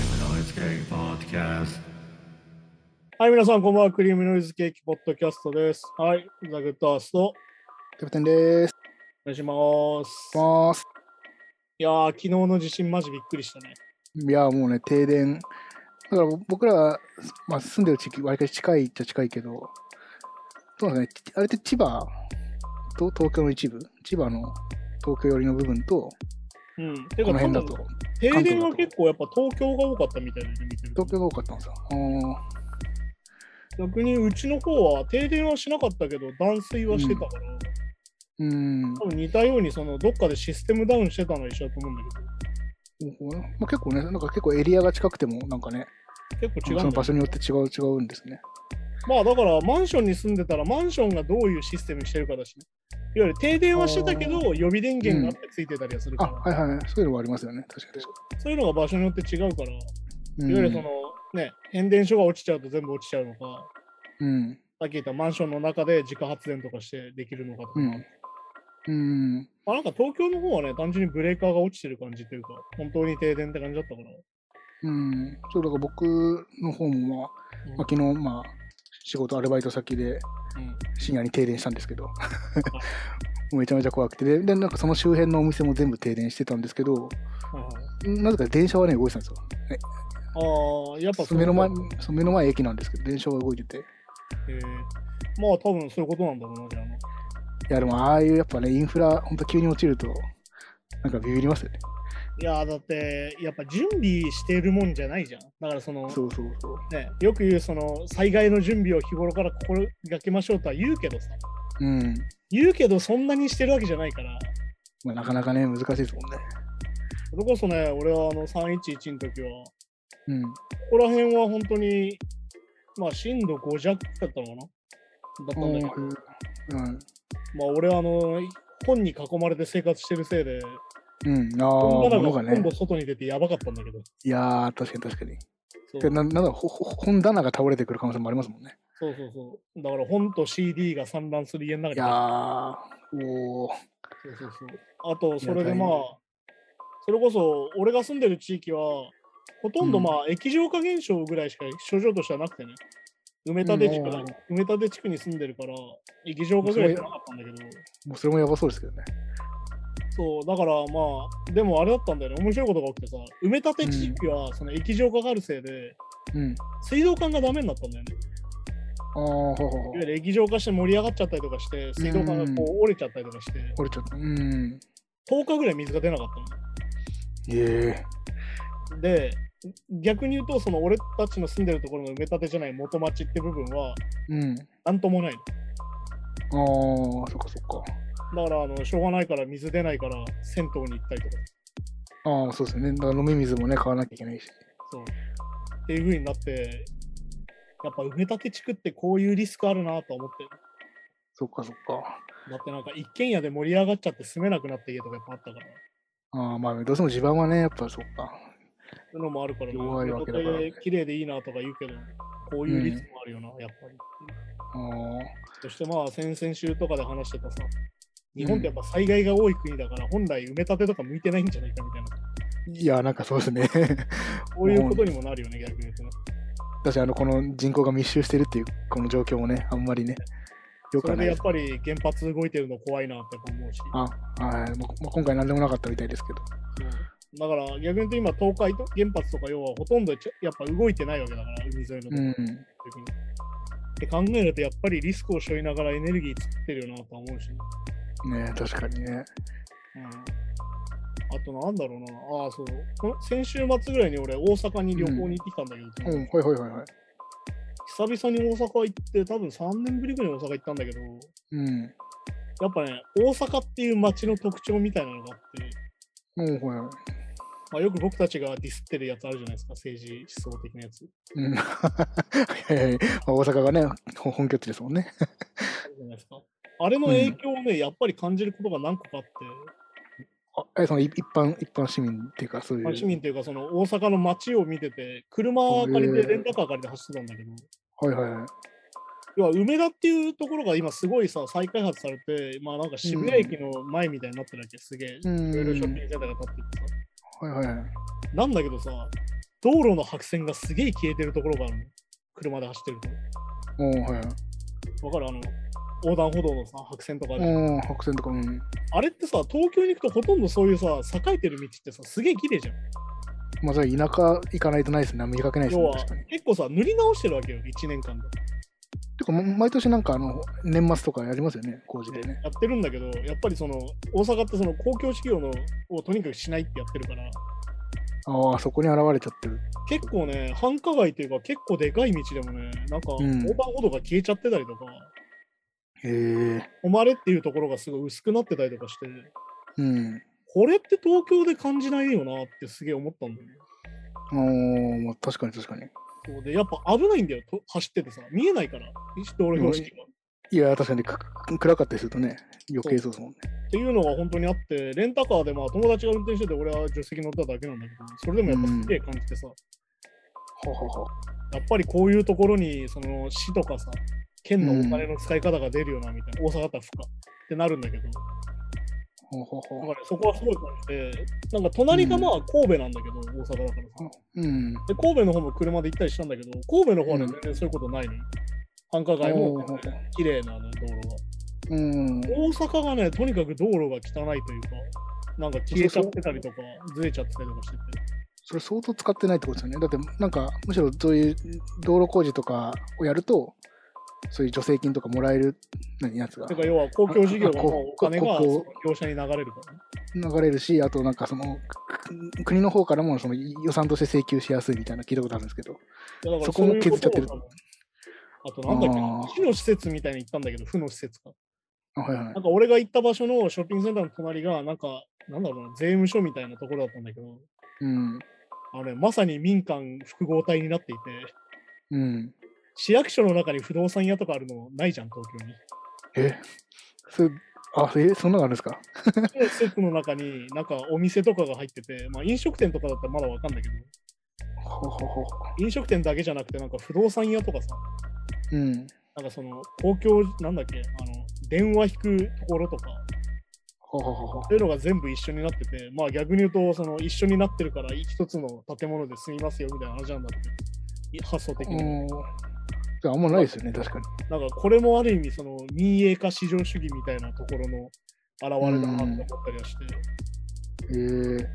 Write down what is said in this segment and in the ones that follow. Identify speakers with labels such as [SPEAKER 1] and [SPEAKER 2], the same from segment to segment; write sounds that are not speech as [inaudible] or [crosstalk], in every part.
[SPEAKER 1] Cheesecake Podcast.
[SPEAKER 2] はい、皆さん、こんばんは。クリームノイズケーキポッドキャストです。はい、ザ・グッドアースト、お
[SPEAKER 3] キャプテンです。
[SPEAKER 2] 願いします。
[SPEAKER 3] まーす。
[SPEAKER 2] いやー、昨日の地震、マジびっくりしたね。
[SPEAKER 3] いや、もうね、停電。だから僕らは、まあ、住んでる地域、わりかし近いっちゃ近いけど、そうだね、あれって千葉と東京の一部、千葉の東京寄りの部分と、
[SPEAKER 2] うん。て
[SPEAKER 3] この辺だ
[SPEAKER 2] 多
[SPEAKER 3] と
[SPEAKER 2] 分、停電
[SPEAKER 3] 関東だ
[SPEAKER 2] は
[SPEAKER 3] と
[SPEAKER 2] 結構やっぱ東京が多かったみたいだね、見てると
[SPEAKER 3] 東京が多かったんですよ。あー
[SPEAKER 2] 逆にうちの方は停電はしなかったけど、断水はしてたから、
[SPEAKER 3] うーん。
[SPEAKER 2] 多分似たように、その、どっかでシステムダウンしてたのは一緒だと思うんだ
[SPEAKER 3] まあ、結構ね、なんか結構エリアが近くても、なんかね、
[SPEAKER 2] けど、結構違
[SPEAKER 3] そうの
[SPEAKER 2] んだ
[SPEAKER 3] 場
[SPEAKER 2] よ
[SPEAKER 3] 所によって違う違うんですね。
[SPEAKER 2] まあ、だから、マンションに住んでたら、マンションがどういうシステムにしてるかだしね。いわゆる停電はしてたけど、予備電源があってついてたりはする
[SPEAKER 3] あ、
[SPEAKER 2] から、
[SPEAKER 3] はいはい、そういうのもありますよね、確かに確か
[SPEAKER 2] そういうのが場所によって違うから、
[SPEAKER 3] に。
[SPEAKER 2] いわゆるそ
[SPEAKER 3] うん
[SPEAKER 2] の、ね、変電所が落ちちゃうと全部落ちちゃうのか、
[SPEAKER 3] うん。
[SPEAKER 2] さっき言ったマンションの中で自家発電とかしてできるのかとか、
[SPEAKER 3] うん。うん。
[SPEAKER 2] まあ、なんか東京の方はね、単純にブレーカーが落ちてる感じというか、本当に停電って感じだったから。
[SPEAKER 3] うん、そうだから僕の方も、まあ
[SPEAKER 2] うん
[SPEAKER 3] まあ、昨日、まあ、仕事アルバイト先で
[SPEAKER 2] うん
[SPEAKER 3] 深夜に停電したんですけ [laughs] どもうめちゃめちゃ怖くてででなんかその周辺のお店も全部停電してたんですけど
[SPEAKER 2] はいはい
[SPEAKER 3] なぜか電車はね動いてたんですよ
[SPEAKER 2] ああ、やっぱ
[SPEAKER 3] そう目の前
[SPEAKER 2] え
[SPEAKER 3] そう目の前駅なんですけど電車は動いててい
[SPEAKER 2] ーまあ多分そういうことなんだろうな、じゃあな。
[SPEAKER 3] やでもああいうやっぱねインフラほんと急に落ちるとなんかビビりますよね
[SPEAKER 2] いやーだって、やっぱ準備してるもんじゃないじゃん。だからその、
[SPEAKER 3] そうそうそう
[SPEAKER 2] ね、よく言うその災害の準備を日頃から心がけましょうとは言うけどさ、
[SPEAKER 3] うん、
[SPEAKER 2] 言うけどそんなにしてるわけじゃないから、
[SPEAKER 3] まあ、なかなかね難しいですもんね
[SPEAKER 2] それこそね、俺はあの311の時は、
[SPEAKER 3] うん
[SPEAKER 2] ここら辺は本当に、まあ震度5弱だったのかなだったんだけど、
[SPEAKER 3] うん
[SPEAKER 2] まあ俺はあの、本に囲まれて生活してるせいで、
[SPEAKER 3] うん、ああ、
[SPEAKER 2] 本棚
[SPEAKER 3] 物
[SPEAKER 2] が
[SPEAKER 3] が
[SPEAKER 2] 今
[SPEAKER 3] ね
[SPEAKER 2] 度。外に出てやばかったんだけど、
[SPEAKER 3] いやー、確かに確かに。
[SPEAKER 2] そう
[SPEAKER 3] でななんだほほ本棚が倒れてくる可能性もありますもんね。
[SPEAKER 2] そうそうそう。だから本と CD が散乱する家の中
[SPEAKER 3] い
[SPEAKER 2] に
[SPEAKER 3] やー、おー、
[SPEAKER 2] そうそう
[SPEAKER 3] [laughs]
[SPEAKER 2] そう。あと、それでまあ
[SPEAKER 3] いや、
[SPEAKER 2] それこそ、俺が住んでる地域は、ほとんどまあ、液状化現象ぐらいしか症状としてはなくてね。埋め立て地区だ、
[SPEAKER 3] うん
[SPEAKER 2] 埋め立て地区に住んでるから、液状化ぐらいしかなかったんだけど、
[SPEAKER 3] もうそれもやばそうですけどね。
[SPEAKER 2] そう、だからまあ、でもあれだったんだよね、面白いことが起きてさ、埋め立て地域はその液状化があるせいで、
[SPEAKER 3] うん。
[SPEAKER 2] 水道管がダメになったんだよね。
[SPEAKER 3] あー、ほうほうほ
[SPEAKER 2] いうわゆ。る液状化して盛り上がっちゃったりとかして、水道管がこう折れちゃったりとかして、
[SPEAKER 3] 折れちゃった。うん。
[SPEAKER 2] 10日ぐらい水が出なかったの。
[SPEAKER 3] え
[SPEAKER 2] で逆に言うとその俺たちの住んでるところの埋め立てじゃない元町って部分は
[SPEAKER 3] えうん。
[SPEAKER 2] なんともない
[SPEAKER 3] あー、そっかそっか。
[SPEAKER 2] のだからあのしょうがないから水出ないから銭湯に行ったりとか
[SPEAKER 3] あー、そうですよね。だから飲み水もね、買わなきゃいけないし。
[SPEAKER 2] そうっていう風になってやっぱ埋め立て地区ってこういうリスクあるなと思って
[SPEAKER 3] そっかそっか。
[SPEAKER 2] だってなんか一軒家で盛り上がっちゃって住めなくなった家とかやっぱあったから
[SPEAKER 3] あー、まあ、どうしても地盤はね、やっぱそっか。
[SPEAKER 2] そういうのもあるから、
[SPEAKER 3] 弱いわけだからね
[SPEAKER 2] 埋め立て綺麗でいいなとか言うけどこういうリスクもあるよな、やっぱり
[SPEAKER 3] あー、
[SPEAKER 2] そしてまあ先々週とかで話してたさ、日本ってやっぱ災害が多い国だから、本来埋め立てとか向いてないんじゃないかみたいな、
[SPEAKER 3] いや、なんかそうですね。 [laughs]
[SPEAKER 2] こういうことにもなるよね、逆に言うとね。
[SPEAKER 3] 私、あの、この人口が密集してるっていう、この状況もね、あんまりね、よ
[SPEAKER 2] そ
[SPEAKER 3] くは
[SPEAKER 2] れ
[SPEAKER 3] な
[SPEAKER 2] で
[SPEAKER 3] い
[SPEAKER 2] や
[SPEAKER 3] で
[SPEAKER 2] っ
[SPEAKER 3] す。
[SPEAKER 2] ぱり原発動いてるの怖いなって思うし、
[SPEAKER 3] あ、はい。まあまあ今回何でもなかったみたいですけど。
[SPEAKER 2] そうだから逆に言うと今、東海と原発とか要はほとんどちょやっぱ動いてないわけだから、海沿いのとこ
[SPEAKER 3] う
[SPEAKER 2] ろ
[SPEAKER 3] ん。
[SPEAKER 2] 的に。って考えると、やっぱりリスクを背負いながらエネルギー作ってるよなとは思うし、ね
[SPEAKER 3] ね確かに
[SPEAKER 2] う
[SPEAKER 3] ね。
[SPEAKER 2] んあとなんだろうな、ああ、そう、この先週末ぐらいに俺、大阪に旅行に行ってきたんだけど、
[SPEAKER 3] うん、はいはいはいはい。
[SPEAKER 2] 久々に大阪行って、多分3年ぶりぐらいに大阪行ったんだけど、
[SPEAKER 3] うん。
[SPEAKER 2] やっぱね、大阪っていう街の特徴みたいなのがあって、
[SPEAKER 3] うん、はいはい。
[SPEAKER 2] まあ、よく僕たちがディスってるやつあるじゃないですか、政治思想的なやつ。
[SPEAKER 3] うん [laughs] いやいや、まあ大阪がね、ほ本拠地ですもんね。
[SPEAKER 2] あるじゃないですか。あれの影響をね、やっぱり感じることが何個かあって、
[SPEAKER 3] あえそのい一般一般市民っていうか、そういう。
[SPEAKER 2] まあ、市民というか、その大阪の街を見てて、車借り
[SPEAKER 3] へ
[SPEAKER 2] て、
[SPEAKER 3] え
[SPEAKER 2] レンタカー借りて走ってたんだけど、
[SPEAKER 3] はいはいはい。
[SPEAKER 2] 要は梅田っていうところが今すごいさ、再開発されて、まあなんか渋谷駅の前みたいになってるわけ、すげえ。
[SPEAKER 3] う
[SPEAKER 2] いろいろショッ
[SPEAKER 3] ん
[SPEAKER 2] ピングセンターが立っててさ。
[SPEAKER 3] はいはいはい。
[SPEAKER 2] なんだけどさ、道路の白線がすげえ消えてるところがあるの。車で走ってる
[SPEAKER 3] おーはいはい。
[SPEAKER 2] と。わかるあの、横断歩道のさ、白線とかあるじゃん
[SPEAKER 3] おー白線とか、うん。
[SPEAKER 2] あれってさ、東京に行くとほとんどそういうさ、栄えてる道ってさ、すげえ綺麗じゃん。
[SPEAKER 3] まあ、それ田舎行かないとないですね。あんま見かけないです
[SPEAKER 2] 要
[SPEAKER 3] ね。
[SPEAKER 2] は
[SPEAKER 3] 確かに。
[SPEAKER 2] 結構さ、塗り直してるわけよ、1年間で。
[SPEAKER 3] てか、も毎年なんか、あの、年末とかやりますよね、工事でね。
[SPEAKER 2] やってるんだけど、やっぱりその、大阪ってその公共事業のをとにかくしないってやってるから、
[SPEAKER 3] ああ、そこに現れちゃってる。
[SPEAKER 2] 結構ね、繁華街っていうか、結構でかい道でもね、なんか、
[SPEAKER 3] うん
[SPEAKER 2] 横断歩道が消えちゃってたりとか、
[SPEAKER 3] へえ。
[SPEAKER 2] 誉れっていうところがすごい薄くなってたりとかして、
[SPEAKER 3] うん。
[SPEAKER 2] これって東京で感じないよなってすげえ思ったんだよね。
[SPEAKER 3] おーまあ、確かに確かに。
[SPEAKER 2] そうで、やっぱ危ないんだよ、と走っててさ、見えないから、道路標識が。
[SPEAKER 3] いや、確かにくく暗かったりするとね、余計そうですもんね。
[SPEAKER 2] っていうのが本当にあって、レンタカーでまあ友達が運転してて、俺は助手席乗っただけなんだけど、それでもやっぱすげえ感じてさ、
[SPEAKER 3] ははは。
[SPEAKER 2] やっぱりこういうところにその市とかさ、県のお金の使い方が出るよなみたいな、大阪だったら府かってなるんだけど、だか
[SPEAKER 3] ほうほうほう
[SPEAKER 2] らねそこはすごい感じて、なんか隣がまあ神戸なんだけど、大阪だからさ。
[SPEAKER 3] うん。
[SPEAKER 2] で、神戸の方も車で行ったりしたんだけど、神戸の方はね
[SPEAKER 3] うん
[SPEAKER 2] 全然そういうことないのよ。繁華街も全然綺麗なね道路が。
[SPEAKER 3] うん。
[SPEAKER 2] 大阪がね、とにかく道路が汚いというか、なんか消えちゃってたりとか、ずれちゃってたりとかしてて。
[SPEAKER 3] それ相当使ってないってことですよね。だって、なんか、むしろそういう道路工事とかをやると、そういう助成金とかもらえる、何やつが
[SPEAKER 2] てか、要は公共事業
[SPEAKER 3] あ
[SPEAKER 2] の
[SPEAKER 3] こ
[SPEAKER 2] お金が
[SPEAKER 3] ここ
[SPEAKER 2] その業者に流れるからね。
[SPEAKER 3] 流れるし、あとなんかその、く国の方からもその予算として請求しやすいみたいな聞いたことあるんですけど。
[SPEAKER 2] いやだから
[SPEAKER 3] そこも
[SPEAKER 2] ういうとを
[SPEAKER 3] 削っちゃってる
[SPEAKER 2] 多分あとなんだっけ
[SPEAKER 3] あ
[SPEAKER 2] な
[SPEAKER 3] ー、
[SPEAKER 2] 市の施設みたいに行ったんだけど、府の施設か。
[SPEAKER 3] あはいはい
[SPEAKER 2] なん。か俺が行った場所のショッピングセンターの隣が、なんか、なんだろうな、税務署みたいなところだったんだけど、
[SPEAKER 3] うん。
[SPEAKER 2] あれ、まさに民間複合体になっていて、
[SPEAKER 3] うん。
[SPEAKER 2] 市役所の中に不動産屋とかあるのないじゃん、東
[SPEAKER 3] [laughs]
[SPEAKER 2] 京に。
[SPEAKER 3] えそれ、あ、えそんなのあるんですか
[SPEAKER 2] 市の施設の中になんかお店とかが入ってて、まあ飲食店とかだったらまだわかんないけど、
[SPEAKER 3] ほうほうほう。
[SPEAKER 2] 飲食店だけじゃなくて、なんか不動産屋とかさ、
[SPEAKER 3] うん。
[SPEAKER 2] なんかその公共、なんだっけ、あの、電話引くところとか、
[SPEAKER 3] ほうほうほうほう
[SPEAKER 2] っていうのが全部一緒になってて、まあ逆に言うと、その一緒になってるから一つの建物で済みますよみたいな話なんだって、い発想的に。
[SPEAKER 3] うん。それあんまないですよね、確かに。
[SPEAKER 2] なんかこれもある意味、その民営化市場主義みたいなところの現れだなって思ったりはして、
[SPEAKER 3] えー、だ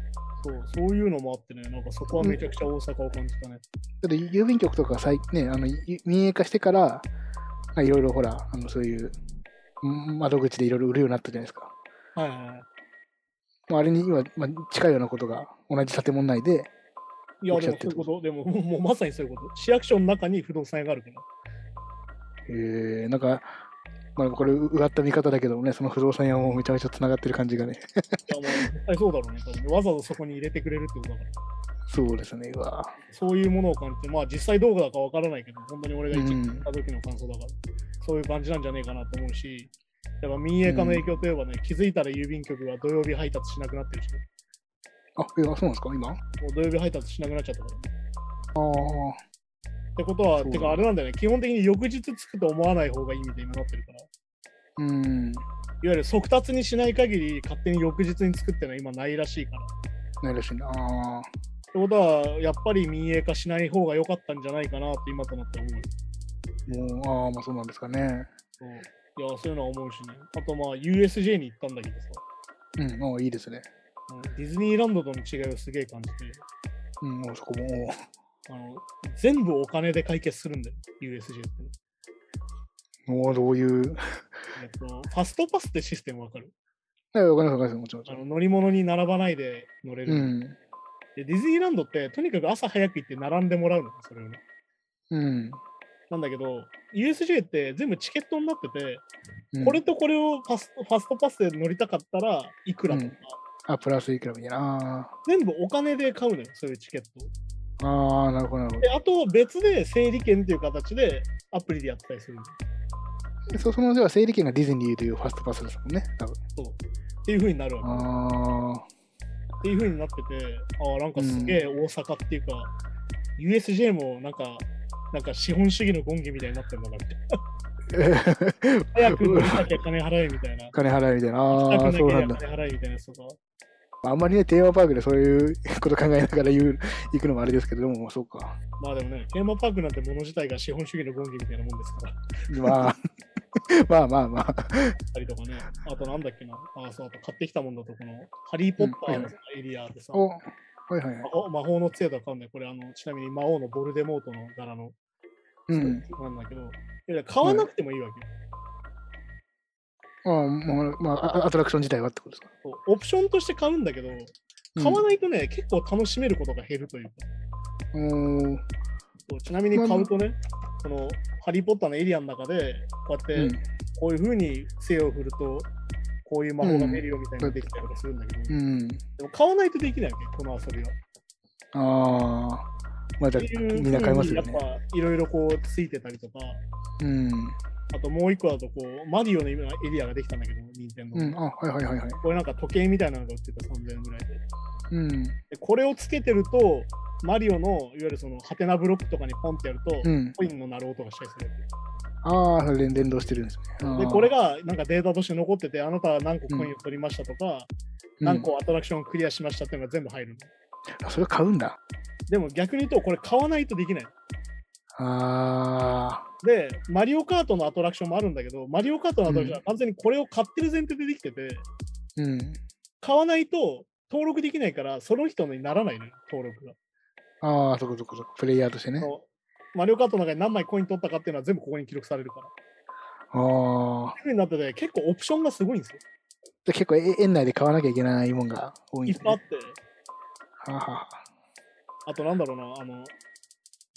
[SPEAKER 2] そうそういうのもあってね、なんかそこはめちゃくちゃ大阪を感じたね。
[SPEAKER 3] って郵便局とか最、ね、あのゆ民営化してから、まあいろいろほら、あのそういうん窓口でいろいろ売るようになったじゃないですか。
[SPEAKER 2] はいはいはい。
[SPEAKER 3] まあ、あれに今、まあ、近いようなことが同じ建物内で、
[SPEAKER 2] いや、
[SPEAKER 3] 起き
[SPEAKER 2] で
[SPEAKER 3] ちゃ
[SPEAKER 2] も
[SPEAKER 3] って
[SPEAKER 2] そう
[SPEAKER 3] る
[SPEAKER 2] いうこと、でももうもうまさにそういうこと。市役所の中に不動産屋があるから。
[SPEAKER 3] えー、なんか、まあ、これ、ううがった見方だけどもね、その不動産屋もめちゃめちゃつながってる感じがね、
[SPEAKER 2] いやまあ絶対そうだろうね、多分 [laughs] ねわざわざそこに入れてくれるってことだから。
[SPEAKER 3] そうですね、うわ
[SPEAKER 2] そういうものを感じて、まあ実際どうだかわからないけど、本当に俺が一時行った時の感想だから、そういう感じなんじゃねえかなと思うし、やっぱ民営化の影響といえばね、気づいたら郵便局が土曜日配達しなくなってるし、ね、
[SPEAKER 3] あ、えそうなんですか、今あ
[SPEAKER 2] もう土曜日配達しなくなっちゃったから、ね。
[SPEAKER 3] あ、
[SPEAKER 2] ってことは、
[SPEAKER 3] そう
[SPEAKER 2] てかあれなんだよね、基本的に翌日着くと思わない方がいいみたいに今なってるから、いわ
[SPEAKER 3] うん、
[SPEAKER 2] ゆる速達にしない限り勝手に翌日に着くってのは今ないらしいから。っ
[SPEAKER 3] ないらしいな。あ
[SPEAKER 2] てことは、やっぱり民営化しない方が良かったんじゃないかなって今となって思う。
[SPEAKER 3] ーもう、ああ、まあそうなんですかね。
[SPEAKER 2] そういや、そういうのは思うしね。あと、まあ、USJ に行ったんだけどさ、
[SPEAKER 3] うん、ああ、いいですね。
[SPEAKER 2] うんディズニーランドとの違いをすげえ感じて、
[SPEAKER 3] うん、もうそこも、
[SPEAKER 2] あの全部お金で解決するんだよ、USJ って。
[SPEAKER 3] もうどういう、
[SPEAKER 2] えっと、ファストパスってシステムわかる
[SPEAKER 3] え、わかりますわかります、もちろんもち
[SPEAKER 2] あ
[SPEAKER 3] ろん。
[SPEAKER 2] の乗り物に並ばないで乗れる、
[SPEAKER 3] うん、
[SPEAKER 2] で。ディズニーランドってとにかく朝早く行って並んでもらうの、それをね。
[SPEAKER 3] うん、
[SPEAKER 2] なんだけど、USJ って全部チケットになってて、
[SPEAKER 3] うん。
[SPEAKER 2] これとこれをファスファストパスで乗りたかったらいくらとか、
[SPEAKER 3] うんあ、プラスいくらみたいな。
[SPEAKER 2] 全部お金で買うのよ、そういうチケットを。
[SPEAKER 3] あーあー、なるほど、なるほ
[SPEAKER 2] であと別で整理券っていう形でアプリでやったりするの
[SPEAKER 3] ど。そその、では整理券がディズニーというファストパスですもんね、多分。
[SPEAKER 2] そうっていう風になるわけ。
[SPEAKER 3] ああ、
[SPEAKER 2] っていう風になってて、ああ、なんかすげえ大阪っていうか、USJ もなんか、なんか資本主義の権限みたいになってるのかなって。早く乗りなきゃ金払えみたいな。
[SPEAKER 3] [laughs] 金払いみたいな。
[SPEAKER 2] 行きた
[SPEAKER 3] [laughs] ああ、
[SPEAKER 2] くな
[SPEAKER 3] そう
[SPEAKER 2] け
[SPEAKER 3] な
[SPEAKER 2] りゃ
[SPEAKER 3] んだ。
[SPEAKER 2] 金払えみたいなやつとか。
[SPEAKER 3] あんまりね、テーマパークでそういうこと考えながら言う、 [laughs] 行くのもあれですけど、でも、そうか。
[SPEAKER 2] まあでもね、テーマパークなんてもの自体が資本主義の権利みたいなもんですから、
[SPEAKER 3] まあ、 [laughs] まあまあまあ。
[SPEAKER 2] たりとかね。あとなんだっけな、あそう、あと買ってきたもんだと、この、ハリー・ポッターのエリアでさ、
[SPEAKER 3] お、はいはいはい
[SPEAKER 2] 魔。法魔法の杖とか買うんだよ。これ、あの、ちなみに魔王のボルデモートの柄の、
[SPEAKER 3] うん。
[SPEAKER 2] なんだけど、いやいや買わなくてもいいわけよ、
[SPEAKER 3] ああまあ、まあ、あアトラクション自体はってことですか。
[SPEAKER 2] そうオプションとして買うんだけど、
[SPEAKER 3] うん
[SPEAKER 2] 買わないとね、結構楽しめることが減るというか。
[SPEAKER 3] うーん。
[SPEAKER 2] そうちなみに買うとね、この、ハリー・ポッターのエリアの中で、こうや
[SPEAKER 3] う
[SPEAKER 2] っ
[SPEAKER 3] ん
[SPEAKER 2] て、こういう風に杖を振ると、こういう魔法が出るよみたいなのができたりとかするんだけど、
[SPEAKER 3] うん。
[SPEAKER 2] でも買わないとできないわけ、この遊びは。
[SPEAKER 3] ああ。まあ、じゃ
[SPEAKER 2] って
[SPEAKER 3] あ
[SPEAKER 2] いう
[SPEAKER 3] みんな買いますよ
[SPEAKER 2] 風
[SPEAKER 3] ね
[SPEAKER 2] に。やっぱいろいろこうついてたりとか、
[SPEAKER 3] うん。
[SPEAKER 2] あともう一個だとこうマリオの今エリアができたんだけど、任天堂
[SPEAKER 3] う
[SPEAKER 2] の、
[SPEAKER 3] ん。あ、はいはいはいはい。
[SPEAKER 2] これなんか時計みたいなのが売ってた3000円ぐらいで。
[SPEAKER 3] うん。
[SPEAKER 2] でこれをつけてると、マリオのいわゆるそのハテナブロックとかにポンってやると、
[SPEAKER 3] うん。
[SPEAKER 2] コインの鳴る音がしたりするわ
[SPEAKER 3] ああ、それ連連動してるんですね。あ
[SPEAKER 2] け。
[SPEAKER 3] ー
[SPEAKER 2] で、これ、がなんかデータとして残ってて、あなたは何個コインを取りましたとか、
[SPEAKER 3] うん
[SPEAKER 2] 何個アトラクションをクリアしましたっていうのが全部入るの。
[SPEAKER 3] あそれ買うんだ。
[SPEAKER 2] でも逆に言うと、これ買わないとできない。
[SPEAKER 3] ああ。
[SPEAKER 2] で、マリオカートのアトラクションもあるんだけど、マリオカートのアトラクションは完全にこれを買ってる前提でできてて、
[SPEAKER 3] うん。
[SPEAKER 2] 買わないと登録できないから、その人にならないのよ、登録が。
[SPEAKER 3] ああ、そこそこそこ。プレイヤーとしてね
[SPEAKER 2] そ。のマリオカートの中に何枚コイン取ったかっていうのは全部ここに記録されるから。っ
[SPEAKER 3] ああ。
[SPEAKER 2] ていうふうになってて、結構オプションがすごいんですよ。
[SPEAKER 3] で結構、え園内で買わなきゃいけないもんが多いん
[SPEAKER 2] いっ
[SPEAKER 3] です
[SPEAKER 2] ぱいあっ
[SPEAKER 3] ね
[SPEAKER 2] て。、
[SPEAKER 3] はあはあ
[SPEAKER 2] あとなんだろうな、あの、いわ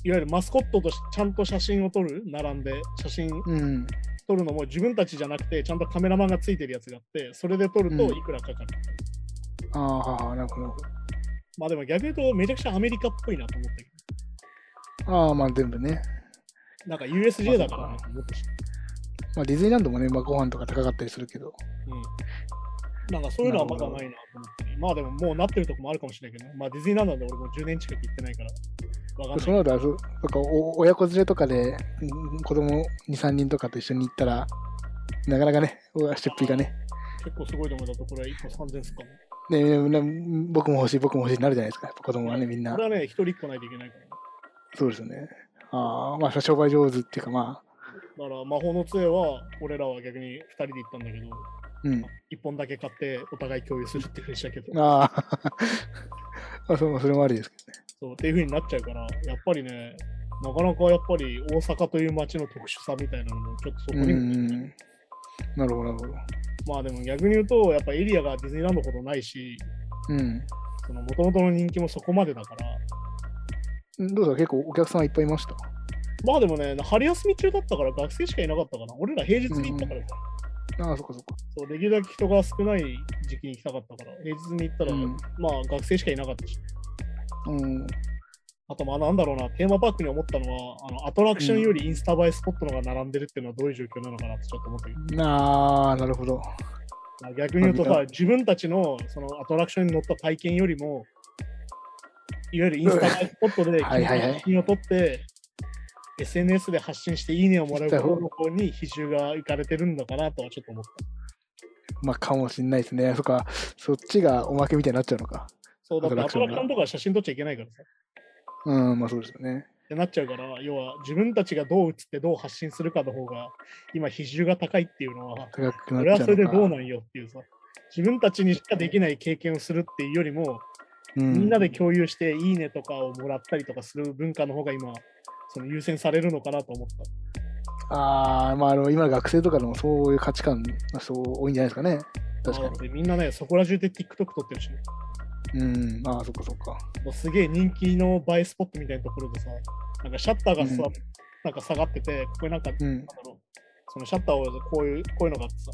[SPEAKER 2] ゆるマスコットとしちゃんと写真を撮る、並んで、写真
[SPEAKER 3] うん。
[SPEAKER 2] 撮るのも自分たちじゃなくて、ちゃんとカメラマンがついてるやつがあって、それで撮るといくらかかる。
[SPEAKER 3] ああ、はあはあ、なるほど。
[SPEAKER 2] まあでも逆に言うと、めちゃくちゃアメリカっぽいなと思ったけど。
[SPEAKER 3] ああ、まあ全部ね。
[SPEAKER 2] なんか USJ だからなと思ってしま
[SPEAKER 3] まあディズニーランドもね、まあご飯とか高かったりするけど。
[SPEAKER 2] う。うん。なんかそういうのはまだないなと思って。まあでももうなってるとこもあるかもしれないけど、まあディズニーランドなんで俺もう10年近く行ってないから、わかん
[SPEAKER 3] そ
[SPEAKER 2] ない。
[SPEAKER 3] の後はそう、なんかお親子連れとかで、うん子供2、3人とかと一緒に行ったら、なかなかね、うわ出費がね。
[SPEAKER 2] 結構すごいと思うんだと、これは1個3000すかも。
[SPEAKER 3] ねねね僕も欲しい、僕も欲しいになるじゃないですか。やっぱ子供はね、みんな
[SPEAKER 2] これ。はね、一人1個ないといけないから。
[SPEAKER 3] そうですよね。ああ、まあ商売上手っていうかまあ、
[SPEAKER 2] だから魔法の杖は、俺らは逆に2人で行ったんだけど、
[SPEAKER 3] うん。
[SPEAKER 2] 1本だけ買ってお互い共有するっていうふうにしたけ
[SPEAKER 3] [laughs]
[SPEAKER 2] ど、
[SPEAKER 3] ああ、まあそれもそれもありですけどね。
[SPEAKER 2] そうっていうふうになっちゃうから、やっぱりね、なかなかやっぱり大阪という街の特殊さみたいなのもちょっとそこにも
[SPEAKER 3] うんうんうん。なるほど、なるほど。
[SPEAKER 2] まあでも逆に言うと、やっぱエリアがディズニーランドほどないし、
[SPEAKER 3] うん。
[SPEAKER 2] その元々の人気もそこまでだから、
[SPEAKER 3] どうですか結構お客さんはいっぱいいました
[SPEAKER 2] まあでもね、春休み中だったから学生しかいなかったかな。俺ら平日に行ったからさ、
[SPEAKER 3] ああ、そっかそっか。
[SPEAKER 2] そうできるだけ人が少ない時期に行きたかったから、平日に行ったら、
[SPEAKER 3] うん
[SPEAKER 2] まあ学生しかいなかったし、
[SPEAKER 3] うん。
[SPEAKER 2] あとまあなんだろうな、テーマパークに思ったのは、あのアトラクションよりインスタ映えスポットのが並んでるっていうのはどういう状況なのかなってちょっと思ったけど、
[SPEAKER 3] ああ、なるほど。
[SPEAKER 2] まあ逆に言うと
[SPEAKER 3] まあ
[SPEAKER 2] さ、自分たちのそのアトラクションに乗った体験よりも、いわゆるインスタ映えスポットで
[SPEAKER 3] はいはいはい
[SPEAKER 2] 写真を撮って、SNS で発信していいねをもらうことの方に比重がいかれてるのかなとはちょっと思った。
[SPEAKER 3] まあ、かもしんないですね。そっか、そっちがおまけみたいになっちゃうのか。
[SPEAKER 2] そうだってア
[SPEAKER 3] ア
[SPEAKER 2] ト
[SPEAKER 3] ト
[SPEAKER 2] ラク
[SPEAKER 3] ラク
[SPEAKER 2] シ
[SPEAKER 3] ショ
[SPEAKER 2] ョ
[SPEAKER 3] ンが
[SPEAKER 2] ンとか写真撮っちゃいけないからさ。っ
[SPEAKER 3] うん、まあそうですよね。
[SPEAKER 2] てなっちゃうから、要は自分たちがどう映ってどう発信するかの方が、今比重が高いっていうのは、
[SPEAKER 3] 高くなっ
[SPEAKER 2] 俺
[SPEAKER 3] ちゃうの
[SPEAKER 2] は
[SPEAKER 3] か。
[SPEAKER 2] それでどうなんよっていうさ。自分たちにしかできない経験をするっていうよりも、
[SPEAKER 3] うん
[SPEAKER 2] みんなで共有していいねとかをもらったりとかする文化の方が今、その優先されるのかなと思った。
[SPEAKER 3] ああ、まあ、あの、今の学生とかでもそういう価値観の人多いんじゃないですかね。確か
[SPEAKER 2] まあだってみんなね、そこら中で TikTok 撮ってるし、
[SPEAKER 3] に。うん、ああ、そっかそっか。
[SPEAKER 2] もうすげえ人気の映えスポットみたいなところでさ、なんかシャッターがさ、
[SPEAKER 3] うん
[SPEAKER 2] なんか下がってて、ここになんか
[SPEAKER 3] うん。
[SPEAKER 2] なんだろうそのシャッターをこういう、こういうのがあってさ、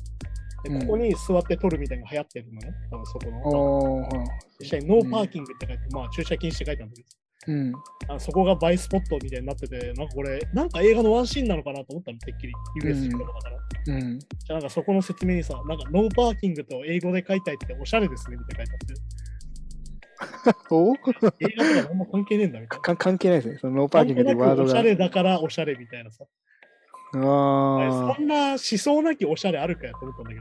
[SPEAKER 2] で
[SPEAKER 3] うん
[SPEAKER 2] ここに座って撮るみたいなのが流行ってるのね、多分そこ
[SPEAKER 3] ああ、
[SPEAKER 2] の。
[SPEAKER 3] はい
[SPEAKER 2] 下にノーパーキングって書いて、まあ駐車禁止って書いてあるんだけ
[SPEAKER 3] うん。
[SPEAKER 2] ど、あのそこがバイスポットみたいになってて、なんかこれ、なんか映画のワンシーンなのかなと思ったの、てっきり。USJ とかだから。
[SPEAKER 3] うん。
[SPEAKER 2] じゃあなんかそこの説明にさ、なんかノーパーキングと英語で書いてあっておしゃれですねみたいな書いて
[SPEAKER 3] お
[SPEAKER 2] あって、映画とか何も関係ねえんだみたいな。
[SPEAKER 3] か関係ないですね。そのノーパーキングっていうワード
[SPEAKER 2] なんとなくおし
[SPEAKER 3] が。
[SPEAKER 2] ゃれだからおしゃれみたいなさ。
[SPEAKER 3] ああ
[SPEAKER 2] そ、んな思想なきおしゃれあるかやと思ったんだけ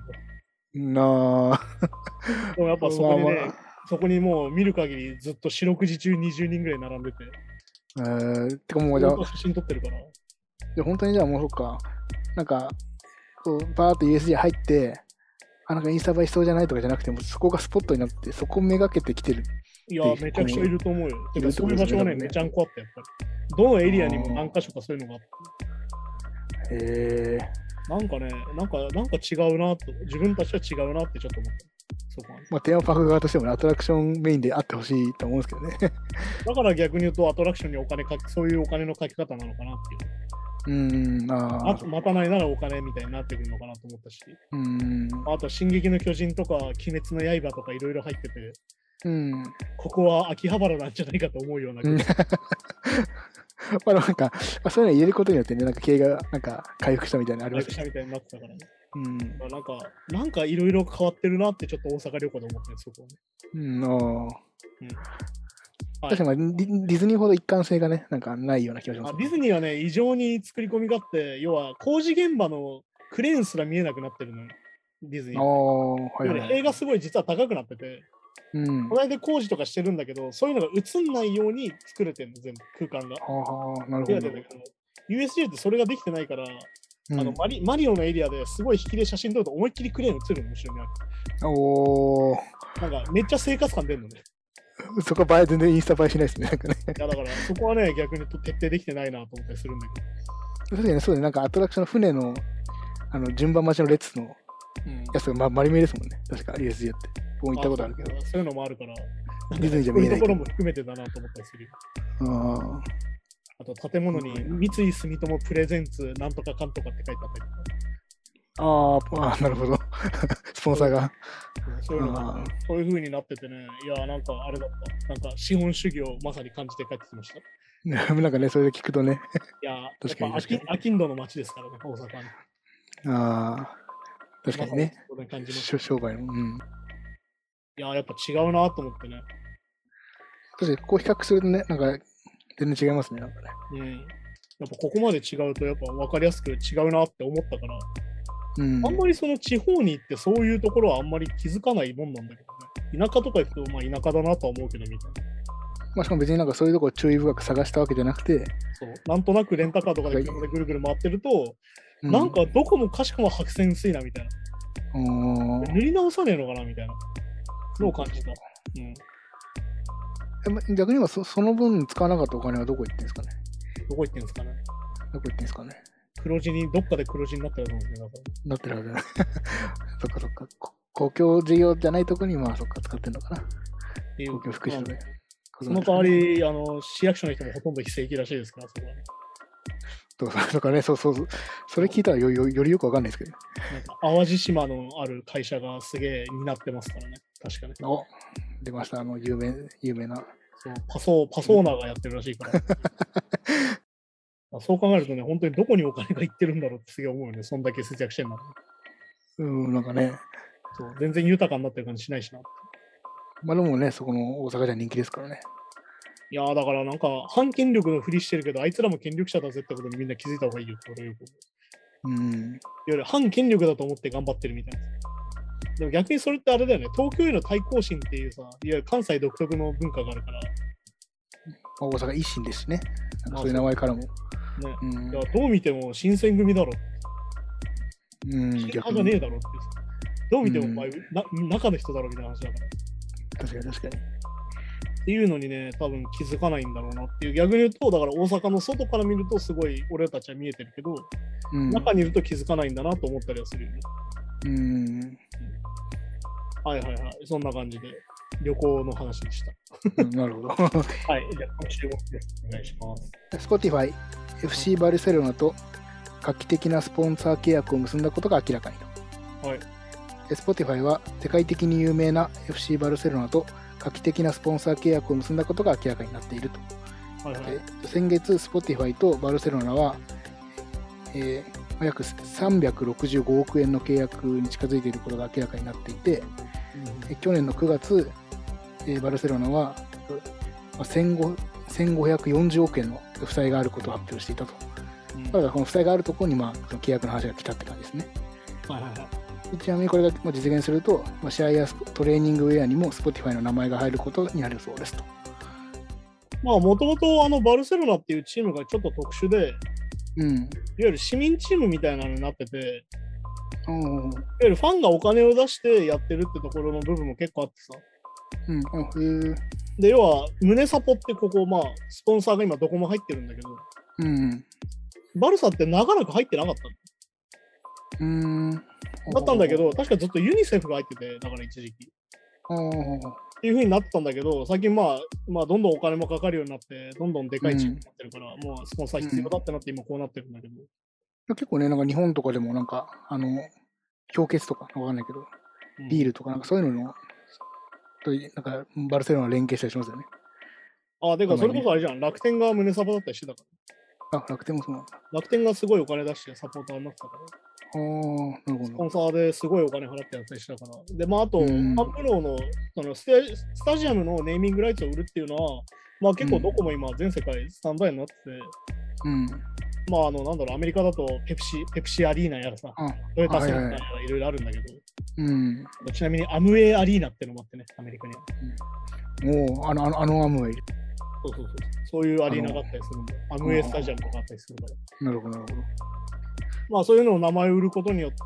[SPEAKER 2] ど。
[SPEAKER 3] なあ。
[SPEAKER 2] でもやっぱそこでね
[SPEAKER 3] まあまあ、
[SPEAKER 2] そこにもう見る限りずっと四六時中20人ぐらい並んでて、
[SPEAKER 3] えー、てかもうじゃあ
[SPEAKER 2] 写真撮ってるから。
[SPEAKER 3] じゃあ本当にじゃあもうそっか、なんか、こう、バーっと USJ 入って、あ、なんかインスタ映えしそうじゃないとかじゃなくて、もうそこがスポットになって、そこをめがけてきてる。
[SPEAKER 2] いや、めちゃくちゃいると思うよ。てか、そういう場所はね、
[SPEAKER 3] いると思いますね
[SPEAKER 2] めちゃんこあった、やっぱり。どのエリアにも何箇所かそういうのがあって
[SPEAKER 3] へえ。
[SPEAKER 2] なんかね、なんか、なんか違うなと、自分たちは違うなってちょっと思った。そこはね
[SPEAKER 3] まあ、テーマパーク側としてもね、アトラクションメインであってほしいと思うんですけどね。
[SPEAKER 2] だから逆に言うと、アトラクションにお金かけ、そういうお金のかけ方なのかなっていう。
[SPEAKER 3] うーん、あ
[SPEAKER 2] あ
[SPEAKER 3] あ。
[SPEAKER 2] 待たないならお金みたいになってくるのかなと思ったし、
[SPEAKER 3] うーん。
[SPEAKER 2] あと、進撃の巨人とか、鬼滅の刃とかいろいろ入ってて、
[SPEAKER 3] うん。 [laughs]
[SPEAKER 2] ここは秋葉原なんじゃないかと思うような。
[SPEAKER 3] うんまあ、なんか、まあそういうの入れることによってね、なんか経営が、なんか回復したみたいなのありま
[SPEAKER 2] 役
[SPEAKER 3] す
[SPEAKER 2] 者
[SPEAKER 3] ね。
[SPEAKER 2] みたいになってたからね。
[SPEAKER 3] うん。
[SPEAKER 2] まあなんか、なんかいろいろ変わってるなってちょっと大阪旅行で思ってそこはね。
[SPEAKER 3] うん、ああ。
[SPEAKER 2] はい
[SPEAKER 3] 確かに、まあディディズニーほど一貫性がね、なんかないような気がします
[SPEAKER 2] あ。ディズニーはね、異常に作り込みがあって、要は工事現場のクレーンすら見えなくなってるのよ、ディズニ
[SPEAKER 3] ああ、
[SPEAKER 2] ー。
[SPEAKER 3] はい
[SPEAKER 2] で
[SPEAKER 3] は
[SPEAKER 2] も
[SPEAKER 3] いは
[SPEAKER 2] ね
[SPEAKER 3] い。
[SPEAKER 2] 映画すごい実は高くなってて、
[SPEAKER 3] うん
[SPEAKER 2] こ。の間工事とかしてるんだけど、そういうのが映んないように作れてるの、全部空間が。
[SPEAKER 3] ああ、なる
[SPEAKER 2] 映画
[SPEAKER 3] ほど。
[SPEAKER 2] でだけど USJ ってそれができてないから、
[SPEAKER 3] うん
[SPEAKER 2] あのマリマリオのエリアですごい引きで写真撮ると思いっきりクレーン映るの、後ろにある
[SPEAKER 3] おお、
[SPEAKER 2] なんかめっちゃ生活感出るのね。
[SPEAKER 3] [laughs] そこは映え、全然インスタ映えしないですね。なんかね。 [laughs]
[SPEAKER 2] いやだからそこはね、逆に言うと徹底できてないなと思ったりするんだけど。
[SPEAKER 3] 確かにそうで、なんかアトラクションの船の、あの、順番待ちの列の
[SPEAKER 2] うん
[SPEAKER 3] やつが、ま、丸見えですもんね。確か USJ って。僕も行ったことあるけど。
[SPEAKER 2] あそうそういうのもあるから、
[SPEAKER 3] ディズニーじゃ
[SPEAKER 2] そうい
[SPEAKER 3] 見え
[SPEAKER 2] うと
[SPEAKER 3] ない
[SPEAKER 2] こ
[SPEAKER 3] け
[SPEAKER 2] ろ
[SPEAKER 3] ど。
[SPEAKER 2] も含めてだなと思ったりするよ。
[SPEAKER 3] あ
[SPEAKER 2] あと建物に三井住友プレゼンツなんとかかんとかって書いてあったり
[SPEAKER 3] ーあー、あーなるほど。 [laughs] スポンサーが。
[SPEAKER 2] とか、そういうのが
[SPEAKER 3] あー
[SPEAKER 2] そういう風になっててね、いや、なんかあれだった、なんか資本主義をまさに感じて帰ってきました。い
[SPEAKER 3] なんかね、 [laughs] それで聞くとね。
[SPEAKER 2] や、
[SPEAKER 3] 確かに
[SPEAKER 2] やっぱ
[SPEAKER 3] 確かに
[SPEAKER 2] アキアキンドの街ですからね、大阪はね。
[SPEAKER 3] ああ、確かにね。
[SPEAKER 2] まさにそう感じました
[SPEAKER 3] しょ商売の。うん。
[SPEAKER 2] いや、やっぱ違うなと思ってね。
[SPEAKER 3] 確かに、ここ比較するとね、なんか、全然違いますね。なんかね。
[SPEAKER 2] うん。やっぱここまで違うと、やっぱ分かりやすく違うなって思ったから、
[SPEAKER 3] うん。
[SPEAKER 2] あんまりその地方に行ってそういうところはあんまり気づかないもんなんだけどね。田舎とか行くと、まあ田舎だなとは思うけどみたいな。
[SPEAKER 3] まあ、しかも別になんかそういうところ注意深く探したわけじゃなくて、
[SPEAKER 2] そうなんとなくレンタカーとかで車でぐるぐる回ってると、
[SPEAKER 3] う
[SPEAKER 2] なん、かどこもかしこも白線薄いなみたいな。
[SPEAKER 3] うん
[SPEAKER 2] 塗り直さねえのかなみたいな。のを感じた。うん。
[SPEAKER 3] えま逆に今そ、その分使わなかったお金はどこ行ってんですかね
[SPEAKER 2] どこ行ってんですかね。
[SPEAKER 3] どこ行ってんですかね
[SPEAKER 2] 黒字に、どっかで黒字になってると思うんですよ。だか
[SPEAKER 3] なってるはずだ。 [laughs] そっかそっか。こ公共事業じゃないとこに、まあそっか、使ってんのかな。
[SPEAKER 2] らっていう
[SPEAKER 3] 公共福祉のね。
[SPEAKER 2] その代わり、あの、市役所の人もほとんど非正規らしいですから、そこはね。
[SPEAKER 3] とか、 [laughs] とかね、そうそうそう。それ聞いたらよよよりよくわかんないですけど。
[SPEAKER 2] なんか淡路島のある会社がすげえ担ってますからね。確かね。
[SPEAKER 3] お出ました、あの、有名、有名な。
[SPEAKER 2] そうパソー、パソーナがやってるらしいから。そう考えるとね、本当にどこにお金がいってるんだろうってすげえ思うよね。そんだけ節約してんなら
[SPEAKER 3] うん、なんかね。
[SPEAKER 2] そう全然豊かになってる感じしないしな。
[SPEAKER 3] まあでもね、そこの大阪じゃ人気ですからね。
[SPEAKER 2] いやーだからなんか、反権力のふりしてるけど、あいつらも権力者だぜってことにみんな気づいた方がいいよって俺はよく思う。
[SPEAKER 3] うん。
[SPEAKER 2] いわゆる反権力だと思って頑張ってるみたいな。でも逆にそれってあれだよね、東京への対抗心っていうさ、いわゆる関西独特の文化があるから、
[SPEAKER 3] まあ、大阪一心ですしね。なんかそういう名前からも。
[SPEAKER 2] ね
[SPEAKER 3] うん
[SPEAKER 2] いや。どう見ても新選組だろ、
[SPEAKER 3] うん、
[SPEAKER 2] 派
[SPEAKER 3] 逆
[SPEAKER 2] じゃねえ
[SPEAKER 3] に。
[SPEAKER 2] だろってさ、どう見ても
[SPEAKER 3] うん
[SPEAKER 2] お前、な中の人だろみたいな話だから。
[SPEAKER 3] 確かに確かに。
[SPEAKER 2] っていうのにね、多分気づかないんだろうなっていう、逆に言うと、だから大阪の外から見ると、すごい俺たちは見えてるけど、
[SPEAKER 3] うん。
[SPEAKER 2] 中にいると気づかないんだなと思ったりはするよね。
[SPEAKER 3] うん。
[SPEAKER 2] はいはいはい、そんな感じで、旅行の話でした。
[SPEAKER 3] うんなるほど。 [laughs]
[SPEAKER 2] はい、じゃあ、今週もです。お願いします。
[SPEAKER 3] Spotify、FC バルセロナと画期的なスポンサー契約を結んだことが明らかにと。
[SPEAKER 2] はい
[SPEAKER 3] で Spotify は世界的に有名な FC バルセロナと画期的なスポンサー契約を結んだことが明らかになっていると。
[SPEAKER 2] はいはい
[SPEAKER 3] で先月、Spotify とバルセロナは、えー約365億円の契約に近づいていることが明らかになっていて、え去年の9月、えーバルセロナはまあ1500 1540億円の負債があることを発表していたと。
[SPEAKER 2] うん
[SPEAKER 3] だからこの負債があるところに、まあ、その契約の話が来たって感じですね。
[SPEAKER 2] はいはいはい
[SPEAKER 3] ちなみにこれがもう実現すると、まあ、試合やスポトレーニングウェアにも Spotify の名前が入ることになるそうですと。
[SPEAKER 2] まあ、もともとあのバルセロナっていうチームがちょっと特殊で、いわ
[SPEAKER 3] うん。
[SPEAKER 2] ゆる市民チームみたいなのになってて、いわ
[SPEAKER 3] うん。
[SPEAKER 2] ゆるファンがお金を出してやってるってところの部分も結構あってさ。
[SPEAKER 3] うん。あへえ。
[SPEAKER 2] で、要は、胸サポってここ、まあ、スポンサーが今どこも入ってるんだけど、
[SPEAKER 3] うん。
[SPEAKER 2] バルサって長らく入ってなかったの
[SPEAKER 3] うん。
[SPEAKER 2] だったんだけど、確かずっとユニセフが入ってて、だから一時期。っ
[SPEAKER 3] あー。
[SPEAKER 2] ていう風になってたんだけど、最近まあ、まあ、どんどんお金もかかるようになって、どんどんでかいチームになってるから、もうスポンサー必要だってなって今こうなってるんだけど。
[SPEAKER 3] 結構ね、なんか日本とかでもなんか、あの、氷結とか、わかんないけど、ビー
[SPEAKER 2] ル。
[SPEAKER 3] ルとか、なんかそういうのの、となんかバルセロナ連携したりしますよね。
[SPEAKER 2] あ、てか、それこそあれじゃん。楽天が胸サポだったりしてたか
[SPEAKER 3] あ、楽天もそうなんだ。あ
[SPEAKER 2] ら。楽天がすごいお金出してサポーターになってたから。
[SPEAKER 3] あ、なるほ
[SPEAKER 2] スポ
[SPEAKER 3] ど。
[SPEAKER 2] ンサーですごいお金払ってやったりしたから。で、まあ、あと、
[SPEAKER 3] う
[SPEAKER 2] ア
[SPEAKER 3] ん
[SPEAKER 2] ップローのそのステスタジアムのネーミングライツを売るっていうのは、まあ結構どこも今全世界スタンバイになってて、
[SPEAKER 3] うん。
[SPEAKER 2] まああの、なんだろう、アメリカだとペプシ、ペプシアリーナやらさ、
[SPEAKER 3] あ
[SPEAKER 2] トヨタセンターや
[SPEAKER 3] はい
[SPEAKER 2] らいろいろあるんだけど、
[SPEAKER 3] うん。
[SPEAKER 2] ちなみにアムウェイアリーナってのもあってね、アメリカには。
[SPEAKER 3] もう、あの、あの、あのアムウェイ。
[SPEAKER 2] そうそうそう。そういうアリーナだったりするんだよ。アムウェイスタジアムとかあったりするから。
[SPEAKER 3] なるほど、なるほど。
[SPEAKER 2] まあそういうのを名前を売ることによって、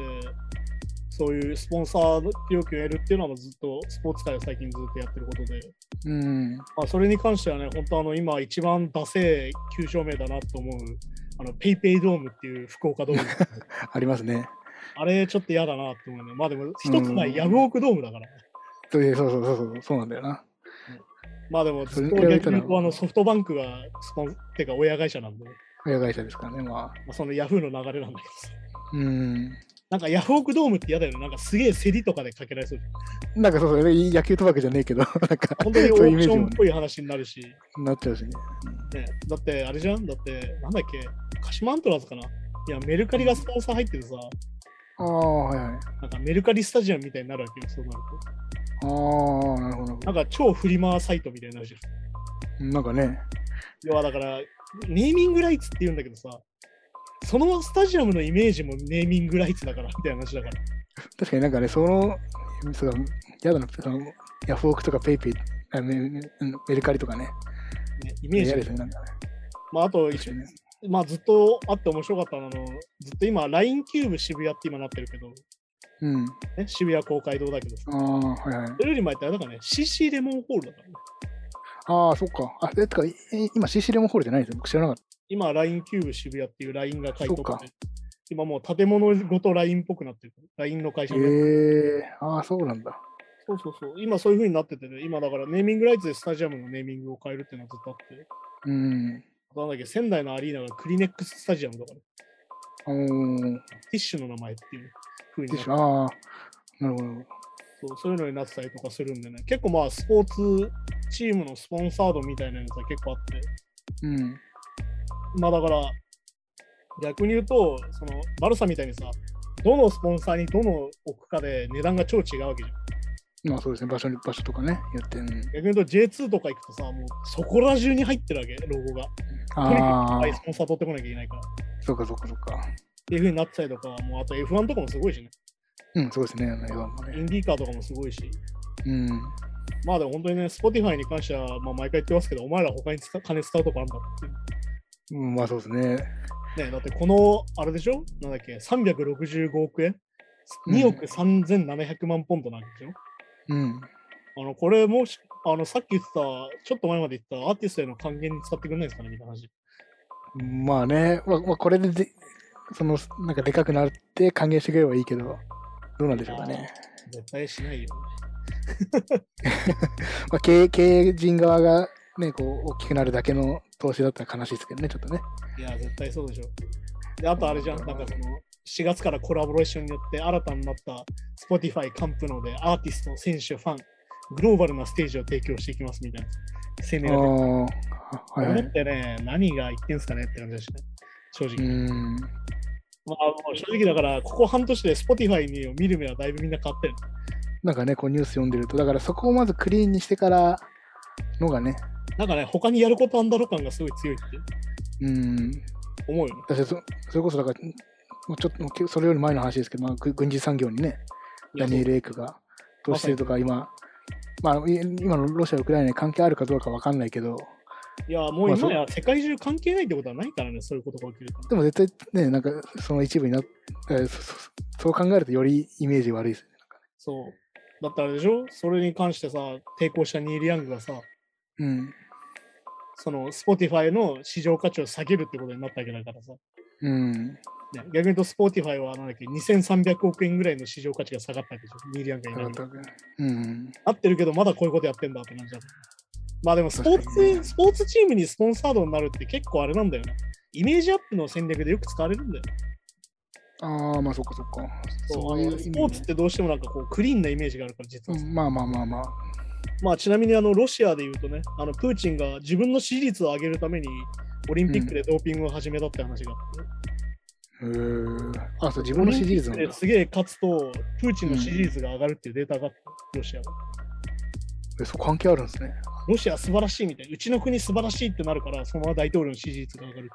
[SPEAKER 2] そういうスポンサー料金を得るっていうのはずっとスポーツ界は最近ずっとやってることで、
[SPEAKER 3] うん。
[SPEAKER 2] まあ、それに関してはね、本当あの今一番ダセえ旧照明だなと思う、あのペイペイドームっていう福岡
[SPEAKER 3] [laughs]
[SPEAKER 2] ドーム。
[SPEAKER 3] ありますね。
[SPEAKER 2] あれちょっと嫌だなって思うね。まあでも一つな
[SPEAKER 3] うん
[SPEAKER 2] いヤフオクドームだから。
[SPEAKER 3] というそうそうそうそう、そうなんだよな。
[SPEAKER 2] まあでもずっ
[SPEAKER 3] そ
[SPEAKER 2] と
[SPEAKER 3] れに比べ
[SPEAKER 2] 逆
[SPEAKER 3] た
[SPEAKER 2] に
[SPEAKER 3] ら
[SPEAKER 2] 言うとあのソフトバンクがスポン、てか親会社なんで、ま
[SPEAKER 3] 親会社ですからね、まあ。
[SPEAKER 2] あ、そのヤフーの流れなんだけどさ。
[SPEAKER 3] うん。
[SPEAKER 2] なんかヤフオクドームって嫌だよね。なんかすげえ競りとかでかけられそうで。
[SPEAKER 3] なんかそうそう、野球賭博じゃねえけど、 [laughs] なんか、
[SPEAKER 2] 本当にオ
[SPEAKER 3] そういうイ
[SPEAKER 2] ー
[SPEAKER 3] メ
[SPEAKER 2] ク
[SPEAKER 3] ー
[SPEAKER 2] シ
[SPEAKER 3] ジ
[SPEAKER 2] ョン
[SPEAKER 3] も
[SPEAKER 2] っ
[SPEAKER 3] ね
[SPEAKER 2] ぽい話になるし。
[SPEAKER 3] なっちゃうしね。
[SPEAKER 2] ね、だってあれじゃんだってなんだっけ鹿島アントラーズかないやメルカリがスポンサー入ってるさ
[SPEAKER 3] ああ、はいはい。
[SPEAKER 2] なんかメルカリスタジアムみたいになるわけよそうなる
[SPEAKER 3] ああ、なるほど。
[SPEAKER 2] となんか超フリマサイトみたいになるじゃん
[SPEAKER 3] なんかね、
[SPEAKER 2] 要はだからネーミングライツって言うんだけどさそのスタジアムのイメージもネーミングライツだからみたいな話だから
[SPEAKER 3] 確かになんかね、その、そうだ、やだな、そのヤフオクとかペイペイ、あメメメルカリとかね、
[SPEAKER 2] ねイメー
[SPEAKER 3] 嫌
[SPEAKER 2] ジ
[SPEAKER 3] ですね、なんかね。
[SPEAKER 2] まああと一緒
[SPEAKER 3] ね
[SPEAKER 2] まあずっとあって面白かったのはあのずっと今 LINE キューブ渋谷って今なってるけど、
[SPEAKER 3] うん。
[SPEAKER 2] ね、渋谷公会堂だけどさ
[SPEAKER 3] ああ、はいはい。
[SPEAKER 2] それより前ってあれだからね CC レモンホールだからね
[SPEAKER 3] ああ、そっか。あ、え、てか、い今、CC レモンホールじゃないんですよ。僕知らなかっ
[SPEAKER 2] 今、LINE キューブ渋谷っていう LINE が買い取
[SPEAKER 3] そ
[SPEAKER 2] っ
[SPEAKER 3] うか
[SPEAKER 2] て、今もう建物ごと LINE っぽくなってる。LINE の会
[SPEAKER 3] た。
[SPEAKER 2] 社
[SPEAKER 3] へ
[SPEAKER 2] で、
[SPEAKER 3] えああ、そうなんだ。
[SPEAKER 2] そうそうそう。今そういう風になっててね、今だからネーミングライツでスタジアムのネーミングを変えるっていうのはずっとあって、
[SPEAKER 3] うん。
[SPEAKER 2] あとなんだっけ、仙台のアリーナがクリネックススタジアムだから、テ
[SPEAKER 3] おー、
[SPEAKER 2] ィッシュの名前っていう風に
[SPEAKER 3] ティ
[SPEAKER 2] な
[SPEAKER 3] ッ
[SPEAKER 2] っ
[SPEAKER 3] シ
[SPEAKER 2] て
[SPEAKER 3] ュ、ああ、なるほど。
[SPEAKER 2] そう、そういうのになってたりとかするんでね、結構まあスポーツチームのスポンサードみたいなやつは結構あって、
[SPEAKER 3] うん。
[SPEAKER 2] まあだから、逆に言うと、そのバルサみたいにさ、どのスポンサーにどの置くかで値段が超違うわけじゃん。
[SPEAKER 3] まあそうですね、場所に場所とかね、やってうん
[SPEAKER 2] 逆に言うと J2 とか行くとさ、もうそこら中に入ってるわけ、ロゴが。とにかくい
[SPEAKER 3] あ
[SPEAKER 2] っぱい
[SPEAKER 3] あ
[SPEAKER 2] ス、ポンサー取ってこなきゃいけないから。っ
[SPEAKER 3] そうかそうかそうか。
[SPEAKER 2] ていう風になってたりとか、もうあと F1 とかもすごいしね。
[SPEAKER 3] うん、そうですね、あの映画も
[SPEAKER 2] イ
[SPEAKER 3] ね。
[SPEAKER 2] ンディーカーとかもすごいし。
[SPEAKER 3] うん。
[SPEAKER 2] まあでも本当にね、Spotify に関しては、まあ毎回言ってますけど、お前ら他に使金使うとこあんだっ
[SPEAKER 3] うん、まあそうですね。
[SPEAKER 2] て。ね、だってこの、あれでしょなんだっけ、365億円
[SPEAKER 3] うん
[SPEAKER 2] ?2 億3700万ポンドなんでしょ、
[SPEAKER 3] うん。
[SPEAKER 2] あの、これもし、あの、さっき言ってた、ちょっと前まで言ったアーティストへの還元に使ってくれないですかねみたいな話。
[SPEAKER 3] まあね、まあ、まあ、これでで、その、なんかでかくなって歓迎してくれればいいけど、どうなんでしょうかね。
[SPEAKER 2] 絶対しないよね。
[SPEAKER 3] まあ、経営経営陣側が、ね、こう、大きくなるだけの投資だったら悲しいですけどね、ちょっとね。
[SPEAKER 2] いや、絶対そうでしょ。で、あとあれじゃん、なんかその、4月からコラボレーションによって新たになった Spotify カンプノでアーティスト、選手、ファン、グローバルなステージを提供していきますみたいな声明
[SPEAKER 3] あ
[SPEAKER 2] が出て
[SPEAKER 3] あ、はいは
[SPEAKER 2] 思
[SPEAKER 3] い
[SPEAKER 2] っ。てね、何が言ってんすかねって感じだしね。正直。
[SPEAKER 3] う
[SPEAKER 2] ま
[SPEAKER 3] ん。
[SPEAKER 2] あ、もう正直だから、ここ半年で Spotify を見る目はだいぶみんな変わってる。
[SPEAKER 3] なんかね、こうニュース読んでると、だからそこをまずクリーンにしてからのがね、
[SPEAKER 2] なんかね、他にやることあんだろ感がすごい強いって
[SPEAKER 3] うん、
[SPEAKER 2] 思うよね。
[SPEAKER 3] 私そそれこそだからもうちょっともうそれより前の話ですけど、まあ、ぐ軍事産業にね、
[SPEAKER 2] いや
[SPEAKER 3] ダニエル・エイクが投資してるとか、今、まあ、い今のロシア、ウクライナに関係あるかどうかわかんないけど、
[SPEAKER 2] いや、もう
[SPEAKER 3] まあそ
[SPEAKER 2] 今や世界中関係ないってことはないからね、そういうことが起きるから。
[SPEAKER 3] でも絶対ね、なんかその一部になっ、えーそそそう考えるとよりイメージ悪いですね。
[SPEAKER 2] そう。だってあれでしょそれに関してさ、抵抗したニール・ヤングがさ、
[SPEAKER 3] うん。
[SPEAKER 2] その Spotify の市場価値を下げるってことになったわけだからさ。
[SPEAKER 3] うん。
[SPEAKER 2] ね逆に言うと Spotify はなんだっけ、2300億円ぐらいの市場価値が下がったわけでしょニール・ヤングがいな
[SPEAKER 3] だ
[SPEAKER 2] い
[SPEAKER 3] からうん。
[SPEAKER 2] 合ってるけど、まだこういうことやってんだって感じだった。まあでもスポー
[SPEAKER 3] 確かにね
[SPEAKER 2] ツ、スポーツチームにスポンサードになるって結構あれなんだよね。イメージアップの戦略でよく使われるんだよ。
[SPEAKER 3] ああ、まあそっかそっか。
[SPEAKER 2] そう
[SPEAKER 3] い
[SPEAKER 2] あの
[SPEAKER 3] う意味
[SPEAKER 2] ス
[SPEAKER 3] ね
[SPEAKER 2] ポーツってどうしてもなんかこうクリーンなイメージがあるから、実
[SPEAKER 3] う
[SPEAKER 2] は。
[SPEAKER 3] んまあまあまあまあ。
[SPEAKER 2] まあちなみにあのロシアで言うとね、あのプーチンが自分の支持率を上げるためにオリンピックでドーピングを始めたって話があって、
[SPEAKER 3] へーあ、そう、自分の支持率なん
[SPEAKER 2] で
[SPEAKER 3] だ。
[SPEAKER 2] すげえ勝つと、プーチンの支持率が上がるっていうデータがあって、ロシアは。
[SPEAKER 3] えそう、関係あるんですね。
[SPEAKER 2] ロシア素晴らしいみたいな、うちの国素晴らしいってなるから、そのまま大統領の支持率が上がるっていう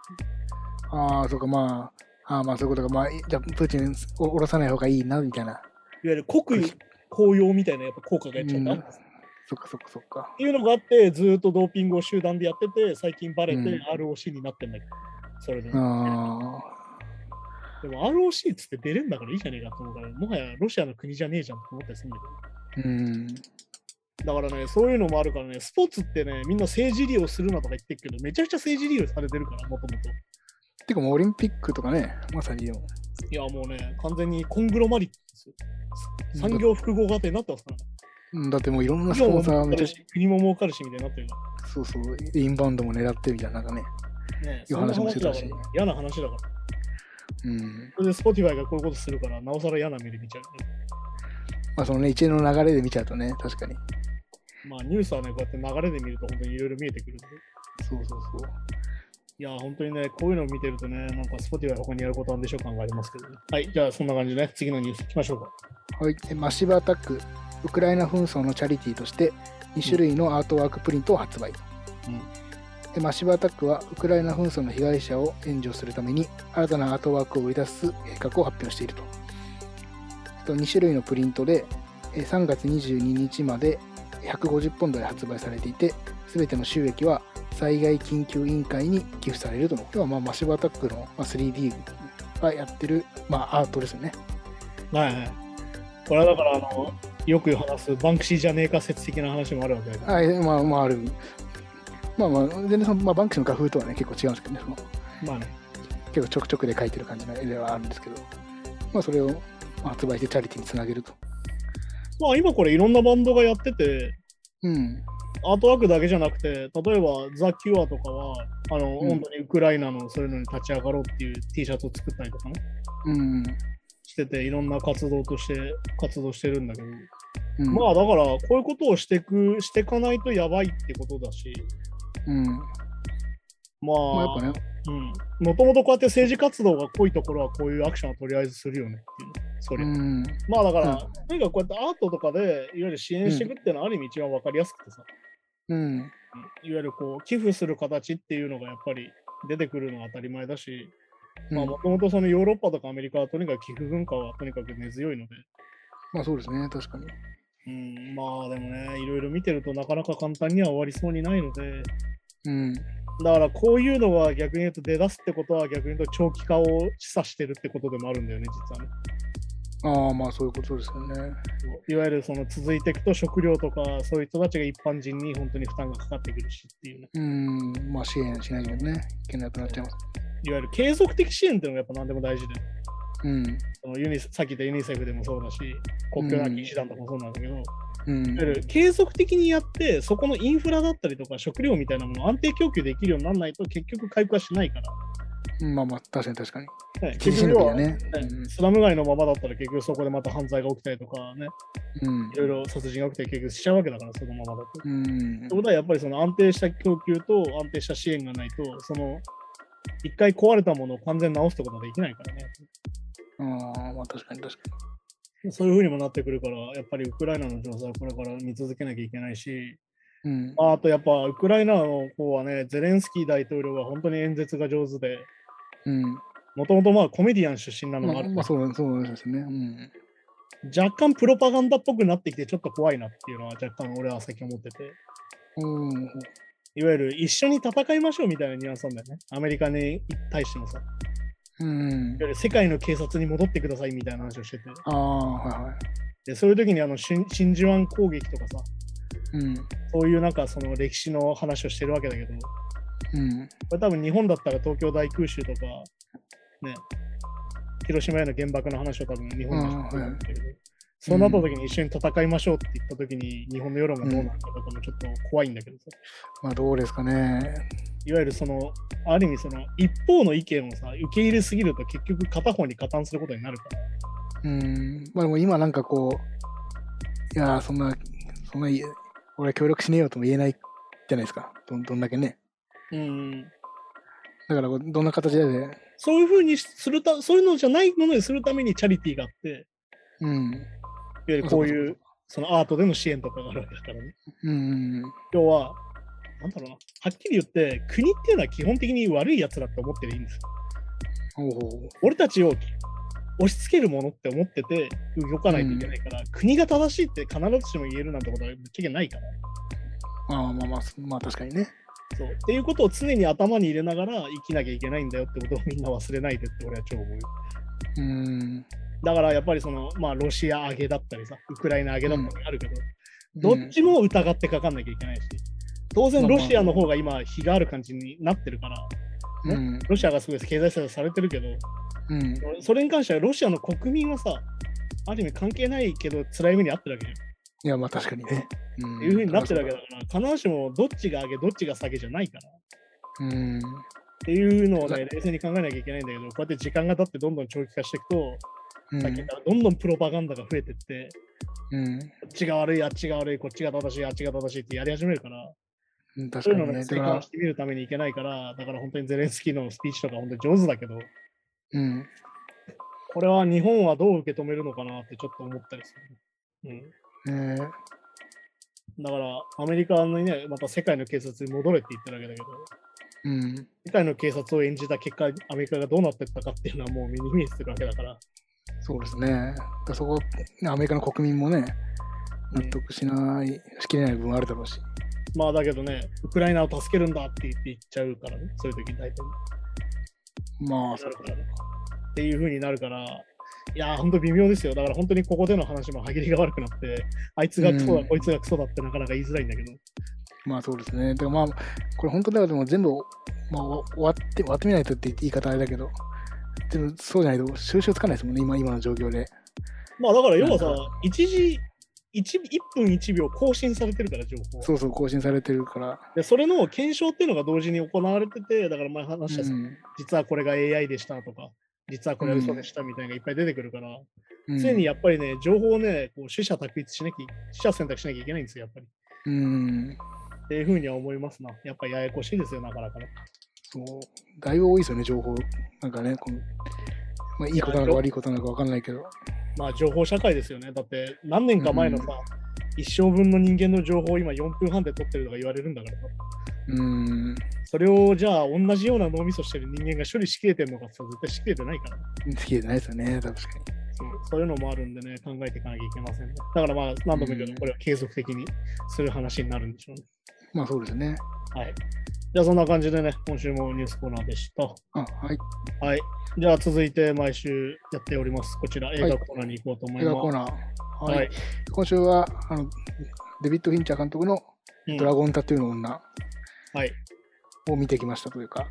[SPEAKER 3] ああ、そうか、まあ、ああまあそういうことか。まあ、いじゃあ、プーチンを下ろさない方がいいな、みたいな。
[SPEAKER 2] いわゆる国威高揚みたいなやっぱ効果がやっちゃった。
[SPEAKER 3] う
[SPEAKER 2] っ
[SPEAKER 3] んそっかそっかそっか。
[SPEAKER 2] ていうのがあって、ずーっとドーピングを集団でやってて、最近バレて
[SPEAKER 3] うん
[SPEAKER 2] ROC になってんだけど、それで。
[SPEAKER 3] あ
[SPEAKER 2] でも ROC っつって出れんだからいいじゃねえかと思うから、もはやロシアの国じゃねえじゃんと思ったりするんだけど。
[SPEAKER 3] あ、うん。
[SPEAKER 2] だからね、そういうのもあるからね、スポーツってね、みんな政治利用するなとか言ってるけど、めちゃくちゃ政治利用されてるから、もともと。
[SPEAKER 3] てかもうオリンピックとかね、まさにでも。
[SPEAKER 2] いや、もうね、完全にコングロマリットですよ。産業複合型になってますからね。
[SPEAKER 3] うんだってもういろんなス
[SPEAKER 2] 企業も
[SPEAKER 3] ポンサー
[SPEAKER 2] 儲か
[SPEAKER 3] めちゃ
[SPEAKER 2] る
[SPEAKER 3] し、
[SPEAKER 2] し、国も儲かるしみたいになってるか
[SPEAKER 3] そうそう、インバウンドも狙ってみたいな、なんかね。
[SPEAKER 2] ら。ね、
[SPEAKER 3] いう
[SPEAKER 2] そんな
[SPEAKER 3] 話もしてたし
[SPEAKER 2] 話だからね嫌な話だから。
[SPEAKER 3] うん。
[SPEAKER 2] それで Spotify がこういうことするから、なおさら嫌な目で見ちゃう、
[SPEAKER 3] まあそのね、一連の流れで見ちゃうとね、確かに。
[SPEAKER 2] まあニュースはね、こうやって流れで見ると本当にいろいろ見えてくるんで。
[SPEAKER 3] そうそうそう。
[SPEAKER 2] いや、本当にね、こういうのを見てるとね、なんか Spotify 他にやることなんでしょう感がありますけどね。はい、じゃあそんな感じでね、次のニュースいきましょうか。
[SPEAKER 3] はい、えマシブアタック、ウクライナ紛争のチャリティーとして2種類のアートワークプリントを発売。
[SPEAKER 2] うん
[SPEAKER 3] えマシブアタックはウクライナ紛争の被害者を援助するために新たなアートワークを売り出す計画を発表していると。えっと2種類のプリントでえ3月22日まで150ポンドで発売されていて、すべての収益は災害緊急委員会に寄付されるとの。要はまあマシブアタックのまあ 3D がやってる、まあ、アートですよね。
[SPEAKER 2] はいはい。これはだから、あの、よく話すバンクシーじゃねえか説的な話もあるわけだけど、
[SPEAKER 3] あえまあまああるまあまあ全然その、まあ、バンクシーの画風とはね結構違うんですけどねその
[SPEAKER 2] まあね、
[SPEAKER 3] 結構ちょくちょくで描いてる感じの絵ではあるんですけどまあそれを発売してチャリティーにつなげると
[SPEAKER 2] まあ今これいろんなバンドがやってて、
[SPEAKER 3] うん
[SPEAKER 2] アートワークだけじゃなくて、例えばザ・キュアとかは、あの、
[SPEAKER 3] うん
[SPEAKER 2] 本当にウクライナのそういうのに立ち上がろうっていう T シャツを作ったりとかね、
[SPEAKER 3] うん
[SPEAKER 2] してて、いろんな活動として活動してるんだけど、
[SPEAKER 3] うん
[SPEAKER 2] まあだから、こういうことをしてく、してかないとやばいってことだし、
[SPEAKER 3] うん
[SPEAKER 2] まあ、
[SPEAKER 3] まあやっぱね
[SPEAKER 2] うん。もともとこうやって政治活動が濃いところはこういうアクションをとりあえずするよねっていう、それ。
[SPEAKER 3] うん
[SPEAKER 2] まあだから、
[SPEAKER 3] うん
[SPEAKER 2] とにかくこうやってアートとかでいわゆる支援していくっていうのはある意味一番わかりやすくてさ、
[SPEAKER 3] うん
[SPEAKER 2] いわゆるこう寄付する形っていうのがやっぱり出てくるのは当たり前だし、
[SPEAKER 3] うん
[SPEAKER 2] まあもともとそのヨーロッパとかアメリカはとにかく寄付文化はとにかく根強いので、
[SPEAKER 3] まあそうですね確かに
[SPEAKER 2] うん、まあでもね、いろいろ見てるとなかなか簡単には終わりそうにないので、
[SPEAKER 3] うん
[SPEAKER 2] だからこういうのは逆に言うと出だすってことは逆に言うと長期化を示唆してるってことでもあるんだよね、実はね。
[SPEAKER 3] ああまあそういうことですよね
[SPEAKER 2] いわゆるその続いていくと食料とかそういう人たちが一般人に本当に負担がかかってくるしっていうね。
[SPEAKER 3] うんまあ支援しないとねいけなくなっちゃいます
[SPEAKER 2] いわゆる継続的支援っていうのがやっぱ何でも大事で、
[SPEAKER 3] うん
[SPEAKER 2] そのユニさっき言ったユニセフでもそうだし、国境なき医師団とかもそうなんだけど、いわ
[SPEAKER 3] うん
[SPEAKER 2] ゆる継続的にやって、そこのインフラだったりとか食料みたいなものを安定供給できるようにならないと結局回復はしないか
[SPEAKER 3] うんまあまあ確かに確かに
[SPEAKER 2] ら、ね
[SPEAKER 3] [laughs] 厳し
[SPEAKER 2] 結
[SPEAKER 3] い
[SPEAKER 2] 局
[SPEAKER 3] んだけ
[SPEAKER 2] 要
[SPEAKER 3] ど
[SPEAKER 2] は、
[SPEAKER 3] ね
[SPEAKER 2] ねスラム街のままだったら結局そこでまた犯罪が起きたりとかね、
[SPEAKER 3] うん
[SPEAKER 2] いろいろ殺人が起きたり結局しちゃうわけだから、そのままだと。
[SPEAKER 3] うん
[SPEAKER 2] ってことはやっぱりその安定した供給と安定した支援がないと、その一回壊れたものを完全に直すってことはできないからね。
[SPEAKER 3] ああまあ確かに確か
[SPEAKER 2] そういうふうにもなってくるから、やっぱりウクライナの情勢はこれから見続けなきゃいけないし、
[SPEAKER 3] にうん
[SPEAKER 2] ああとやっぱウクライナの方はね、ゼレンスキー大統領は本当に演説が上手で、
[SPEAKER 3] うん
[SPEAKER 2] もともとまあコメディアン出身なのも
[SPEAKER 3] ま
[SPEAKER 2] あ
[SPEAKER 3] あ、
[SPEAKER 2] る、
[SPEAKER 3] まあ、そうなんそうなんですよね。うん。
[SPEAKER 2] 若干プロパガンダっぽくなってきてちょっと怖いなっていうのは若干俺は最近思ってて、
[SPEAKER 3] うん、
[SPEAKER 2] いわゆる一緒に戦いましょうみたいなニュアンスなんだよね。アメリカに対してもさ、いわ
[SPEAKER 3] うん
[SPEAKER 2] ゆ。る世界の警察に戻ってくださいみたいな話をしてて、
[SPEAKER 3] ああ、はいはい。
[SPEAKER 2] でそういう時にあの真真珠湾攻撃とかさ、
[SPEAKER 3] うん。
[SPEAKER 2] そういうなんかその歴史の話をしてるわけだけど、こ
[SPEAKER 3] うん。
[SPEAKER 2] れ多分日本だったら東京大空襲とか、ね、広島への原爆の話を多分日本でしてるんだけど、そうなった時に一緒に戦いましょうって言った時に日本の世論がどうなるかとかもちょっと怖いんだけどさ、
[SPEAKER 3] まあ、どうですかね。
[SPEAKER 2] いわゆるその、ある意味その一方の意見をさ、受け入れすぎると結局片方に加担することになるから、
[SPEAKER 3] うん。まあ、でも今なんかこう、いやー、そんな、そんな、い俺は協力しねえよとも言えないじゃないですか。どんどんだけね。
[SPEAKER 2] うん、
[SPEAKER 3] だからこう、どんな形で、
[SPEAKER 2] そういうふうにするた、そういうのじゃないものにするためにチャリティーがあって、いわ
[SPEAKER 3] うん。
[SPEAKER 2] ゆるこうい
[SPEAKER 3] そう
[SPEAKER 2] うそのアートでの支援とかがあるわけだからね。
[SPEAKER 3] うん。
[SPEAKER 2] 要は、なんだろうな、はっきり言って、国っていうのは基本的に悪いやつだって思ってていいんですよ。
[SPEAKER 3] おお。
[SPEAKER 2] 俺たちを押し付けるものって思ってて、動かないといけないから、国が正しいって必ずしも言えるなんてことはぶっちゃけないから。
[SPEAKER 3] まあまあまあ、まあ確かにね。
[SPEAKER 2] そうっていうことを常に頭に入れながら生きなきゃいけないんだよってことをみんな忘れないでって俺は超思う。
[SPEAKER 3] うん。
[SPEAKER 2] だからやっぱりその、まあ、ロシア上げだったりさ、ウクライナ上げだったりあるけど、どっちも疑ってかかんなきゃいけないし、当然
[SPEAKER 3] まあ
[SPEAKER 2] ロ
[SPEAKER 3] まあ
[SPEAKER 2] シアの方が今、日がある感じになってるから、
[SPEAKER 3] うん。うん
[SPEAKER 2] ロシアがすごい経済制裁されてるけど、
[SPEAKER 3] うん。
[SPEAKER 2] それに関してはロシアの国民はさ、ある意味関係ないけど辛い目に遭ってるわけじゃん。
[SPEAKER 3] いや、まあ確かにね。うん
[SPEAKER 2] っていうふうになってるわけだから、必ずしもどっちが上げ、どっちが下げじゃないから。
[SPEAKER 3] うん。
[SPEAKER 2] っていうのを
[SPEAKER 3] そ
[SPEAKER 2] ね、冷静に考えなきゃいけないんだけど、こうやって時間が経ってどんどん長期化していくと、
[SPEAKER 3] うん
[SPEAKER 2] さっき言ったどんどんプロパガンダが増えてって、
[SPEAKER 3] うん
[SPEAKER 2] こっちが悪い、あっちが悪い、こっちが正しい、あっちが正しいってやり始めるから、
[SPEAKER 3] うん。
[SPEAKER 2] そ
[SPEAKER 3] 確
[SPEAKER 2] うい
[SPEAKER 3] か
[SPEAKER 2] うのを
[SPEAKER 3] に
[SPEAKER 2] ね、
[SPEAKER 3] ね。だか
[SPEAKER 2] 追加
[SPEAKER 3] ら
[SPEAKER 2] してみるためにいけないから、だから本当にゼレンスキーのスピーチとか本当に上手だけど、
[SPEAKER 3] うん。
[SPEAKER 2] これは日本はどう受け止めるのかなってちょっと思ったりする。うん
[SPEAKER 3] えー
[SPEAKER 2] だから、アメリカのね、また世界の警察に戻れって言ってるわけだけど、
[SPEAKER 3] うん。
[SPEAKER 2] 世界の警察を演じた結果、アメリカがどうなってったかっていうのはもう目に見えてるわけだから、
[SPEAKER 3] そうですね。だからそこ、ねアメリカの国民もね、
[SPEAKER 2] うん
[SPEAKER 3] 納得しない、しきれない部分あるだろうし。
[SPEAKER 2] まあだけどね、ウクライナを助けるんだって言って言っちゃうからね、そういう時に大体
[SPEAKER 3] ま
[SPEAKER 2] な
[SPEAKER 3] あ、
[SPEAKER 2] るからね。っていう風になるから、いやー、本当微妙ですよ。だから本当にここでの話も歯切りが悪くなって、あいつがクソだ、
[SPEAKER 3] うん
[SPEAKER 2] こいつがクソだってなかなか言いづらいんだけど、
[SPEAKER 3] まあそうですね。だからまあ、これ本当だからでも全部、まあ、お終わって、終わってみないとって言い方あれだけど、でもそうじゃないと収集つかないですもんね、今今の状況で。
[SPEAKER 2] まあだから要はさ
[SPEAKER 3] なん、
[SPEAKER 2] 一時、1, 1分1秒更新されてるから、情報。
[SPEAKER 3] そうそう、更新されてるから。
[SPEAKER 2] でそれの検証っていうのが同時に行われてて、だから前話したさ、
[SPEAKER 3] うん
[SPEAKER 2] 実はこれが AI でしたとか、実はこれは嘘でしたみたいなのがいっぱい出てくるから、
[SPEAKER 3] うん
[SPEAKER 2] 常にやっぱりね、情報をね、こう取捨択一しなきゃ、取捨選択しなきゃいけないんですよ、やっぱり。
[SPEAKER 3] うん。
[SPEAKER 2] っていうふうには思いますな。やっぱややこしいですよ、なかなかね。
[SPEAKER 3] そう。だいぶ多いですよね、情報。なんかね、このまあ、いいことなのか悪いことなのか分かんないけど。
[SPEAKER 2] まあ、情報社会ですよね。だって、何年か前のさ、一生分の人間の情報を今4分半で取ってるとか言われるんだからさ、
[SPEAKER 3] うん。
[SPEAKER 2] それをじゃあ同じような脳みそしてる人間が処理しきれてるのかってさ絶対しきれてないからね、
[SPEAKER 3] 好きじゃないですよね、確かに。
[SPEAKER 2] そうそういうのもあるんでね、考えていかなきゃいけませんね。だからまあ、何度も言うけど、
[SPEAKER 3] うん
[SPEAKER 2] これは継続的にする話になるんでしょうね。
[SPEAKER 3] まあそうですね。
[SPEAKER 2] はい。じゃあそんな感じでね、今週もニュースコーナーでした。
[SPEAKER 3] あ、はい。
[SPEAKER 2] はい。じゃあ続いて毎週やっております。こちら映画コーナーに行こうと思い
[SPEAKER 3] 映
[SPEAKER 2] ま
[SPEAKER 3] 画
[SPEAKER 2] す。
[SPEAKER 3] コーナー。はい。
[SPEAKER 2] はい。
[SPEAKER 3] 今週は、あの、デビッド・フィンチャー監督の
[SPEAKER 2] うん
[SPEAKER 3] ドラゴンタトゥーの女
[SPEAKER 2] はい。
[SPEAKER 3] を見てきましたというか、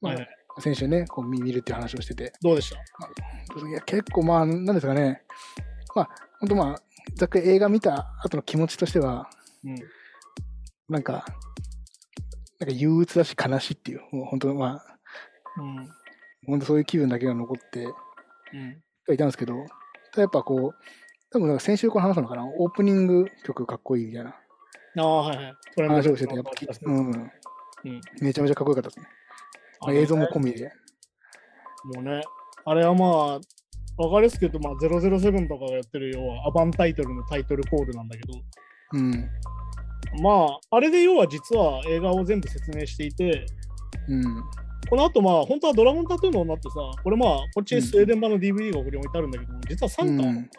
[SPEAKER 3] ま
[SPEAKER 2] は
[SPEAKER 3] あ
[SPEAKER 2] いはい。
[SPEAKER 3] 先週ね、こう見見るっていう話をしてて、
[SPEAKER 2] どうでした
[SPEAKER 3] いや結構まあ、なんですかね、まあ、本当まあ、ざっくり映画見た後の気持ちとしては、
[SPEAKER 2] うん。
[SPEAKER 3] なんか、なんか憂鬱だし悲しいっていう、もう本当まあ、
[SPEAKER 2] うん。
[SPEAKER 3] 本当そういう気分だけが残って、
[SPEAKER 2] うん。
[SPEAKER 3] いたんですけど、やっぱこう、多分なんか先週この話したのかな、オープニング曲かっこいいみたいな
[SPEAKER 2] ああ、はいはい。トレンド
[SPEAKER 3] 話をしてて、やっぱ、うん、
[SPEAKER 2] うん
[SPEAKER 3] めちゃめちゃかっこよかったですね。まあ
[SPEAKER 2] あのね
[SPEAKER 3] 映像も込みで。
[SPEAKER 2] もうね、あれはまあ、わかりやすく言うと、まあ、007とかがやってる要はアバンタイトルのタイトルコールなんだけど、
[SPEAKER 3] うん、
[SPEAKER 2] まあ、あれで要は実は映画を全部説明していて、
[SPEAKER 3] うん、
[SPEAKER 2] この後まあ、本当はドラゴンタトゥーの女ってさ、これまあ、こっちにスウェーデン版の DVD がここに置いてあるんだけど、実は3巻、
[SPEAKER 3] うん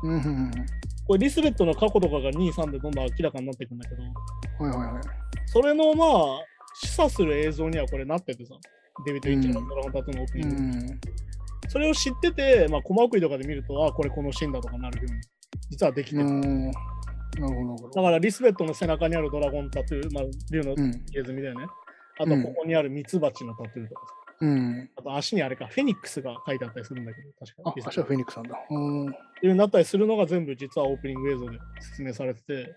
[SPEAKER 3] うんうんうん
[SPEAKER 2] これリスベットの過去とかが2、3でどんどん明らかになっていくんだけど、
[SPEAKER 3] はいはいはい。
[SPEAKER 2] それのまあ、示唆する映像にはこれなっててさ、デビッド・イッチェのドラゴンタトゥーのオープニ
[SPEAKER 3] う
[SPEAKER 2] ング。
[SPEAKER 3] ん。
[SPEAKER 2] それを知ってて、まあ、コマ送りとかで見ると、あ、これこのシーンだとかなるように、実はできて
[SPEAKER 3] う
[SPEAKER 2] る。
[SPEAKER 3] ん。なるほどなるほ
[SPEAKER 2] だ
[SPEAKER 3] ど。
[SPEAKER 2] から、リスベットの背中にあるドラゴンタトゥー、まあ、竜の
[SPEAKER 3] うん。
[SPEAKER 2] 入れ墨だよね。あ
[SPEAKER 3] う
[SPEAKER 2] と、
[SPEAKER 3] ん
[SPEAKER 2] ここにあるミツバチのタトゥーとかさ。
[SPEAKER 3] うん。
[SPEAKER 2] あと、足にあれか、フェニックスが書いてあったりするんだけど、確か
[SPEAKER 3] あ
[SPEAKER 2] に。、
[SPEAKER 3] 足はフェニックスなんだ。うん。うん。
[SPEAKER 2] っていうようになったりするのが全部実はオープニング映像で説明されてて、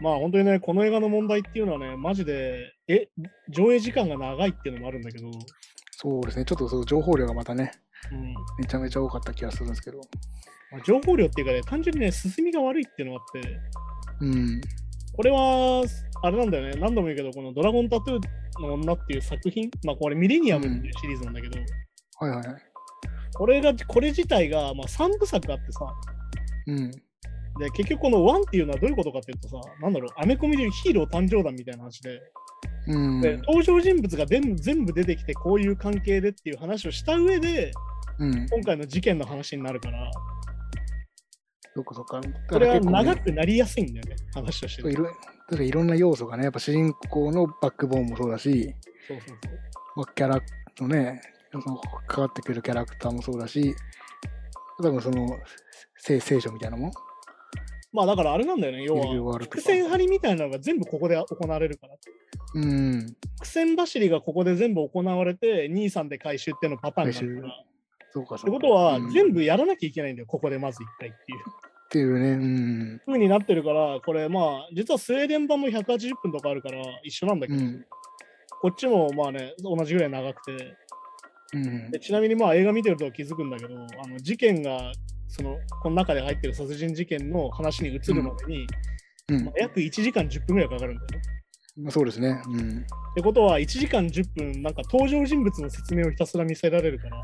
[SPEAKER 2] まあ本当にね、この映画の問題っていうのはね、マジで、え、上映時間が長いっていうのもあるんだけど、う
[SPEAKER 3] そうですね。ちょっとその情報量がまたね、
[SPEAKER 2] ん
[SPEAKER 3] めちゃめちゃ多かった気がするんですけど。
[SPEAKER 2] まあ、情報量っていうかね、単純にね、進みが悪いっていうのがあって、
[SPEAKER 3] うん。
[SPEAKER 2] これは、あれなんだよね、何度も言うけど、このドラゴンタトゥーの女っていう作品、まあこれミレニアムっていうシリーズなんだけど、
[SPEAKER 3] はいはいはい。
[SPEAKER 2] これが、これ自体が、まあ3部作あってさ、
[SPEAKER 3] うん。
[SPEAKER 2] で、結局この1っていうのはどういうことかっていうとさ、なんだろう、アメコミでいうヒーロー誕生団みたいな話で、
[SPEAKER 3] うん。
[SPEAKER 2] で登場人物が全部全部出てきてこういう関係でっていう話をした上で
[SPEAKER 3] うん。
[SPEAKER 2] 今回の事件の話になるから
[SPEAKER 3] そっかそっか。
[SPEAKER 2] これは長
[SPEAKER 3] く
[SPEAKER 2] くなりやすいんだよね話として
[SPEAKER 3] いろだからいろんな要素がね、やっぱ主人公のバックボーンもそうだし、
[SPEAKER 2] そうそうそう
[SPEAKER 3] まあキャラのね、そのかかってくるキャラクターもそうだし、多分その聖聖書みたいなもん。
[SPEAKER 2] まあだからあれなんだよね要
[SPEAKER 3] いろいろあ
[SPEAKER 2] は
[SPEAKER 3] るとか
[SPEAKER 2] 伏線張りみたいなのが全部ここで行われるから
[SPEAKER 3] うん。
[SPEAKER 2] 伏線走りがここで全部行われて兄さんで回収っていうのパターンになるか
[SPEAKER 3] 回
[SPEAKER 2] ら
[SPEAKER 3] そうか
[SPEAKER 2] っ
[SPEAKER 3] そう
[SPEAKER 2] て
[SPEAKER 3] か。
[SPEAKER 2] ことは
[SPEAKER 3] うん
[SPEAKER 2] 全部やらなきゃいけないんだよここでまず1回っていう
[SPEAKER 3] っていうね、うん。
[SPEAKER 2] 風になってるからこれまあ実はスウェーデン版も180分とかあるから一緒なんだけ
[SPEAKER 3] う
[SPEAKER 2] ど
[SPEAKER 3] ん。
[SPEAKER 2] こっちもまあね同じぐらい長くて
[SPEAKER 3] うん
[SPEAKER 2] で。ちなみにまあ映画見てると気づくんだけどあの事件がそのこの中で入ってる殺人事件の話に移るまでに、
[SPEAKER 3] うん
[SPEAKER 2] まあ約1時間10分ぐらいかかるんだよね。
[SPEAKER 3] まあ、そうですね。うん。
[SPEAKER 2] ってことは1時間10分なんか登場人物の説明をひたすら見せられるから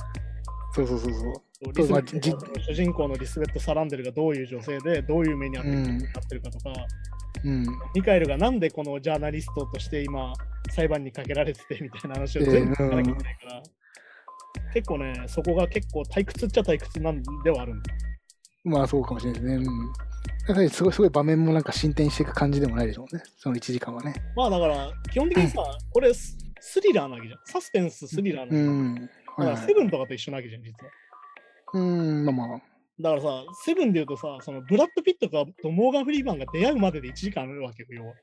[SPEAKER 3] そうそうそうそう。
[SPEAKER 2] リスベ
[SPEAKER 3] まあ
[SPEAKER 2] ットが主人公のリスベット・サランデルがどういう女性でどういう目に遭ってる,、
[SPEAKER 3] うん
[SPEAKER 2] ってるかとか
[SPEAKER 3] うん。
[SPEAKER 2] ミカエルがなんでこのジャーナリストとして今裁判にかけられててみたいな話を全部聞かなきゃいけないから、結構ねそこが結構退屈っちゃ退屈なんではあるんだ
[SPEAKER 3] まあそうかもしれないですね。うん。やはりすごい、すごい場面もなんか進展していく感じでもないでしょうね。その1時間はね。
[SPEAKER 2] まあだから、基本的にさ、これススリラーなわけじゃん。サスペンス、スリラーなわけ
[SPEAKER 3] う
[SPEAKER 2] じゃん。
[SPEAKER 3] ん。
[SPEAKER 2] だ
[SPEAKER 3] は
[SPEAKER 2] か
[SPEAKER 3] い
[SPEAKER 2] ら
[SPEAKER 3] は
[SPEAKER 2] セ
[SPEAKER 3] い。
[SPEAKER 2] ブンとかと一緒なわけじゃん、実は。
[SPEAKER 3] うん、まあまあ。
[SPEAKER 2] だからさ、セブンで言うとさ、そのブラッド・ピットとかとモーガン・フリーマンが出会うまでで1時間あるわけよ。要は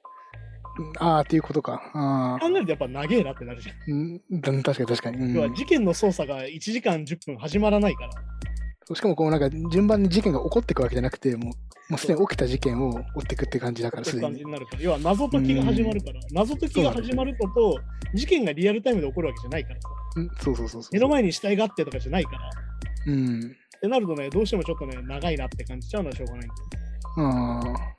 [SPEAKER 3] ああ、っていうことか。ああ
[SPEAKER 2] 考。えるとやっぱ長えなってなるじゃん。
[SPEAKER 3] うん、確かに確かに。うん
[SPEAKER 2] 要は事件の捜査が1時間10分始まらないから。
[SPEAKER 3] しかもこうなんか順番に事件が起こっていくわけじゃなくて、もうもうすでに起きた事件を追っていくって感じだから、
[SPEAKER 2] って
[SPEAKER 3] すで
[SPEAKER 2] 感じ
[SPEAKER 3] に。
[SPEAKER 2] になるから。要は謎解きが始まるから。謎解きが始まるとと、事件がリアルタイムで起こるわけじゃないからさ。
[SPEAKER 3] うんそうそうそうそう。
[SPEAKER 2] 目の前に死体があってとかじゃないから。っ
[SPEAKER 3] うん。
[SPEAKER 2] てなるとね、どうしてもちょっとね、長いなって感じちゃうのはしょうがないんだよ
[SPEAKER 3] あ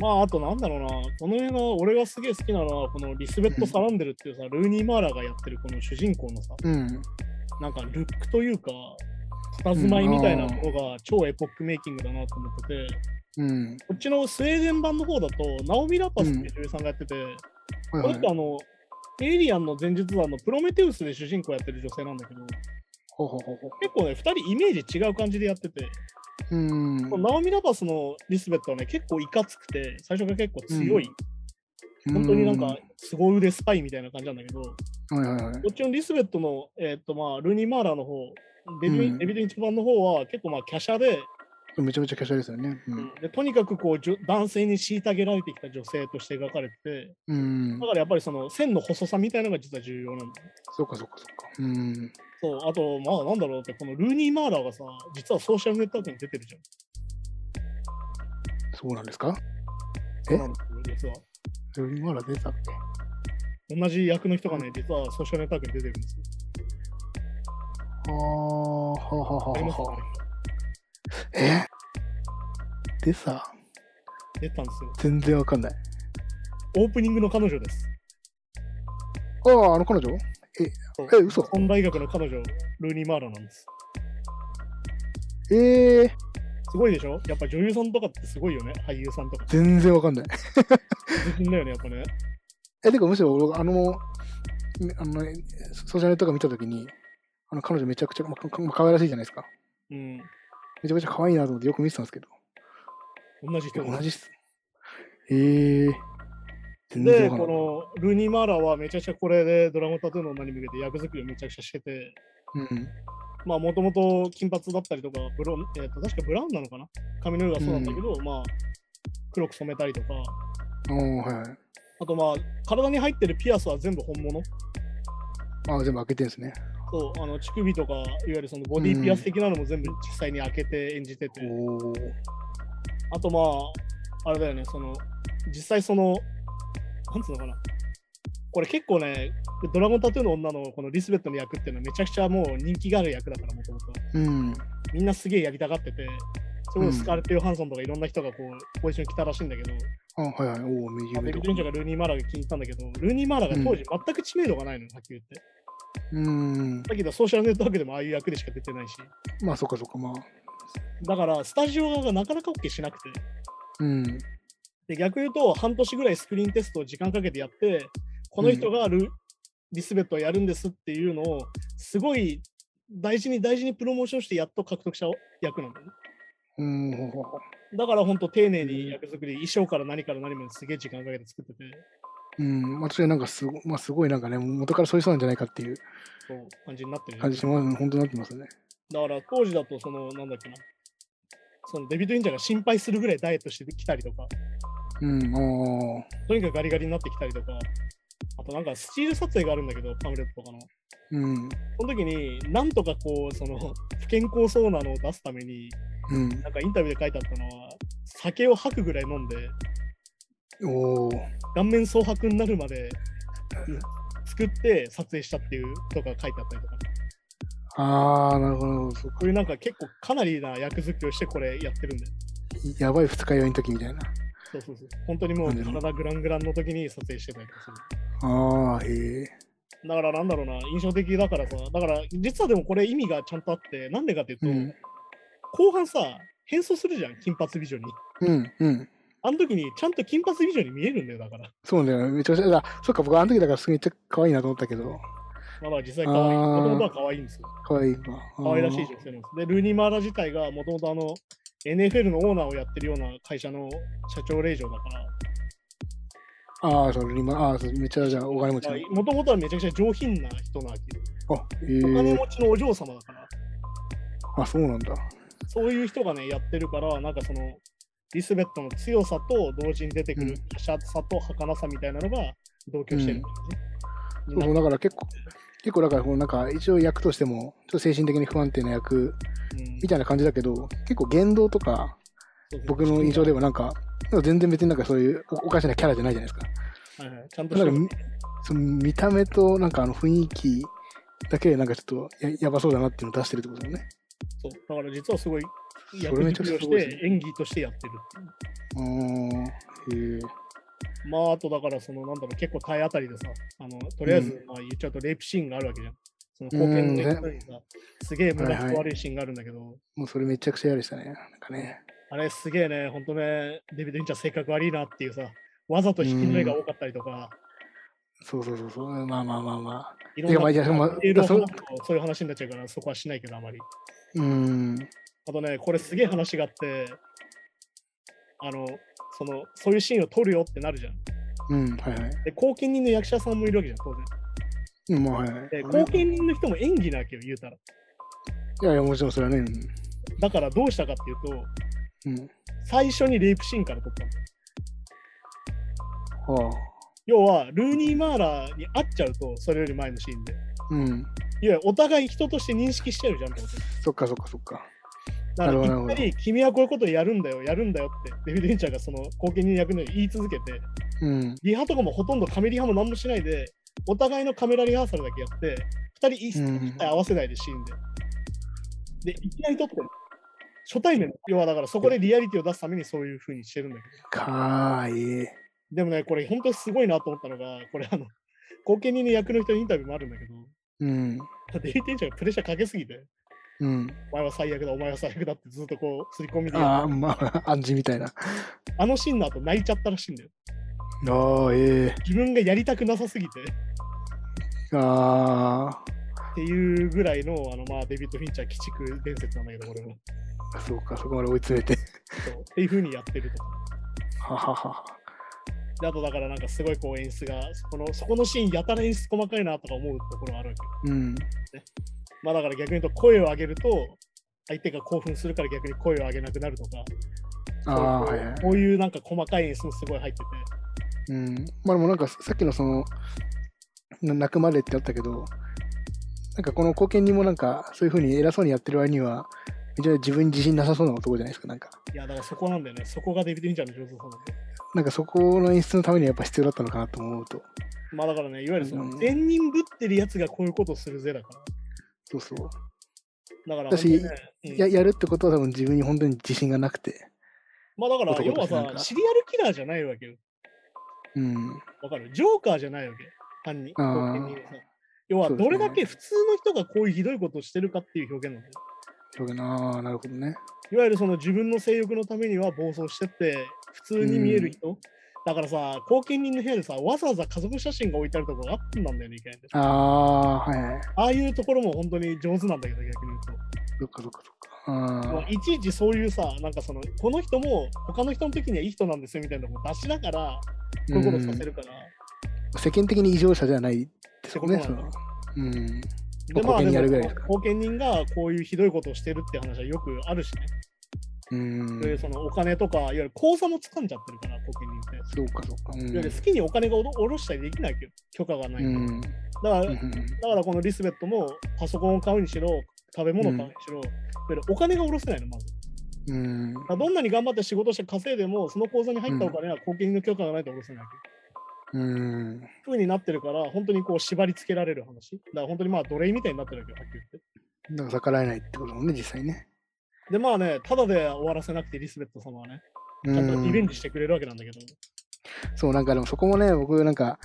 [SPEAKER 2] まあ、あとなんだろうな、この映画、俺がすげえ好きなのは、このリスベット・サランデルっていうさ、ルーニー・マーラーがやってるこの主人公のさ、
[SPEAKER 3] あ。うん。
[SPEAKER 2] なんかルックというか、佇まいみたいなものが超エポックメイキングだなと思ってて、
[SPEAKER 3] うん。
[SPEAKER 2] こっちのスウェーデン版の方だと、ナオミ・ラパスっていう女優さんがやってて、
[SPEAKER 3] はい
[SPEAKER 2] こ
[SPEAKER 3] は
[SPEAKER 2] れ
[SPEAKER 3] い
[SPEAKER 2] って。あの、エイリアンの前日はあのプロメテウスで主人公やってる女性なんだけど、
[SPEAKER 3] ほうほうほうほう。
[SPEAKER 2] 結構ね、2人イメージ違う感じでやってて、
[SPEAKER 3] うん。
[SPEAKER 2] このナオミ・ラパスのリスベットはね、結構いかつくて、最初から結構強い、本当になんか、凄腕スパイみたいな感じなんだけど、
[SPEAKER 3] うん。はいはいはい。
[SPEAKER 2] こっちのリスベットの、えーっとまあ、ルニー・マーラーの方、デビ,、
[SPEAKER 3] うん
[SPEAKER 2] デビデンチ版の方は結構まあ華奢で,、
[SPEAKER 3] めちゃめちゃ華奢ですよね。
[SPEAKER 2] で、とにかくこうじょ男性に虐げられてきた女性として描かれてて、
[SPEAKER 3] うん。うん
[SPEAKER 2] だ。からやっぱりその線の細さみたいなのが実は重要なんだよ。
[SPEAKER 3] そうかそうかそうか。うん。
[SPEAKER 2] そうあと、まあなんだろうって、このルーニー・マーラーがさ、実はソーシャルネットワークに出てるじゃん。
[SPEAKER 3] そうなんですか
[SPEAKER 2] そうなんですよ実は。
[SPEAKER 3] ルニーマーラ出てたっけ
[SPEAKER 2] 同じ役の人がね、実はソーシャルネットワークに出てるんですよ。
[SPEAKER 3] あー、はあはあ
[SPEAKER 2] わかりま
[SPEAKER 3] は
[SPEAKER 2] す
[SPEAKER 3] あ
[SPEAKER 2] か
[SPEAKER 3] は
[SPEAKER 2] ね
[SPEAKER 3] あ。えでさ、
[SPEAKER 2] 出てたんですよ。
[SPEAKER 3] 全然わかんない。
[SPEAKER 2] オープニングの彼女です。
[SPEAKER 3] ああ、あの彼女え、え、嘘
[SPEAKER 2] 本大学の彼女、ルーニー・マーラーなんです。
[SPEAKER 3] えー、
[SPEAKER 2] すごいでしょやっぱ女優さんとかってすごいよね。俳優さんとか。
[SPEAKER 3] 全然わかんない。
[SPEAKER 2] 別人だよね、やっぱね。
[SPEAKER 3] え、てかむしろ俺、あの、めあの、ね、ソシャゲとか見たときに、あの彼女めちゃくちゃ、まあ、かまあ可愛らしいじゃないですか。
[SPEAKER 2] うん。
[SPEAKER 3] めちゃめちゃ可愛いなと思ってよく見てたんですけど。
[SPEAKER 2] 同じ人
[SPEAKER 3] 同じっす。ええー。全然
[SPEAKER 2] で、
[SPEAKER 3] わかんない
[SPEAKER 2] このルニマーラはめちゃくちゃこれでドラゴンタトゥーの女に向けて役作りをめちゃくちゃしてて、
[SPEAKER 3] うん
[SPEAKER 2] まあもともと金髪だったりとか、ブロンえーと確かブラウンなのかな髪の色がそうなんだけど、まあ黒く染めたりとか、
[SPEAKER 3] うん。おーはいはい。
[SPEAKER 2] あとまあ体に入ってるピアスは全部本物。
[SPEAKER 3] ああ、全部開けてるんですね。
[SPEAKER 2] そうあの乳首とかいわゆるそのボディピアス的なのも全部実際に開けて演じてて、
[SPEAKER 3] おお。
[SPEAKER 2] あとまああれだよねその実際そのなんつうのかなこれ結構ねドラゴンタトゥーの女のこのリスベットの役っていうのはめちゃくちゃもう人気がある役だからもともと
[SPEAKER 3] うん。
[SPEAKER 2] みんなすげえやりたがっててそれこそスカーレット・ヨハンソンとかいろんな人がこうポジション来たらしいんだけど、
[SPEAKER 3] あはいはい。おお、右
[SPEAKER 2] まあ、ベ
[SPEAKER 3] 上と
[SPEAKER 2] ル
[SPEAKER 3] か
[SPEAKER 2] リンジャーがルーニー・マーラーが気に入ったんだけどルーニー・マーラーが当時全く知名度がないのよはっきり言ってさ
[SPEAKER 3] うん。
[SPEAKER 2] っき言ったソーシャルネットワークでもああいう役でしか出てないし
[SPEAKER 3] まあ、そっかそっか、まあ。
[SPEAKER 2] だからスタジオ側がなかなか OK しなくて
[SPEAKER 3] うん。
[SPEAKER 2] で逆言うと半年ぐらいスクリーンテストを時間かけてやってこの人がル、リスベットをやるんですっていうのをすごい大事に大事にプロモーションしてやっと獲得者を役なんだよね
[SPEAKER 3] うん。ほうほうほ
[SPEAKER 2] だから本当丁寧に
[SPEAKER 3] うん
[SPEAKER 2] 役作り、衣装から何から何まですげえ時間かけて作ってて
[SPEAKER 3] ううん。まあ、確かになんかすご,、まあ、すごいなんかね、元からそういう人なんじゃないかっていう
[SPEAKER 2] そう感じになってる、
[SPEAKER 3] 感じします。本当になってますね。
[SPEAKER 2] だから当時だとそのなんだっけなそのデビッド・インジャーが心配するぐらいダイエットしてきたりとか
[SPEAKER 3] うん。ああ。
[SPEAKER 2] とにかくガリガリになってきたりとかあとなんかスチール撮影があるんだけどパムレットとかの
[SPEAKER 3] うん。
[SPEAKER 2] その時に、なんとかこう、その、 [laughs] 不健康そうなのを出すために、
[SPEAKER 3] うん。
[SPEAKER 2] なんかインタビューで書いてあったのは、酒を吐くぐらい飲んで、
[SPEAKER 3] おお。
[SPEAKER 2] 顔面蒼白になるまで、作って撮影したっていうとか書いてあったりとか、
[SPEAKER 3] ああ、なるほどなるほど。そっか
[SPEAKER 2] そういうなんか結構かなりな役作りをしてこれやってるんで、
[SPEAKER 3] やばい二日酔いの時みたいな。
[SPEAKER 2] そうそうそう。本当にもう
[SPEAKER 3] なるほど
[SPEAKER 2] 体グラングランの時に撮影してたりとかする。
[SPEAKER 3] ああ、へえ。
[SPEAKER 2] だからなんだろうな、印象的だからさ、だから実はでもこれ意味がちゃんとあって、なんでかっていうと、
[SPEAKER 3] うん。
[SPEAKER 2] 後半さ、変装するじゃん、金髪美女に。
[SPEAKER 3] うん。うん。
[SPEAKER 2] あの時にちゃんと金髪美女に見えるんだよ、だから。
[SPEAKER 3] そうだよ。めちゃくちゃ、あそっか、僕、あの時だからすげえめっちゃ可愛いなと思ったけど、
[SPEAKER 2] まあまあ実際可愛い。
[SPEAKER 3] あー
[SPEAKER 2] もともとは可愛いんですよ。
[SPEAKER 3] 可愛いか。
[SPEAKER 2] 可愛らしい女性なんです。で、ルーニー・マーラ自体がもともとあの NFL のオーナーをやってるような会社の社長令嬢だから、
[SPEAKER 3] ああ、そう、今、ああ、そうめっちゃ、じゃあ、お金持ちなの。
[SPEAKER 2] もともとはめちゃくちゃ上品な人なわけよ
[SPEAKER 3] あ、え
[SPEAKER 2] お金
[SPEAKER 3] え。
[SPEAKER 2] 持ちのお嬢様だから、
[SPEAKER 3] あ、そうなんだ。
[SPEAKER 2] そういう人がね、やってるから、なんかその、リスベットの強さと同時に出てく
[SPEAKER 3] う
[SPEAKER 2] る
[SPEAKER 3] ん
[SPEAKER 2] 華奢さと儚さみたいなのが同居してるんだよね。
[SPEAKER 3] そうそう、だから結構、結構だから、こうなんか一応役としても、ちょっと精神的に不安定な役
[SPEAKER 2] うん
[SPEAKER 3] みたいな感じだけど、結構言動とか、
[SPEAKER 2] そうそう
[SPEAKER 3] 僕の印象ではなんか、なんか全然別になんかそういうおおかしなキャラじゃないじゃないですか。
[SPEAKER 2] はいはいちゃんとし
[SPEAKER 3] な
[SPEAKER 2] て
[SPEAKER 3] んか
[SPEAKER 2] る
[SPEAKER 3] みその見た目となんかあの雰囲気だけでなんかちょっとややばそうだなっていうのを出してるってことだよね。
[SPEAKER 2] そうだから実はすごい
[SPEAKER 3] それ
[SPEAKER 2] 役
[SPEAKER 3] めちゃ
[SPEAKER 2] 作
[SPEAKER 3] く
[SPEAKER 2] りを
[SPEAKER 3] ちゃす
[SPEAKER 2] し
[SPEAKER 3] ごいです
[SPEAKER 2] て
[SPEAKER 3] ね
[SPEAKER 2] 演技としてやってるっていう。
[SPEAKER 3] うーん。へえ。
[SPEAKER 2] まあ、あとだから、その、なんだろう、結構体当たりでさ、あの、とりあえず、まあ言っちゃうと、レイプシーンがあるわけじゃん。その、貢献のレイプシーンが、すげえ無駄
[SPEAKER 3] はい
[SPEAKER 2] に
[SPEAKER 3] はい
[SPEAKER 2] 悪いシーンがあるんだけど、
[SPEAKER 3] もうそれめちゃくちゃ嫌でしたね。なんかね。
[SPEAKER 2] あれすげえね、ほんとね、デビッド・インチャー性格悪いなっていうさ、わざと引きの目が多かったりとか、
[SPEAKER 3] そうそうそうそう。まあまあまあまあ。
[SPEAKER 2] い
[SPEAKER 3] てかまあいや
[SPEAKER 2] ろん
[SPEAKER 3] ま
[SPEAKER 2] な
[SPEAKER 3] あ
[SPEAKER 2] ディテールを
[SPEAKER 3] その
[SPEAKER 2] 話すとそういう話になっちゃうから、そこはしないけど、あまり。
[SPEAKER 3] うーん。
[SPEAKER 2] あとね、これすげえ話があって、あの、その、そういうシーンを撮るよってなるじゃん。
[SPEAKER 3] うん。はいはい。
[SPEAKER 2] で、後見人の役者さんもいるわけじゃん、当然。
[SPEAKER 3] うん、まあはいはい。
[SPEAKER 2] で、後見人の人も演技なわけよ、言うたら。
[SPEAKER 3] いやいや、もちろんそれはね。
[SPEAKER 2] だからどうしたかっていうと、
[SPEAKER 3] うん。うん、
[SPEAKER 2] 最初にレイプシーンから撮ったんだよ。
[SPEAKER 3] はあ。
[SPEAKER 2] 要は、ルーニー・マーラーに会っちゃうと、それより前のシーンで。
[SPEAKER 3] うん。
[SPEAKER 2] いや、お互い人として認識してるじゃんってこと。
[SPEAKER 3] そっかそっかそっか。
[SPEAKER 2] だか
[SPEAKER 3] なる
[SPEAKER 2] ら、
[SPEAKER 3] ほ
[SPEAKER 2] い
[SPEAKER 3] ど
[SPEAKER 2] っぱい君はこういうことをやるんだよ、やるんだよって、デビッド・インチャーがその後見人役のように言い続けて、
[SPEAKER 3] うん。
[SPEAKER 2] リハとかもほとんどカメリハも何もしないで、お互いのカメラリハーサルだけやって、2人一
[SPEAKER 3] う
[SPEAKER 2] 切
[SPEAKER 3] ん。
[SPEAKER 2] [laughs] 合わせないでシーンで。で、いきなり撮ってる初対面の、要はだからそこでリアリティを出すためにそういう風にしてるんだけど。
[SPEAKER 3] かーいい。
[SPEAKER 2] でもね、これ本当にすごいなと思ったのが、これあの、後見人の役の人にインタビューもあるんだけど、
[SPEAKER 3] うん。
[SPEAKER 2] デイテンチャーがプレッシャーかけすぎて、
[SPEAKER 3] うん。
[SPEAKER 2] お前は最悪だ、お前は最悪だってずっとこう、すり込みでや
[SPEAKER 3] ああ、まあ、 [laughs] 暗示みたいな。
[SPEAKER 2] る、あのシーンの後泣いちゃったらしいんだよ。
[SPEAKER 3] ああ、ええ
[SPEAKER 2] 自分がやりたくなさすぎて、
[SPEAKER 3] あ
[SPEAKER 2] っていうぐらいのあの、まあ、デビッド・フィンチャー鬼畜伝説なんだけど、俺も。
[SPEAKER 3] あ、そうか、そこまで追い詰めて。
[SPEAKER 2] そうっていうふうにやってると。
[SPEAKER 3] ははは。
[SPEAKER 2] であとだからなんかすごいこう演出がそこのそこのシーンやたら演出細かいなとか思うところはあるわけ
[SPEAKER 3] うん。
[SPEAKER 2] まあだから逆に言うと声を上げると相手が興奮するから逆に声を上げなくなるとか
[SPEAKER 3] ああ、はいはい。
[SPEAKER 2] こういうなんか細かい演出もすごい入ってて
[SPEAKER 3] うん。まあでもなんかささっきのその、な泣くまでってあったけど、なんかこの貢献にもなんか、そういう風に偉そうにやってる割には、めちゃ自分に自信なさそうな男じゃないですか、なんか。
[SPEAKER 2] いやだからそこなんだよねそこがデビッド・フィンチャーの上手さなんだよ
[SPEAKER 3] なんかそこの演出のためにはやっぱ必要だったのかなと思うと。
[SPEAKER 2] まあだからねいわゆるその
[SPEAKER 3] うん
[SPEAKER 2] 善人ぶってるやつがこういうことをするぜだか
[SPEAKER 3] そうそう。
[SPEAKER 2] らだから
[SPEAKER 3] だし
[SPEAKER 2] 本当にねうん
[SPEAKER 3] ややるってことは多分自分に本当に自信がなくて。
[SPEAKER 2] まあだから要
[SPEAKER 3] 男と
[SPEAKER 2] は
[SPEAKER 3] してなん
[SPEAKER 2] さ
[SPEAKER 3] か
[SPEAKER 2] シリアルキラーじゃないわけよ
[SPEAKER 3] うん。
[SPEAKER 2] わかるジョーカーじゃないわけ犯人
[SPEAKER 3] あー
[SPEAKER 2] 貢献人はさ要は
[SPEAKER 3] そうです
[SPEAKER 2] ど
[SPEAKER 3] ね
[SPEAKER 2] れだけ普通の人がこういうひどいことをしてるかっていう表現なのよ
[SPEAKER 3] そうだななるほどね。
[SPEAKER 2] いわゆるその自分の性欲のためには暴走してって普通に見える人、だからさ後見人の部屋でさわざわざ家族写真が置いてあるところがあったんだよね意外と
[SPEAKER 3] ああ、はいはい。
[SPEAKER 2] ああいうところも本当に上手なんだけど逆に言うと、
[SPEAKER 3] そっかそっかそっか。あ
[SPEAKER 2] まあいちいちそういうさなんかそのこの人も他の人の時にはいい人なんですよみたいなのも出しながらこういうことさせるから、
[SPEAKER 3] うん世間的に異常者じゃないってそこね。
[SPEAKER 2] そ
[SPEAKER 3] そう
[SPEAKER 2] なん
[SPEAKER 3] の
[SPEAKER 2] だ
[SPEAKER 3] うん。
[SPEAKER 2] でまあ
[SPEAKER 3] 後見人やるぐらい
[SPEAKER 2] でも
[SPEAKER 3] ですか
[SPEAKER 2] 後見人がこういうひどいことをしてるって話はよくあるしね、
[SPEAKER 3] うん。
[SPEAKER 2] でそのお金とかいわゆる口座も掴んじゃってるから後見人っていわ
[SPEAKER 3] そうかそうか。うん。
[SPEAKER 2] ゆる好きにお金がおろ下ろしたりできないわけど許可がない、
[SPEAKER 3] うん。
[SPEAKER 2] だから、
[SPEAKER 3] うん
[SPEAKER 2] だからこのリスベットもパソコンを買うにしろ、食べ物を買うにしろ、いわゆるお金が下ろせないの、まず。
[SPEAKER 3] うん。
[SPEAKER 2] だからどんなに頑張って仕事して稼いでも、その口座に入ったお金は貢献の許可がないと下ろせないわけ。
[SPEAKER 3] うん。
[SPEAKER 2] ふうになってるから、本当にこう縛り付けられる話。だから本当にまあ奴隷みたいになってるわけよ、はっきり言って。
[SPEAKER 3] だから逆らえないってこともね、実際ね。
[SPEAKER 2] で、まあね、ただで終わらせなくてリスベット様はね、
[SPEAKER 3] う
[SPEAKER 2] ちゃんとリベン
[SPEAKER 3] ん
[SPEAKER 2] ジ。してくれるわけなんだけど、
[SPEAKER 3] そう、なんかでもそこもね、僕なんか、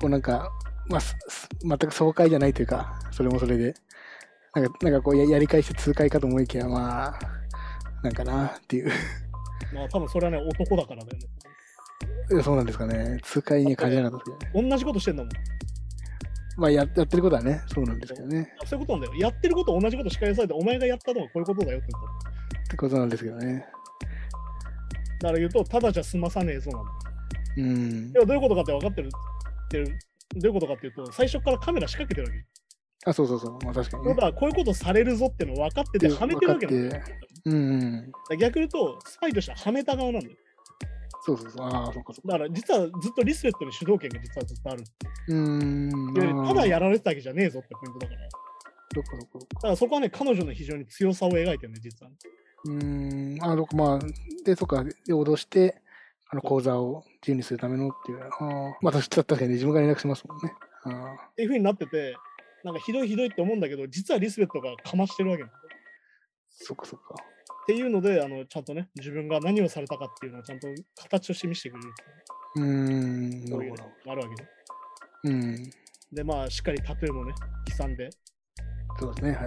[SPEAKER 3] こうなんか、まあ、すす全く爽快じゃないというか、それもそれで。なんか、なんかこうややり返して痛快かと思いきや、まあ、なんかなっていう。
[SPEAKER 2] まあ多分それはね、男だからだよね。
[SPEAKER 3] そう [laughs] なんですかね。痛快には感じなかったですけどね。
[SPEAKER 2] 同じことしてんだもん。
[SPEAKER 3] まあや、やってることはね、そうなんですけどね。
[SPEAKER 2] そういうことなんだよ。やってること同じことし返されて、お前がやったのはこういうことだよってこと。
[SPEAKER 3] ってことなんですけどね。
[SPEAKER 2] だから言うと、ただじゃ済まさねえぞなんだよ
[SPEAKER 3] うん
[SPEAKER 2] い。やどういうことかって分かってるってるどういうことかっていうと最初からカメラ仕掛けてるわけ。
[SPEAKER 3] あ、そうそうそう。まあ確かに
[SPEAKER 2] だ
[SPEAKER 3] ね
[SPEAKER 2] か。らこういうことされるぞってのを分かっててはめてるわけなんだよ。
[SPEAKER 3] 分かうん、うん。
[SPEAKER 2] だから逆に言うとスパイとしてははめた側なんだよ。
[SPEAKER 3] そうそうそう。ああ、そうかそうか。
[SPEAKER 2] だから実はずっとリスペットに主導権が実はずっとある。
[SPEAKER 3] うーん。
[SPEAKER 2] いわゆるただ
[SPEAKER 3] あー
[SPEAKER 2] やられてたわけじゃねえぞってポイントだから。だ
[SPEAKER 3] そうかそうかそうか。
[SPEAKER 2] からそこはね彼女の非常に強さを描いてるね実は。
[SPEAKER 3] うーん。ああ、そうか。まあ、で、そうか。で、脅して、あの、講座を自由にするためのっていう。ああ。まあ、確か確かにね、自分から連絡しますもんね。ああ。
[SPEAKER 2] っていうふうになっててなんかひどいひどいって思うんだけど実はリスペットがかましてるわけなんだよ。
[SPEAKER 3] そうかそうか。
[SPEAKER 2] っていうのであのちゃんとね自分が何をされたかっていうのはちゃんと形を示してくれる
[SPEAKER 3] うーん。
[SPEAKER 2] そ
[SPEAKER 3] な
[SPEAKER 2] うい
[SPEAKER 3] る
[SPEAKER 2] うの
[SPEAKER 3] ほど。
[SPEAKER 2] があるわけで。
[SPEAKER 3] うん。
[SPEAKER 2] で、まあ、しっかりタトゥーもね、刻んで、
[SPEAKER 3] そうですね。はい。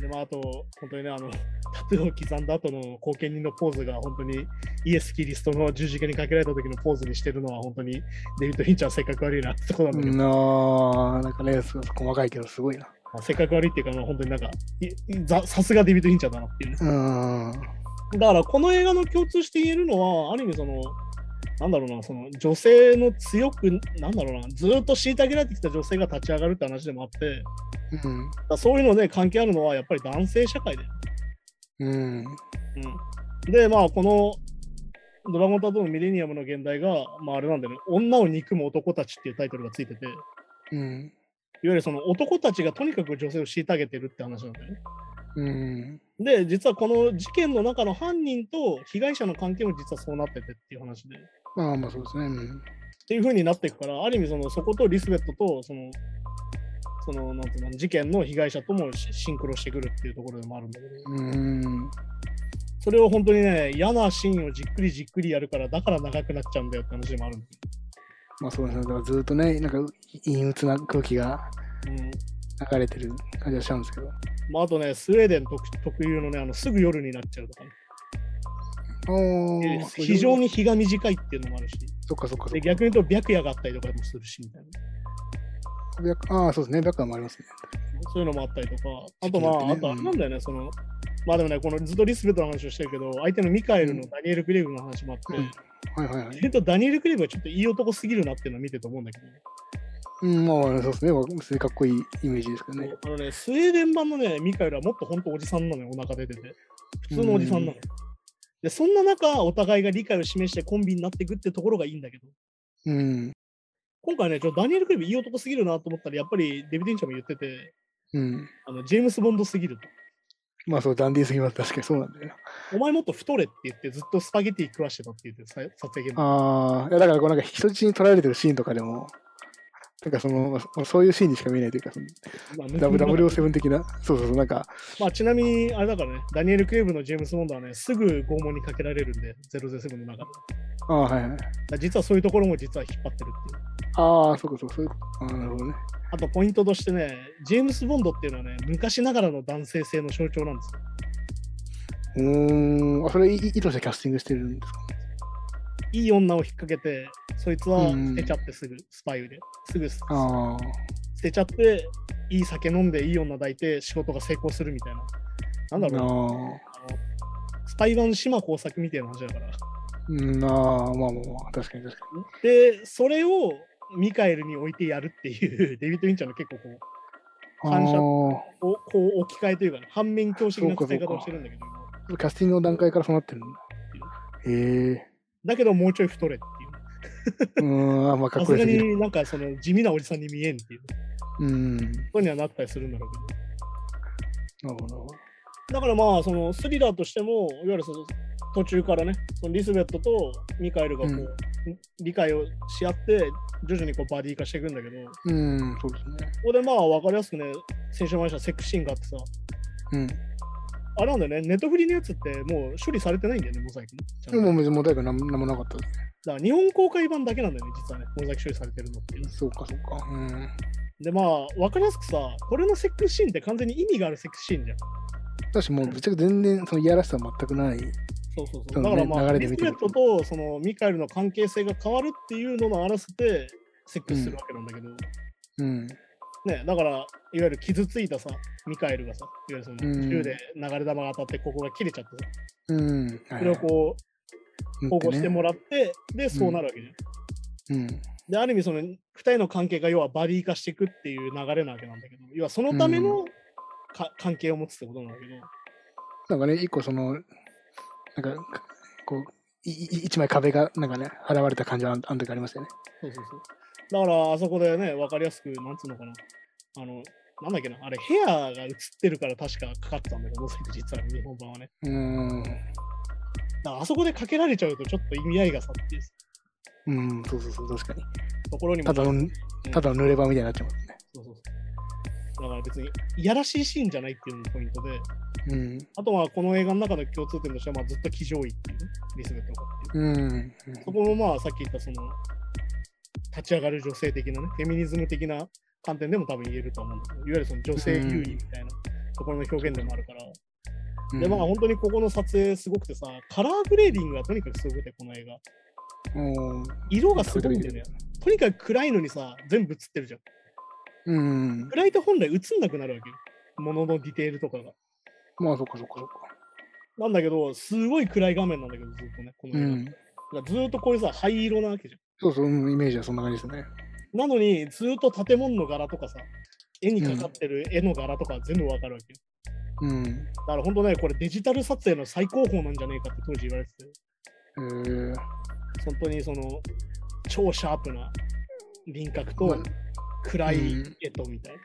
[SPEAKER 2] で、まあ、あと、本当にね、あの、 [laughs] タトゥーを刻んだ後の後見人のポーズが、本当にイエス・キリストの十字架にかけられた時のポーズにしてるのは、本当にデビッド・フィンチャーは性格悪いなってとこなんだけど、
[SPEAKER 3] なあ、なんかね、すごい細かいけど、すごいな。
[SPEAKER 2] まあ性格悪いっていうか、まあ、本当になんか、いいざさすがデビッド・フィンチャーだなっていうね。
[SPEAKER 3] うーん。
[SPEAKER 2] だから、この映画の共通して言えるのは、ある意味、その、なんだろうな、その女性の強く、なんだろうな、ずーっと虐げられてきた女性が立ち上がるって話でもあって、だか
[SPEAKER 3] うん。
[SPEAKER 2] らそういうのね、関係あるのは、やっぱり男性社会で。
[SPEAKER 3] うん。
[SPEAKER 2] うん、でまあこの「ドラゴンタトゥーのミレニアム」の現代が、まあ、あれなんだよね「女を憎む男たち」っていうタイトルがついてていわ
[SPEAKER 3] うん。
[SPEAKER 2] ゆるその男たちがとにかく女性を虐げてるって話なんだよね。
[SPEAKER 3] うん。
[SPEAKER 2] で実はこの事件の中の犯人と被害者の関係も実はそうなっててっていう話で。っ
[SPEAKER 3] まあまあそうですね。うん
[SPEAKER 2] ていう風になっていくからある意味そのそことリスベットとその。そのなんていうの事件の被害者ともシシンクロしてくるっていうところでもあるんだけど
[SPEAKER 3] うん。
[SPEAKER 2] それを本当にね嫌なシーンをじっくりじっくりやるからだから長くなっちゃうんだよって話でもあるんだよ
[SPEAKER 3] まあそうですね。だからずっとね、なんか陰鬱な空気が
[SPEAKER 2] うん
[SPEAKER 3] 流れてる感じがしちゃうんですけど。
[SPEAKER 2] まあ、あとね、スウェーデン特特有のね、あのすぐ夜になっちゃうとかね、
[SPEAKER 3] おー
[SPEAKER 2] 非常。に日が短いっていうのもあるし、
[SPEAKER 3] そっかそっかそっ
[SPEAKER 2] で
[SPEAKER 3] か。
[SPEAKER 2] 逆に言うと白夜があったりとかもするしみたいな。
[SPEAKER 3] 白夜ああ、そうですね。白夜もありますね。
[SPEAKER 2] そういうのもあったりとか、あとま
[SPEAKER 3] 地球
[SPEAKER 2] あ、あ
[SPEAKER 3] だってね
[SPEAKER 2] とあれなんだよね、その、まあでもね、このずっとリスペクトの話をしてるけど、相手のミカエル
[SPEAKER 3] う
[SPEAKER 2] の
[SPEAKER 3] ん
[SPEAKER 2] ダニエル・クレイグの話もあって、
[SPEAKER 3] うんはいはいはい。
[SPEAKER 2] えっと、ダニエル・クレイブはちょっといい男すぎるなっていうのを見てと思うんだけどね、
[SPEAKER 3] うん、まあ、そうですね。普通にかっこいいイメージですけどね。
[SPEAKER 2] あのね、スウェーデン版のね、ミカエルはもっと本当おじさんなのよ、お腹出てて。普通のおじさんなのよ。で、そんな中、お互いが理解を示してコンビになっていくってところがいいんだけど、
[SPEAKER 3] うん。
[SPEAKER 2] 今回ね、ちょっとダニエル・クレイブいい男すぎるなと思ったら、やっぱりデビディンチャーも言ってて、
[SPEAKER 3] うん。
[SPEAKER 2] あのジェームス・ボンドすぎると。
[SPEAKER 3] まあ、そう、ダンディーすぎます。確かにそうなんだよな。
[SPEAKER 2] お前もっと太れって言って、ずっとスパゲティ食わしてたって言って、さ撮影現場。
[SPEAKER 3] ああ、いやだからこうなんか人質に取られてるシーンとかでも、なんかその、そういうシーンにしか見えないというか、その
[SPEAKER 2] まあ
[SPEAKER 3] ダブダブルセブン的な、そうそうそう、なんか、
[SPEAKER 2] まあ、ちなみに、あれだからね、ダニエル・クレイブのジェームス・ボンドはね、すぐ拷問にかけられるんで、007の中で。
[SPEAKER 3] ああ、はいはい。
[SPEAKER 2] だ実はそういうところも実は引っ張ってるっていう。
[SPEAKER 3] ああ、そうかそうか、そういうこと。ああ、なるほどね。
[SPEAKER 2] あとポイントとしてね、ジェームス・ボンドっていうのはね、昔ながらの男性性の象徴なんですよ。
[SPEAKER 3] うーん、あそれい意図してキャスティングしてるんですか
[SPEAKER 2] いい女を引っ掛けて、そいつは
[SPEAKER 3] うん
[SPEAKER 2] 捨てちゃってすぐ、スパイで。すぐ捨
[SPEAKER 3] ああ、
[SPEAKER 2] てちゃって、いい酒飲んで、いい女抱いて、仕事が成功するみたいな。なんだろうな、スパイ版島工作みたいな話だから。
[SPEAKER 3] うん、ああ、まあまあまあ、確かに確か
[SPEAKER 2] で、それをミカエルに置いてやるっていう、 [laughs] デビッド・インチャーの結構こう、
[SPEAKER 3] に。
[SPEAKER 2] 感謝
[SPEAKER 3] ああ
[SPEAKER 2] こうこう置き換えというか、ね、反面教師的な使い方をしてるんだけど、
[SPEAKER 3] ー、キャスティングの段階からそうなってるんだ。へえ
[SPEAKER 2] だけどもうちょい太れっていう。
[SPEAKER 3] うーん、あーまあ、か
[SPEAKER 2] [laughs] さ
[SPEAKER 3] っ
[SPEAKER 2] す
[SPEAKER 3] こいい
[SPEAKER 2] が
[SPEAKER 3] すぎる。
[SPEAKER 2] になんかその地味なおじさんに見えんっていうこ
[SPEAKER 3] うん、な
[SPEAKER 2] とにはなったりするんだろうけど。
[SPEAKER 3] るほど。
[SPEAKER 2] だからまあそのスリラーとしてもいわゆるその途中からねそのリスベットとミカエルがこう、理解をし合って徐々にこうバディ化していくんだけどこ
[SPEAKER 3] うん、そうですね。
[SPEAKER 2] こでまあ分かりやすくね先週も話したセクシーンがあってさ
[SPEAKER 3] うん。
[SPEAKER 2] あれなんだよねネットフリのやつってもう処理されてないんだよねモザイクねちゃん
[SPEAKER 3] で
[SPEAKER 2] と
[SPEAKER 3] も
[SPEAKER 2] だ
[SPEAKER 3] 別に問題がなんなんもなかったですね。
[SPEAKER 2] から日本公開版だけなんだよね実はねモザイク処理されてるのっていう
[SPEAKER 3] そうか、そうか。うん。
[SPEAKER 2] でまあ分かりやすくさこれのセックスシーンって完全に意味があるセックスシーンじゃん
[SPEAKER 3] だし、もうぶっちゃけ全然、その、いやらしさは全くない。
[SPEAKER 2] そうそう
[SPEAKER 3] そ
[SPEAKER 2] そうう。
[SPEAKER 3] ね
[SPEAKER 2] だからまあ、
[SPEAKER 3] 流れ
[SPEAKER 2] リ
[SPEAKER 3] で見
[SPEAKER 2] ス
[SPEAKER 3] てる
[SPEAKER 2] ベットとそのミカエルの関係性が変わるっていうのも合わせてセックスするわけなんだけど、
[SPEAKER 3] うん。
[SPEAKER 2] ね、だから、いわゆる傷ついたさ、ミカエルがさ、いわゆるその
[SPEAKER 3] うん
[SPEAKER 2] 銃で流れ弾が当たってここが切れちゃってさ、
[SPEAKER 3] うん。
[SPEAKER 2] それをこ
[SPEAKER 3] う
[SPEAKER 2] う保護しても
[SPEAKER 3] ら
[SPEAKER 2] らって、で、そうなるわけじゃん。
[SPEAKER 3] うん。
[SPEAKER 2] で、ある意味その2人の関係が要はバディ化していくっていう流れなわけなんだけど、要はそのためのか、関係を持つってことなんだけど、
[SPEAKER 3] なんかね、一個その、なんか、こう、いい一枚壁が、なんかね、払われた感じはあんあの時ありましたよね。
[SPEAKER 2] そうそうそう。だから、あそこでね、わかりやすく、なんつうのかな。あの、なんだっけな、あれ、ヘアが映ってるから確かかかってたんだけど、モザイク実は日本版はね。
[SPEAKER 3] うーん。
[SPEAKER 2] だからあそこでかけられちゃうと、ちょっと意味合いがさっていう
[SPEAKER 3] うん、そうそうそう、確かに。
[SPEAKER 2] ところにも
[SPEAKER 3] ただの、ただの濡れ場みたいになっちゃいますね。
[SPEAKER 2] そうそうそうだから別に、いやらしいシーンじゃないっていうのがポイントで、
[SPEAKER 3] うん。
[SPEAKER 2] あとはこの映画の中の共通点としては、まあ、ずっと騎乗位っていうね、リスベットがっていう。
[SPEAKER 3] うん。うん
[SPEAKER 2] そこもまあ、さっき言った、その、立ち上がる女性的なね、フェミニズム的な観点でも多分言えるとは思うんだけど、いわゆるその女性優位みたいなところの表現でもあるから、でまあ本当にここの撮影すごくてさ、カラーグレーディングがとにかくすごくて、この映画。
[SPEAKER 3] うん
[SPEAKER 2] 色がすごいんだよね。とにかく暗いのにさ、全部映ってるじゃん。
[SPEAKER 3] うん。
[SPEAKER 2] 暗いと本来映んなくなるわけよ。物のディテールとかが。
[SPEAKER 3] まあ、そっかそっかそっか。
[SPEAKER 2] なんだけど、すごい暗い画面なんだけど、ずっとね、この
[SPEAKER 3] う
[SPEAKER 2] 映画。
[SPEAKER 3] ん。
[SPEAKER 2] だからずっとこういうさ、灰色なわけじゃ
[SPEAKER 3] そうそう、うんイメージはそんな感じですね。
[SPEAKER 2] ん。なのに、ずっと建物の柄とかさ、絵にかかってる絵の柄とか全部わかるわけよ。
[SPEAKER 3] うん。
[SPEAKER 2] だから本当ね、これデジタル撮影の最高峰なんじゃねえかって当時言われてて。
[SPEAKER 3] えー、
[SPEAKER 2] 本当にその超シャープな輪郭
[SPEAKER 3] まあ
[SPEAKER 2] と暗い
[SPEAKER 3] うん
[SPEAKER 2] 絵とみたい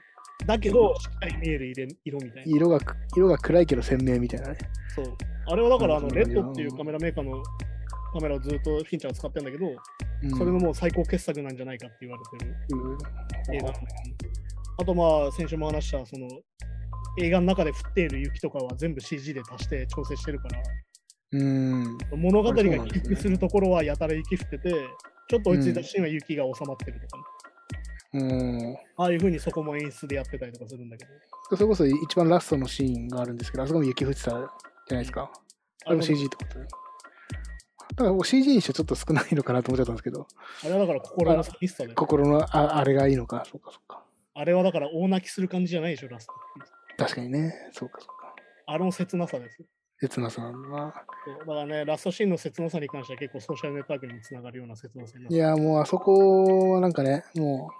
[SPEAKER 2] な。だけど、しっかり見える色色みたいな。
[SPEAKER 3] 色が色が暗いけど鮮明みたいなね。
[SPEAKER 2] そう。あれはだから、あの、
[SPEAKER 3] うん
[SPEAKER 2] レッドっていうカメラメーカーのカメラをずっとフィンちゃんは使ってるんだけど、それのもう最高傑作なんじゃないかって言われてる
[SPEAKER 3] うん
[SPEAKER 2] 映画なんだけど。あと、まあ、先週も話した、その、映画の中で降っている雪とかは全部 CG で足して調整してるから、
[SPEAKER 3] うん。
[SPEAKER 2] 物語が
[SPEAKER 3] あれそうなん
[SPEAKER 2] 起
[SPEAKER 3] ですね
[SPEAKER 2] 伏するところはやたら雪降ってて、ちょっと落ち着いたシーンは雪が収まってるとかね、
[SPEAKER 3] うん。
[SPEAKER 2] ああいう風にそこも演出でやってたりとかするんだけど。
[SPEAKER 3] それこそ一番ラストのシーンがあるんですけど、あそこも雪降ってたじゃないですか。あれも CG ってことだよだからもう CG にしてちょっと少ないのかなと思っちゃったんですけど、
[SPEAKER 2] あれはだから心の寂しさで。
[SPEAKER 3] 心のああれがいいのか、そうかそうか。
[SPEAKER 2] あれはだから大泣きする感じじゃないでしょ、ラストっていう。
[SPEAKER 3] 確かにね。そうか、そうか。
[SPEAKER 2] あの切なさです。
[SPEAKER 3] 刹那さんは。
[SPEAKER 2] そうだからね、ラストシーンの切なさに関しては結構ソーシャルネットワークにもつながるような切なさになっ
[SPEAKER 3] い
[SPEAKER 2] て
[SPEAKER 3] や、もうあそこはなんかね、も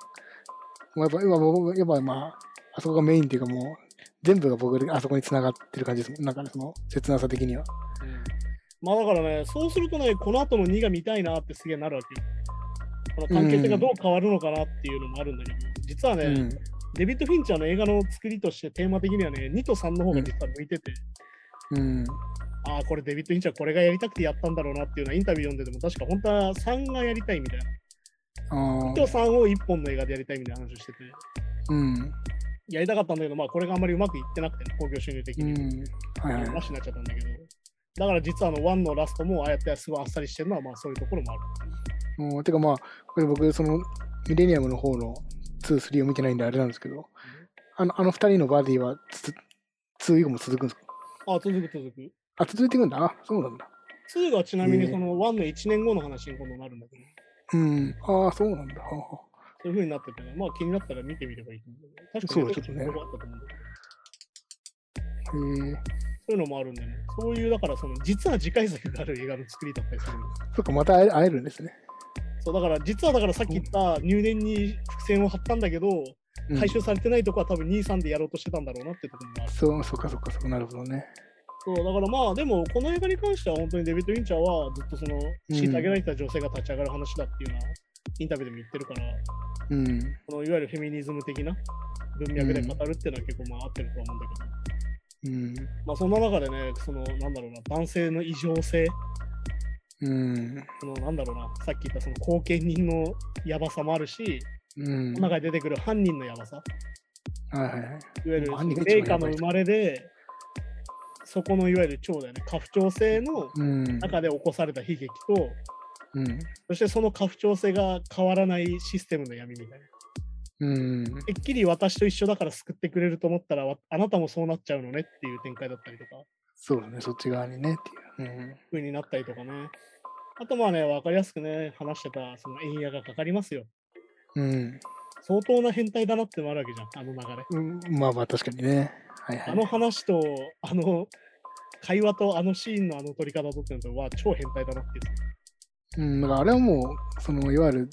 [SPEAKER 3] う、もうやっぱ今、もうやっぱまあ、あそこがメインっていうかもう、全部が僕であそこに繋がってる感じですもん。なんかね、その切なさ的には。
[SPEAKER 2] うんまあだからね、そうするとね、この後の2が見たいなってすげえなるわけよ。この関係性がどう変わるのかなっていうのもあるんだけど、実はね、
[SPEAKER 3] うん。
[SPEAKER 2] デビッド・フィンチャーの映画の作りとしてテーマ的にはね、2と3の方が実は向いてて、
[SPEAKER 3] うん。
[SPEAKER 2] ああ、これデビッド・フィンチャーこれがやりたくてやったんだろうなっていうのはインタビュー読んでても、確か本当は3がやりたいみたいな。
[SPEAKER 3] あ
[SPEAKER 2] 2
[SPEAKER 3] あ
[SPEAKER 2] と。3を1本の映画でやりたいみたいな話をしてて、
[SPEAKER 3] うん。
[SPEAKER 2] やりたかったんだけど、まあこれがあんまりうまくいってなくてね、興行収入的
[SPEAKER 3] う
[SPEAKER 2] に。
[SPEAKER 3] ん。はいはい。
[SPEAKER 2] なしになっちゃったんだけど。だから実はあの1のラストもああやってすごいあっさりしてるのはまあそういうところもある。
[SPEAKER 3] もうてかまあ、これ僕、その、ミレニアムの方の2、3を見てないんであれなんですけど、あの、あの二人のバディはつ、2以後も続くんですか
[SPEAKER 2] ああ、続く続く。
[SPEAKER 3] あ、続いていくんだ。あ、そうなんだ。
[SPEAKER 2] 2がちなみに
[SPEAKER 3] うん
[SPEAKER 2] その1の1年後の話に今度なるんだけど、
[SPEAKER 3] うん。ああ、そうなんだ。はあはあ
[SPEAKER 2] そういう風になってて、まあ気になったら見てみればいいと思う。確かに
[SPEAKER 3] そうちょっとね
[SPEAKER 2] そういうのがあったと思うんだけど
[SPEAKER 3] へえ。
[SPEAKER 2] そういうのもあるんでね、そういうだからその実は次回作がある映画の作りだったりするんです。
[SPEAKER 3] そっか、また会え会えるんですね。
[SPEAKER 2] そうだから実はだからさっき言った入念に伏線を張ったんだけど、
[SPEAKER 3] うん
[SPEAKER 2] 回収されてないとこは多分2、3でやろうとしてたんだろうなってところもある。
[SPEAKER 3] そう、そうか、そうか、そうかなるほどね。
[SPEAKER 2] そうだからまあでもこの映画に関しては本当にデビッド・ウィンチャーはずっとその虐げられてた女性が立ち上がる話だっていうのはインタビューでも言ってるから、
[SPEAKER 3] うん。
[SPEAKER 2] このいわゆるフェミニズム的な文脈で語るっていうのは結構まあ合ってるとは思うんだけど、
[SPEAKER 3] うん。
[SPEAKER 2] まあそんな中でね、そのなんだろうな、男性の異常性、
[SPEAKER 3] うん。
[SPEAKER 2] そのなんだろうな、さっき言ったその後見人のやばさもあるし、
[SPEAKER 3] うん。
[SPEAKER 2] この中で出てくる犯人のやばさ、
[SPEAKER 3] はいはいはい。
[SPEAKER 2] いわゆる
[SPEAKER 3] もう犯人が
[SPEAKER 2] 霊
[SPEAKER 3] 一
[SPEAKER 2] 下
[SPEAKER 3] 番
[SPEAKER 2] の
[SPEAKER 3] やばい
[SPEAKER 2] 生まれで、そこのいわゆる長だよね、家父長性の
[SPEAKER 3] うん。
[SPEAKER 2] 中で起こされた悲劇と、
[SPEAKER 3] うん。
[SPEAKER 2] そしてその家父長性が変わらないシステムの闇みたいな。
[SPEAKER 3] うん。
[SPEAKER 2] てっきり私と一緒だから救ってくれると思ったら、わあなたもそうなっちゃうのねっていう展開だったりとか、
[SPEAKER 3] そうだね、そっち側にねっていう。
[SPEAKER 2] 風になったりとかね。あとまあね、わかりやすくね、話してた、その円矢がかかりますよ。
[SPEAKER 3] うん。うん。
[SPEAKER 2] 相当な変態だなってのもあるわけじゃん、あの流れ。
[SPEAKER 3] うん、まあまあ、確かにね。はいはい。
[SPEAKER 2] あの話と、あの、会話とあのシーンのあの撮り方とっていうのとは超変態だなっていう。
[SPEAKER 3] うん、だからあれはもう、そのいわゆる、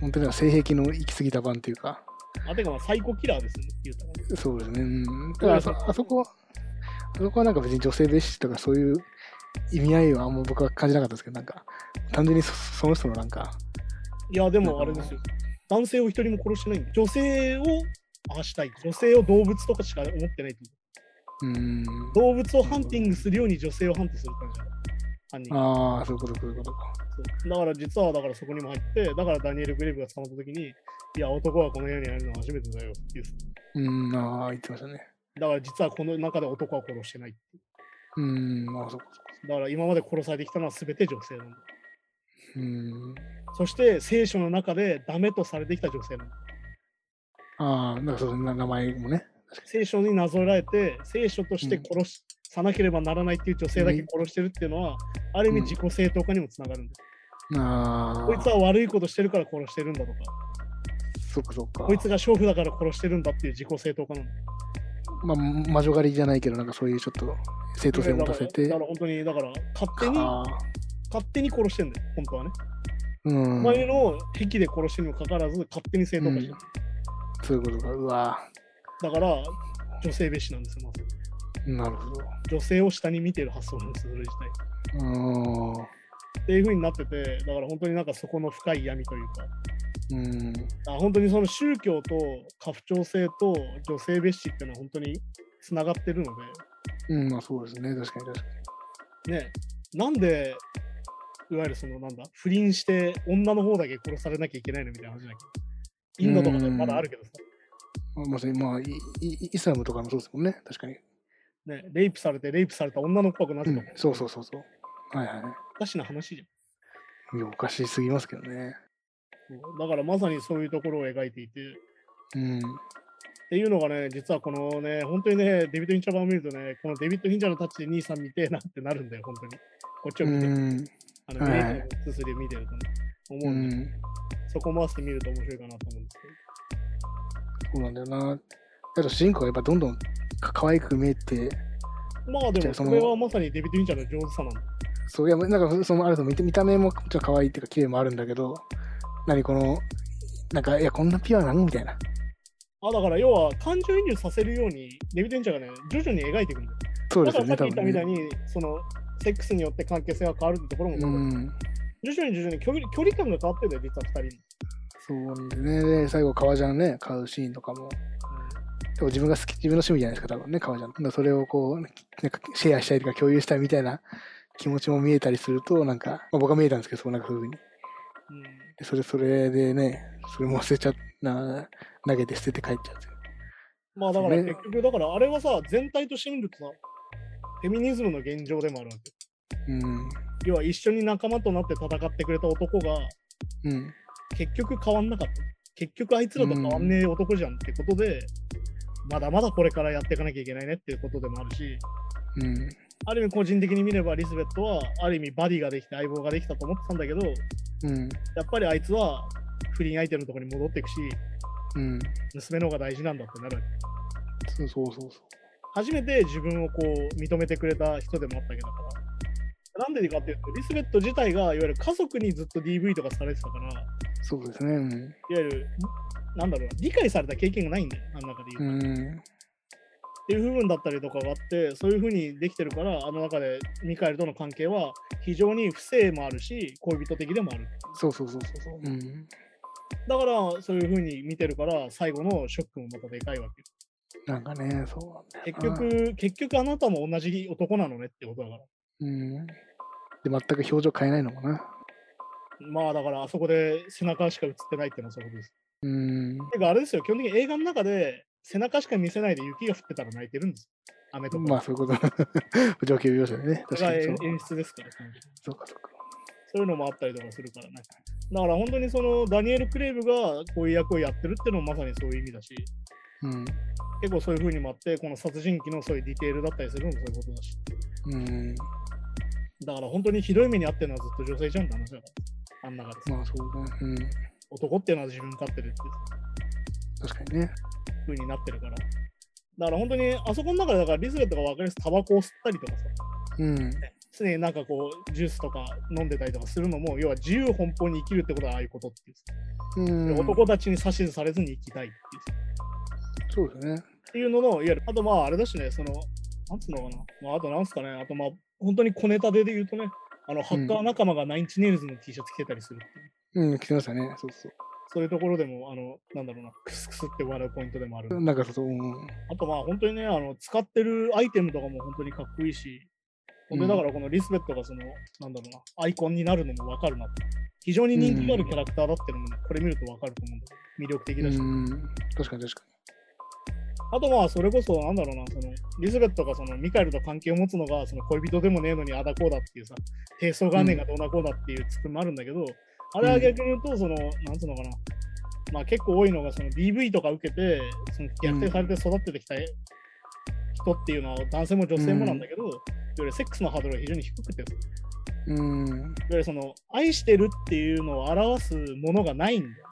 [SPEAKER 3] 本当には性癖の行き過ぎた版っていうか、
[SPEAKER 2] あ、てかまあサイコキラーですよね、言うたらね。
[SPEAKER 3] そうですね。うん、だからあそあそこは、あそこはなんか別に女性蔑視とかそういう意味合いはあんま僕は感じなかったですけど、なんか、単純にそその人のなんか、
[SPEAKER 2] いや、でもあれですよ。男性を一人も殺してないんで、女性をああしたい。女性を動物とかしか思ってないっていう。
[SPEAKER 3] うん、
[SPEAKER 2] 動物をハンティングするように女性をハントする感じだ犯人が
[SPEAKER 3] ああ、そういうこと、そういうことか。
[SPEAKER 2] そうだから実はだからそこにも入ってだからダニエル・グレイブが捕まった時にいや男はこの世にあるのは初めてだよっていう
[SPEAKER 3] うん、ああ、言ってましたね。
[SPEAKER 2] だから実はこの中で男は殺してないってい
[SPEAKER 3] うん、まあ、そうか。
[SPEAKER 2] うだから今まで殺されてきたのは全て女性なんだ
[SPEAKER 3] うん、
[SPEAKER 2] そして聖書の中でダメとされてきた女性なんだ
[SPEAKER 3] ああ、なんかそうな名前もね。
[SPEAKER 2] 聖書になぞらえて聖書として殺し、さなければならないっていう女性だけ殺してるっていうのは、ある意味自己正当化にもつながるんだ、
[SPEAKER 3] ああ、
[SPEAKER 2] こいつは悪いことしてるから殺してるんだとか
[SPEAKER 3] そっかそっか。
[SPEAKER 2] こいつが娼婦だから殺してるんだっていう自己正当化なんだ
[SPEAKER 3] まあ、魔女狩りじゃないけど、なんかそういうちょっと正当性を持たせて。
[SPEAKER 2] だから本当に、だから勝手に、
[SPEAKER 3] ああ
[SPEAKER 2] 勝手に殺してんだよ、本当はね。
[SPEAKER 3] うん。
[SPEAKER 2] 前の壁で殺してるにもかかわらず、勝手に正当化してる。
[SPEAKER 3] そういうことか。うわ
[SPEAKER 2] だから、女性蔑視なんですよ、まず。
[SPEAKER 3] なるほど。
[SPEAKER 2] 女性を下に見てる発想なんですよ、それ自体。
[SPEAKER 3] うーん
[SPEAKER 2] っていう風になってて、だから本当になんかそこの深い闇というか、
[SPEAKER 3] うん。
[SPEAKER 2] あ本当にその宗教と家父長性と女性蔑視っていうのは本当につながってるの
[SPEAKER 3] うん、まあそうですね。確かに確か
[SPEAKER 2] で、ね、なんで、いわゆるそのなんだ、不倫して女の方だけ殺されなきゃいけないのみたいな話だけど、インドとかでもまだあるけどさ、
[SPEAKER 3] に。まあ、そうまあ、いいイスラムとかもそうですもんね。確かに。
[SPEAKER 2] ね、レイプされて、レイプされた女の子がな
[SPEAKER 3] う
[SPEAKER 2] ぜか
[SPEAKER 3] ん、そうそうそうそう。はいは
[SPEAKER 2] おかしな話じゃん。
[SPEAKER 3] い。いや、おかしすぎますけどね。
[SPEAKER 2] そうだからまさにそういうところを描いていて、っ
[SPEAKER 3] うん。
[SPEAKER 2] ていうのがね、実はこのね、本当にね、デビッド・フィンチャー版を見るとね、このデビッド・フィンチャーのタッチで兄さん見てえなってなるんだよ、本当に。こっちを見て、
[SPEAKER 3] うん。
[SPEAKER 2] あの、
[SPEAKER 3] はいはい
[SPEAKER 2] レイプの2で見てるとね、思
[SPEAKER 3] う
[SPEAKER 2] うんで、
[SPEAKER 3] ん。
[SPEAKER 2] そこ回して見ると面白いかなと思うんですけど。
[SPEAKER 3] そうなんだよな。あと主人公がやっぱどんどんか可愛く見えて、
[SPEAKER 2] まあで
[SPEAKER 3] じ
[SPEAKER 2] も
[SPEAKER 3] ゃあそ
[SPEAKER 2] そ
[SPEAKER 3] の
[SPEAKER 2] れはまさにデビッド・リンチャーの上手さなんだ。
[SPEAKER 3] そういやなんかそのあると見た見た目もちょっと可愛いっていうか綺麗もあるんだけど、何この、なんか、いや、こんなピュアなのみたいな。
[SPEAKER 2] あだから要は感情移入させるようにデビッド・リンチャーがね徐々に描いていくんだよ。
[SPEAKER 3] そうで
[SPEAKER 2] だか
[SPEAKER 3] すよ
[SPEAKER 2] らさ
[SPEAKER 3] ね、
[SPEAKER 2] っき
[SPEAKER 3] 多
[SPEAKER 2] 言った
[SPEAKER 3] 分
[SPEAKER 2] みたい
[SPEAKER 3] ね。
[SPEAKER 2] に、そのセックスによって関係性が変わるってところも、
[SPEAKER 3] うん。
[SPEAKER 2] 徐々に徐々に距離距離感が変わってんだよ、実は2人の。
[SPEAKER 3] そうなんでね。で、最後、革ジャンね、買うシーンとかも。でも自分が好き、自分の趣味じゃないですか、多分ね、革ジャン。だからそれをこう、なんかシェアしたいとか共有したいみたいな気持ちも見えたりすると、なんか、まあ、僕は見えたんですけど、そうなんかそういうふうに。
[SPEAKER 2] うんうん
[SPEAKER 3] でそれ、それでね、それも忘れちゃな、投げて捨てて帰っちゃって。
[SPEAKER 2] まあだから
[SPEAKER 3] それ
[SPEAKER 2] 結局、だからあれはさ、全体として見るとさ、フェミニズムの現状でもあるわけ。
[SPEAKER 3] うん。
[SPEAKER 2] 要は一緒に仲間となって戦ってくれた男が
[SPEAKER 3] うん。
[SPEAKER 2] 結局変わんなかった。結局あいつらと変わんねえ男じゃんってことで、まだまだこれからやっていかなきゃいけないねっていうことでもあるし、
[SPEAKER 3] うん。
[SPEAKER 2] ある意味個人的に見ればリスベットはある意味バディができて相棒ができたと思ってたんだけど、
[SPEAKER 3] うん。
[SPEAKER 2] やっぱりあいつは不倫相手のところに戻っていくし、
[SPEAKER 3] うん。
[SPEAKER 2] 娘の方が大事なんだってなる。
[SPEAKER 3] そうそうそうそ
[SPEAKER 2] 初めて自分をこう認めてくれた人でもあったわけだから。なんでかっていうと、リスベット自体がいわゆる家族にずっと DV とかされてたから、いわ
[SPEAKER 3] う。そうですね。うん。
[SPEAKER 2] ゆる、なんだろうな、理解された経験がないんだよ、あの中で言うと。
[SPEAKER 3] うん。
[SPEAKER 2] っていう部分だったりとかがあってそういうふうにできてるからあの中でミカエルとの関係は非常に不正もあるし恋人的でもある
[SPEAKER 3] そうそうそうそうそう。うん。
[SPEAKER 2] だからそういうふうに見てるから最後のショックもまたでかいわけ
[SPEAKER 3] なんかね、そうなんだよ
[SPEAKER 2] 結
[SPEAKER 3] な。
[SPEAKER 2] 局結局あなたも同じ男なのねってことだから
[SPEAKER 3] うん。で、全く表情変えないのもな。
[SPEAKER 2] まあだからあそこで背中しか映ってないっていうのはそういうことです
[SPEAKER 3] うん。
[SPEAKER 2] てかあれですよ基本的に映画の中で背中しか見せないで雪が降ってたら泣いてるんですよ雨とか、
[SPEAKER 3] まあ、そういうこと。 [laughs] 状況描写でね。
[SPEAKER 2] そ
[SPEAKER 3] 確か
[SPEAKER 2] れ
[SPEAKER 3] にそう
[SPEAKER 2] が。演出ですから
[SPEAKER 3] そうか、そうか。
[SPEAKER 2] そういうのもあったりとかするからね。だから本当にそのダニエル・クレイブがこういう役をやってるっていうのもまさにそういう意味だし、
[SPEAKER 3] うん。
[SPEAKER 2] 結構そういう風にもあって、この殺人鬼のそういうディテールだったりするのもそういうことだし、
[SPEAKER 3] うん。
[SPEAKER 2] だから本当にひどい目に遭ってるのはずっと女性じゃんって話だから、あんな中でさ
[SPEAKER 3] まあ、そうだね。うん。
[SPEAKER 2] 男っていうのは自分勝手でって
[SPEAKER 3] 確かにね。
[SPEAKER 2] 風になってるから。だから本当にあそこの中でだからリズベットが分かりやすくタバコを吸ったりとかさ、
[SPEAKER 3] うん。
[SPEAKER 2] 常になんかこうジュースとか飲んでたりとかするのも、要は自由奔放に生きるってことはああいうことっていうさ、
[SPEAKER 3] うん。
[SPEAKER 2] 男たちに指図されずに生きたいっていうさ。
[SPEAKER 3] そうですね。
[SPEAKER 2] っていうのの、いわゆる、あとまあ、あれだしね、その、なんつうのかな、まあ、あとなんすかね、あとまあ、本当に小ネタでで言うとね、あの、ハッカー仲間がナインチネイルズの T シャツ着てたりするっていう、
[SPEAKER 3] うん、来てましたね。そうそ
[SPEAKER 2] そういうところでも、あの、なんだろうな、クスクスって笑うポイントでもある。
[SPEAKER 3] う。なんかそうそう。うん。
[SPEAKER 2] あとまあ、本当にね、あの、使ってるアイテムとかも本当にかっこいいし、ほんで、だからこのリスベットがその、なんだろうな、アイコンになるのもわかるなって。非常に人気があるキャラクターだってのもね、これ見るとわかると思うんだよ。魅力的
[SPEAKER 3] う
[SPEAKER 2] だし。
[SPEAKER 3] ん。確かに確か
[SPEAKER 2] あとまあそれこそなんだろうな、そのリズベットがそのミカエルと関係を持つのがその恋人でもねえのにあだこうだっていうさ、低層元年がどうだこうだっていうツッコミもあるんだけど、あれは逆に言うと、その、なんつうのかな、まあ結構多いのがその DV とか受けて、その逆転されて育っててきた人っていうのは男性も女性もなんだけど、いわゆるセックスのハードルが非常に低くて、いわ
[SPEAKER 3] に。うん。
[SPEAKER 2] ゆるその愛してるっていうのを表すものがないんだよ。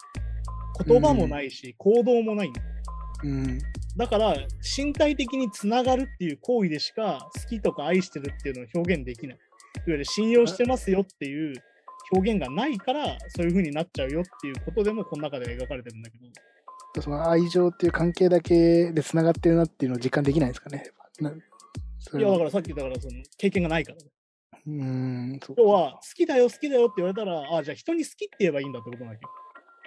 [SPEAKER 2] 言葉もないし、行動もないんだよ
[SPEAKER 3] うん。
[SPEAKER 2] だから身体的につながるっていう行為でしか好きとか愛してるっていうのを表現できない。いわゆる信用してますよっていう表現がないからそういう風になっちゃうよっていうことでもこの中で描かれてるんだけど。
[SPEAKER 3] その愛情っていう関係だけで繋がってるなっていうのを実感できないですかね。なそ
[SPEAKER 2] い
[SPEAKER 3] れ
[SPEAKER 2] やだからさっきだからその経験がないから。
[SPEAKER 3] うん。そう
[SPEAKER 2] 要は好きだよ好きだよって言われたらああじゃあ人に好きって言えばいいんだってことなわけ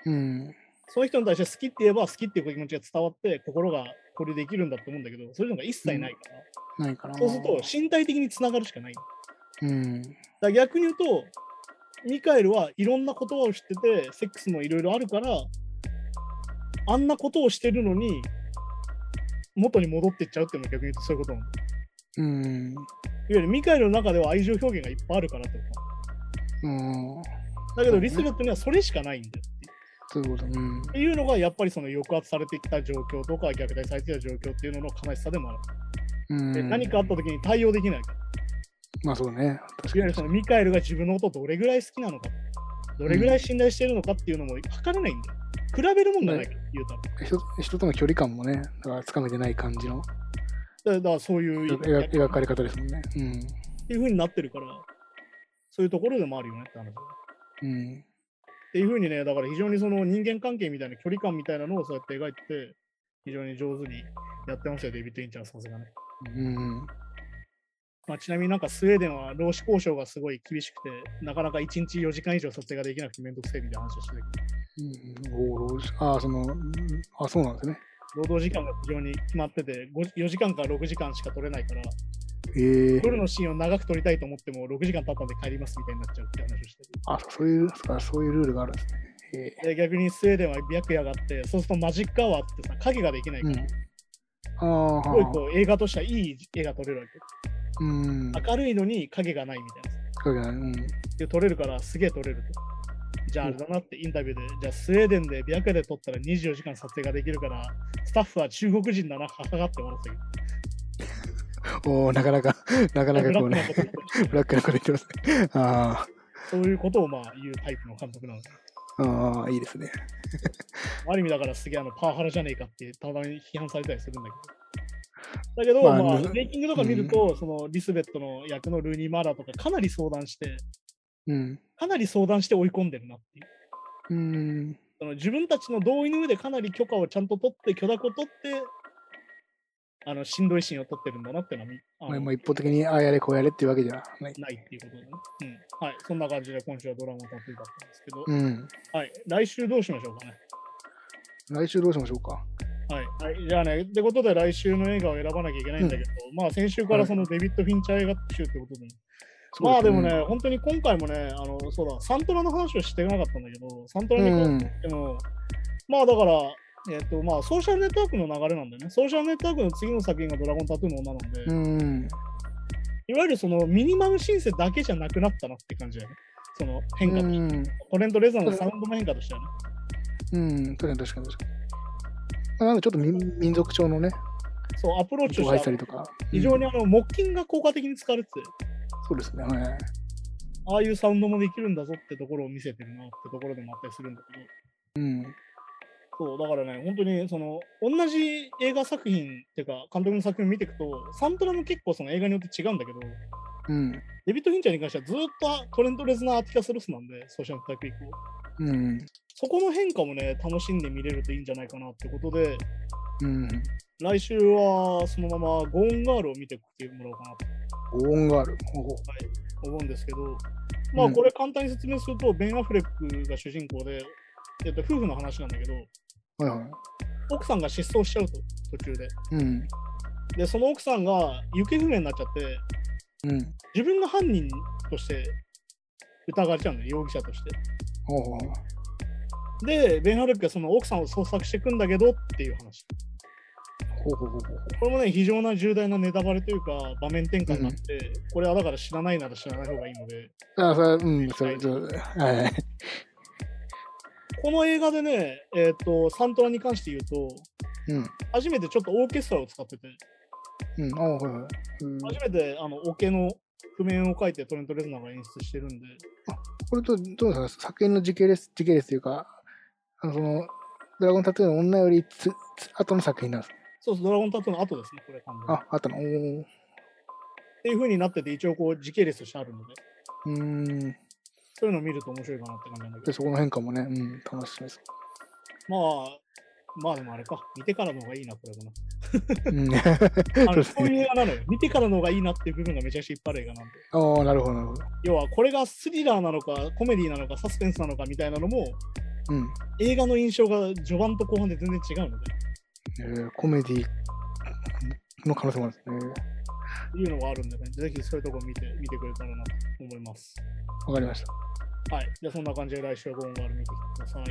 [SPEAKER 2] よ。
[SPEAKER 3] うん。
[SPEAKER 2] その人に対して好きって言えば好きっていう気持ちが伝わって心がこれできるんだと思うんだけどそういうのが一切ないから、
[SPEAKER 3] ないかな。
[SPEAKER 2] そうすると身体的につながるしかない。
[SPEAKER 3] うん。
[SPEAKER 2] だから逆に言うと、ミカエルはいろんな言葉を知ってて、セックスもいろいろあるから、あんなことをしてるのに、元に戻ってっちゃうっていうのは逆に言うとそういうことなんだ。
[SPEAKER 3] うん。
[SPEAKER 2] いわゆるミカエルの中では愛情表現がいっぱいあるからってこと
[SPEAKER 3] うん。
[SPEAKER 2] だけどリスベットにはそれしかないんだよっていう
[SPEAKER 3] そういうこと。うん。
[SPEAKER 2] っていうのがやっぱりその抑圧されてきた状況とか虐待されてきた状況っていうのの悲しさでもある。
[SPEAKER 3] うん
[SPEAKER 2] で何かあった時に対応できないから。
[SPEAKER 3] まあそうね。
[SPEAKER 2] い
[SPEAKER 3] 確
[SPEAKER 2] わ
[SPEAKER 3] か
[SPEAKER 2] ゆ
[SPEAKER 3] に
[SPEAKER 2] るそのミカエルが自分のことをどれぐらい好きなのか、どれぐらい信頼してるのかっていうのも測れないんだよ。比べるもんじゃないから、言うたら。
[SPEAKER 3] 人人との距離感もね、だからつかめてない感じの
[SPEAKER 2] だだからそういう、
[SPEAKER 3] 描
[SPEAKER 2] っ
[SPEAKER 3] 描かれ方ですもんね。
[SPEAKER 2] ていう風になってるから、そういうところでもあるよねって話。っ
[SPEAKER 3] うん。うん。
[SPEAKER 2] ていう風にね、だから非常にその人間関係みたいな距離感みたいなのをそうやって描いてて、非常に上手にやってましたよ、デイビッド・インチャー、さすがね。
[SPEAKER 3] うん。
[SPEAKER 2] まあ、ちなみになんかスウェーデンは労使交渉がすごい厳しくて、なかなか1日4時間以上撮影ができなくてめんどくせえみたいな話をしてたけど、
[SPEAKER 3] うん、おーローズああ、その、うんあそうなんですね。
[SPEAKER 2] 労働時間が非常に決まってて、4時間から6時間しか撮れないから、
[SPEAKER 3] ええ
[SPEAKER 2] 夜のシーンを長く撮りたいと思っても6時間経ったんで帰りますみたいになっちゃうって話をしてる。
[SPEAKER 3] あ、そういう、そっかそういうルールがあるんですね。え
[SPEAKER 2] で逆にスウェーデンは白夜があって、そうするとマジックアワーってさ、影ができない
[SPEAKER 3] え
[SPEAKER 2] から、
[SPEAKER 3] うん。あ
[SPEAKER 2] す
[SPEAKER 3] あ
[SPEAKER 2] ごいこう映画としてはいい絵が撮れるわけ。
[SPEAKER 3] うん。
[SPEAKER 2] 明るいのに影がないみたいなさ。
[SPEAKER 3] そうじゃない。うん。
[SPEAKER 2] で、撮れるからすげえ撮れると。じゃああれだなってインタビューで、じゃあスウェーデンで白夜で撮ったら24時間撮影ができるから、スタッフは中国人だな、はははって笑ってたけど
[SPEAKER 3] おおなかな [laughs] か、なかなかこう
[SPEAKER 2] ブラックなこと、言
[SPEAKER 3] ね
[SPEAKER 2] ってる
[SPEAKER 3] [laughs] ブラックなこと言ってますね。あ
[SPEAKER 2] そういうことをまあ言うタイプの監督なので。
[SPEAKER 3] あ、ああ、いいですね。
[SPEAKER 2] ある意味だからすげえあのパワハラじゃねえかってたまに批判されたりするんだけど。だけど、
[SPEAKER 3] ま
[SPEAKER 2] ま
[SPEAKER 3] あ
[SPEAKER 2] あ、
[SPEAKER 3] ね
[SPEAKER 2] メイキングとか見ると、そのリスベットの役のルーニー・マーラーとかかなり相談して、
[SPEAKER 3] うん。
[SPEAKER 2] かなり相談して追い込んでるなっていう。
[SPEAKER 3] うん。
[SPEAKER 2] その自分たちの同意の上でかなり許可をちゃんと取って、許諾を取って、あのしんどいシーンを取ってるんだなってのはみあ
[SPEAKER 3] まあ、
[SPEAKER 2] の
[SPEAKER 3] まあ一方的に、ああやれこうやれっていうわけじゃない。
[SPEAKER 2] ないっていうことだね。うん。はい。そんな感じで今週はドラマをたっぷりだったんですけど、
[SPEAKER 3] うん。
[SPEAKER 2] はい。来週どうしましょうかね。
[SPEAKER 3] 来週どうしましょうか。
[SPEAKER 2] はい、はい、じゃあね、ってことで来週の映画を選ばなきゃいけないんだけど、まあ先週からそのデビッド・フィンチャー映画集ってことで、まあでもね、本当に今回もね、あのそうだ、サントラの話をしてなかったんだけど、サント
[SPEAKER 3] そ
[SPEAKER 2] ラ
[SPEAKER 3] うで
[SPEAKER 2] に
[SPEAKER 3] す
[SPEAKER 2] 関
[SPEAKER 3] ね、うん。
[SPEAKER 2] しても、まあだから、えっ、とまあソーシャルネットワークの流れなんだよね。ソーシャルネットワークの次の作品がドラゴンタトゥーの女なんで、
[SPEAKER 3] うん。
[SPEAKER 2] いわゆるそのミニマムシンセだけじゃなくなったなって感じだよね。その変化として、
[SPEAKER 3] うん
[SPEAKER 2] トレント・レザーのサウンドの変化としてはね。
[SPEAKER 3] うん、確かに確かに確かに。まあなんかちょっと民民族調のね、
[SPEAKER 2] そう、アプローチと
[SPEAKER 3] 誤配し
[SPEAKER 2] して
[SPEAKER 3] たり
[SPEAKER 2] は
[SPEAKER 3] とか。
[SPEAKER 2] 非常に
[SPEAKER 3] うん
[SPEAKER 2] あの木琴が効果的に使われてて。
[SPEAKER 3] そうですね、はい。
[SPEAKER 2] ああいうサウンドもできるんだぞってところを見せてるなってところでもあったりするんだけど、
[SPEAKER 3] うん。
[SPEAKER 2] そう、だからね、本当にその、同じ映画作品っていうか、監督の作品見ていくと、サントラも結構その映画によって違うんだけど、
[SPEAKER 3] うん。
[SPEAKER 2] デビッド・フィンチャーに関してはずっとトレント・レズナー・アティカス・ロスなんで、ソーシャルネットワーク以降。
[SPEAKER 3] うん。
[SPEAKER 2] そこの変化もね、楽しんで見れるといいんじゃないかなってことで、
[SPEAKER 3] うん。
[SPEAKER 2] 来週はそのままゴーン・ガールを見てってもらおうかなと
[SPEAKER 3] ゴーンガール。ほうほ
[SPEAKER 2] 思うんですけど、まあ
[SPEAKER 3] うん
[SPEAKER 2] これ簡単に説明すると、ベン・アフレックが主人公で、えっと、夫婦の話なんだけど、
[SPEAKER 3] うはいはい。
[SPEAKER 2] 奥さんが失踪しちゃうと途中で
[SPEAKER 3] うん。
[SPEAKER 2] でその奥さんが行方不明になっちゃって
[SPEAKER 3] うん。
[SPEAKER 2] 自分が犯人として疑われちゃうんだよ容疑者として
[SPEAKER 3] ほうほう。
[SPEAKER 2] でベン・ハレックがその奥さんを捜索していくんだけどっていう話
[SPEAKER 3] ほうほうほうほう。
[SPEAKER 2] これもね非常な重大なネタバレというか場面転換になって、これはだから知らないなら知らない方がいいので
[SPEAKER 3] あ、それ、うん、それ、そうはいはい。
[SPEAKER 2] この映画でねえっ、とサントラに関して言うと
[SPEAKER 3] うん。
[SPEAKER 2] 初めてちょっとオーケストラを使ってて
[SPEAKER 3] うん。あ、はいはい。うん
[SPEAKER 2] 初めてあのオケの譜面を書いてトレント・レズナーが演出してるんで
[SPEAKER 3] これと、どうですか作品の時系列、時系列というか、あの、その、ドラゴンタトゥーの女よりつ、つ、後の作品なんです。
[SPEAKER 2] そうそうドラゴンタトゥーの後ですねこれ完全に
[SPEAKER 3] あ、あったの。おー
[SPEAKER 2] っていう風になってて、一応こう時系列としてあるので、
[SPEAKER 3] うーん。
[SPEAKER 2] そういうのを見ると面白いかなって感じなんだけ
[SPEAKER 3] で、
[SPEAKER 2] ど、
[SPEAKER 3] そこの変化もね、うん、楽しみです。
[SPEAKER 2] まあ、まあでもあれか、見てからの方がいいな、これもな。
[SPEAKER 3] う
[SPEAKER 2] [laughs]
[SPEAKER 3] ん。
[SPEAKER 2] あ
[SPEAKER 3] そうで
[SPEAKER 2] の
[SPEAKER 3] す
[SPEAKER 2] そういう映画なのよ。見てからの方がいいなっていう部分がめちゃくちゃいっぱいある映画なんで、
[SPEAKER 3] ああ、なるほど、なるほど。
[SPEAKER 2] 要はこれがスリラーなのか、コメディなのか、サスペンスなのかみたいなのも、
[SPEAKER 3] うん。
[SPEAKER 2] 映画の印象が序盤と後半で全然違うので、
[SPEAKER 3] えーコメディの可能性もあるんですね。
[SPEAKER 2] いうのがあるんでね、ぜひそういうとこ見て見てくれたらなと思います。
[SPEAKER 3] わかりました。
[SPEAKER 2] はい。じゃあそんな感じで来週はゴーンガール見てください。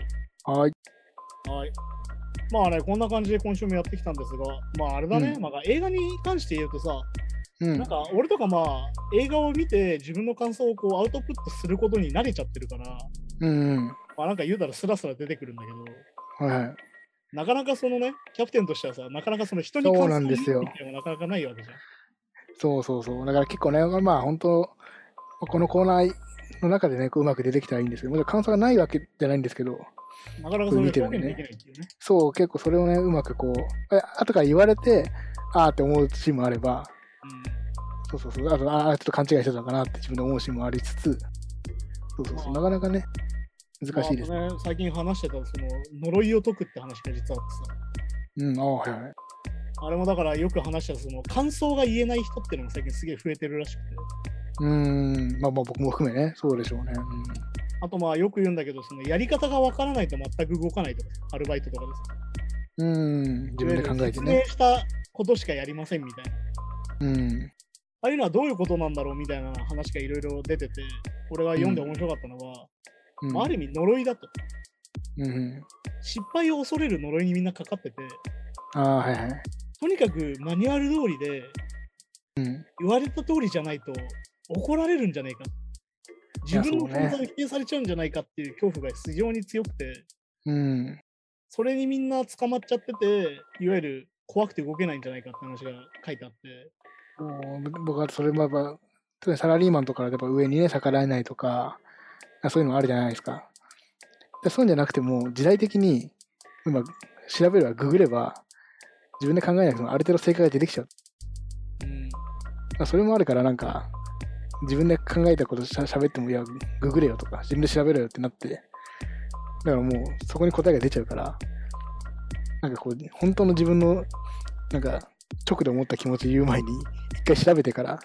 [SPEAKER 3] はーい。
[SPEAKER 2] はい。まあね、こんな感じで今週もやってきたんですが、まああれだね、
[SPEAKER 3] うん
[SPEAKER 2] なんか映画に関して言うとさ、
[SPEAKER 3] うん。
[SPEAKER 2] なんか俺とかまあ映画を見て自分の感想をこうアウトプットすることに慣れちゃってるから、
[SPEAKER 3] うん、うん。
[SPEAKER 2] まあなんか言うたらスラスラ出てくるんだけど、
[SPEAKER 3] はいはい。
[SPEAKER 2] なかなかそのね、キャプテンとしてはさ、なかなかその人に
[SPEAKER 3] そ
[SPEAKER 2] 感
[SPEAKER 3] うな
[SPEAKER 2] 想を
[SPEAKER 3] ん
[SPEAKER 2] 言う
[SPEAKER 3] で
[SPEAKER 2] っ
[SPEAKER 3] す
[SPEAKER 2] てい
[SPEAKER 3] よ
[SPEAKER 2] うのもなかなかないわけじゃん。
[SPEAKER 3] そうそうそう。だから結構ね、まあ本当、このコーナーの中でね、こううまく出てきたらいいんですけど、もちろん感想がないわけじゃないんですけど、
[SPEAKER 2] なかなかそれ
[SPEAKER 3] 見て
[SPEAKER 2] 表
[SPEAKER 3] る
[SPEAKER 2] 現で
[SPEAKER 3] ね
[SPEAKER 2] きないっていうね。
[SPEAKER 3] そう、結構それをね、うまくこう、あ後から言われて、あーって思うシーンもあれば、そうそうそう、あと、あーちょっと勘違いしてたのかなって自分で思うシーンもありつつ、そうそうそう、なかなかね、難しいですね。
[SPEAKER 2] まああとね。最近話してた、その、呪いを解くって話が実はあってさ。
[SPEAKER 3] うん、ああ、はいはい。
[SPEAKER 2] あれもだからよく話したその感想が言えない人っていうのも最近すげえ増えてるらしくて。
[SPEAKER 3] うーん、まあまあ僕も含めね、そうでしょうね。うん
[SPEAKER 2] あとまあよく言うんだけど、そのやり方がわからないと全く動かないとか、アルバイトとかです。
[SPEAKER 3] うん、自分で考えて
[SPEAKER 2] いわゆ
[SPEAKER 3] ね
[SPEAKER 2] る。説明したことしかやりませんみたいな。
[SPEAKER 3] うん。
[SPEAKER 2] ああいうのはどういうことなんだろうみたいな話がいろいろ出てて、俺が読んで面白かったのは、
[SPEAKER 3] うん
[SPEAKER 2] まあ、ある意味呪いだと。
[SPEAKER 3] うん。
[SPEAKER 2] 失敗を恐れる呪いにみんなかかってて、
[SPEAKER 3] ああ、はいはい。
[SPEAKER 2] とにかくマニュアル通りで
[SPEAKER 3] うん。
[SPEAKER 2] 言われた通りじゃないと怒られるんじゃないか。
[SPEAKER 3] いや
[SPEAKER 2] 自分の
[SPEAKER 3] そうね
[SPEAKER 2] 存在を否定されちゃうんじゃないかっていう恐怖が非常に強くて、
[SPEAKER 3] うん。
[SPEAKER 2] それにみんな捕まっちゃってて、いわゆる怖くて動けないんじゃないかって話が書いてあって、
[SPEAKER 3] もう僕はそれもやっぱ、特にサラリーマンとかだとやっぱ上にね、逆らえないとか、そういうのもあるじゃないですか。でそういうんじゃなくても、時代的に、今、調べれば、ググれば、自分で考えなくてもある程度正解が出てきちゃう。
[SPEAKER 2] うん、
[SPEAKER 3] まあそれもあるから、なんか、自分で考えたことしゃ喋っても、いや、ググれよとか、自分で調べろよってなって、だからもう、そこに答えが出ちゃうから、なんかこう、本当の自分の、なんか、直で思った気持ち言う前に、一回調べてから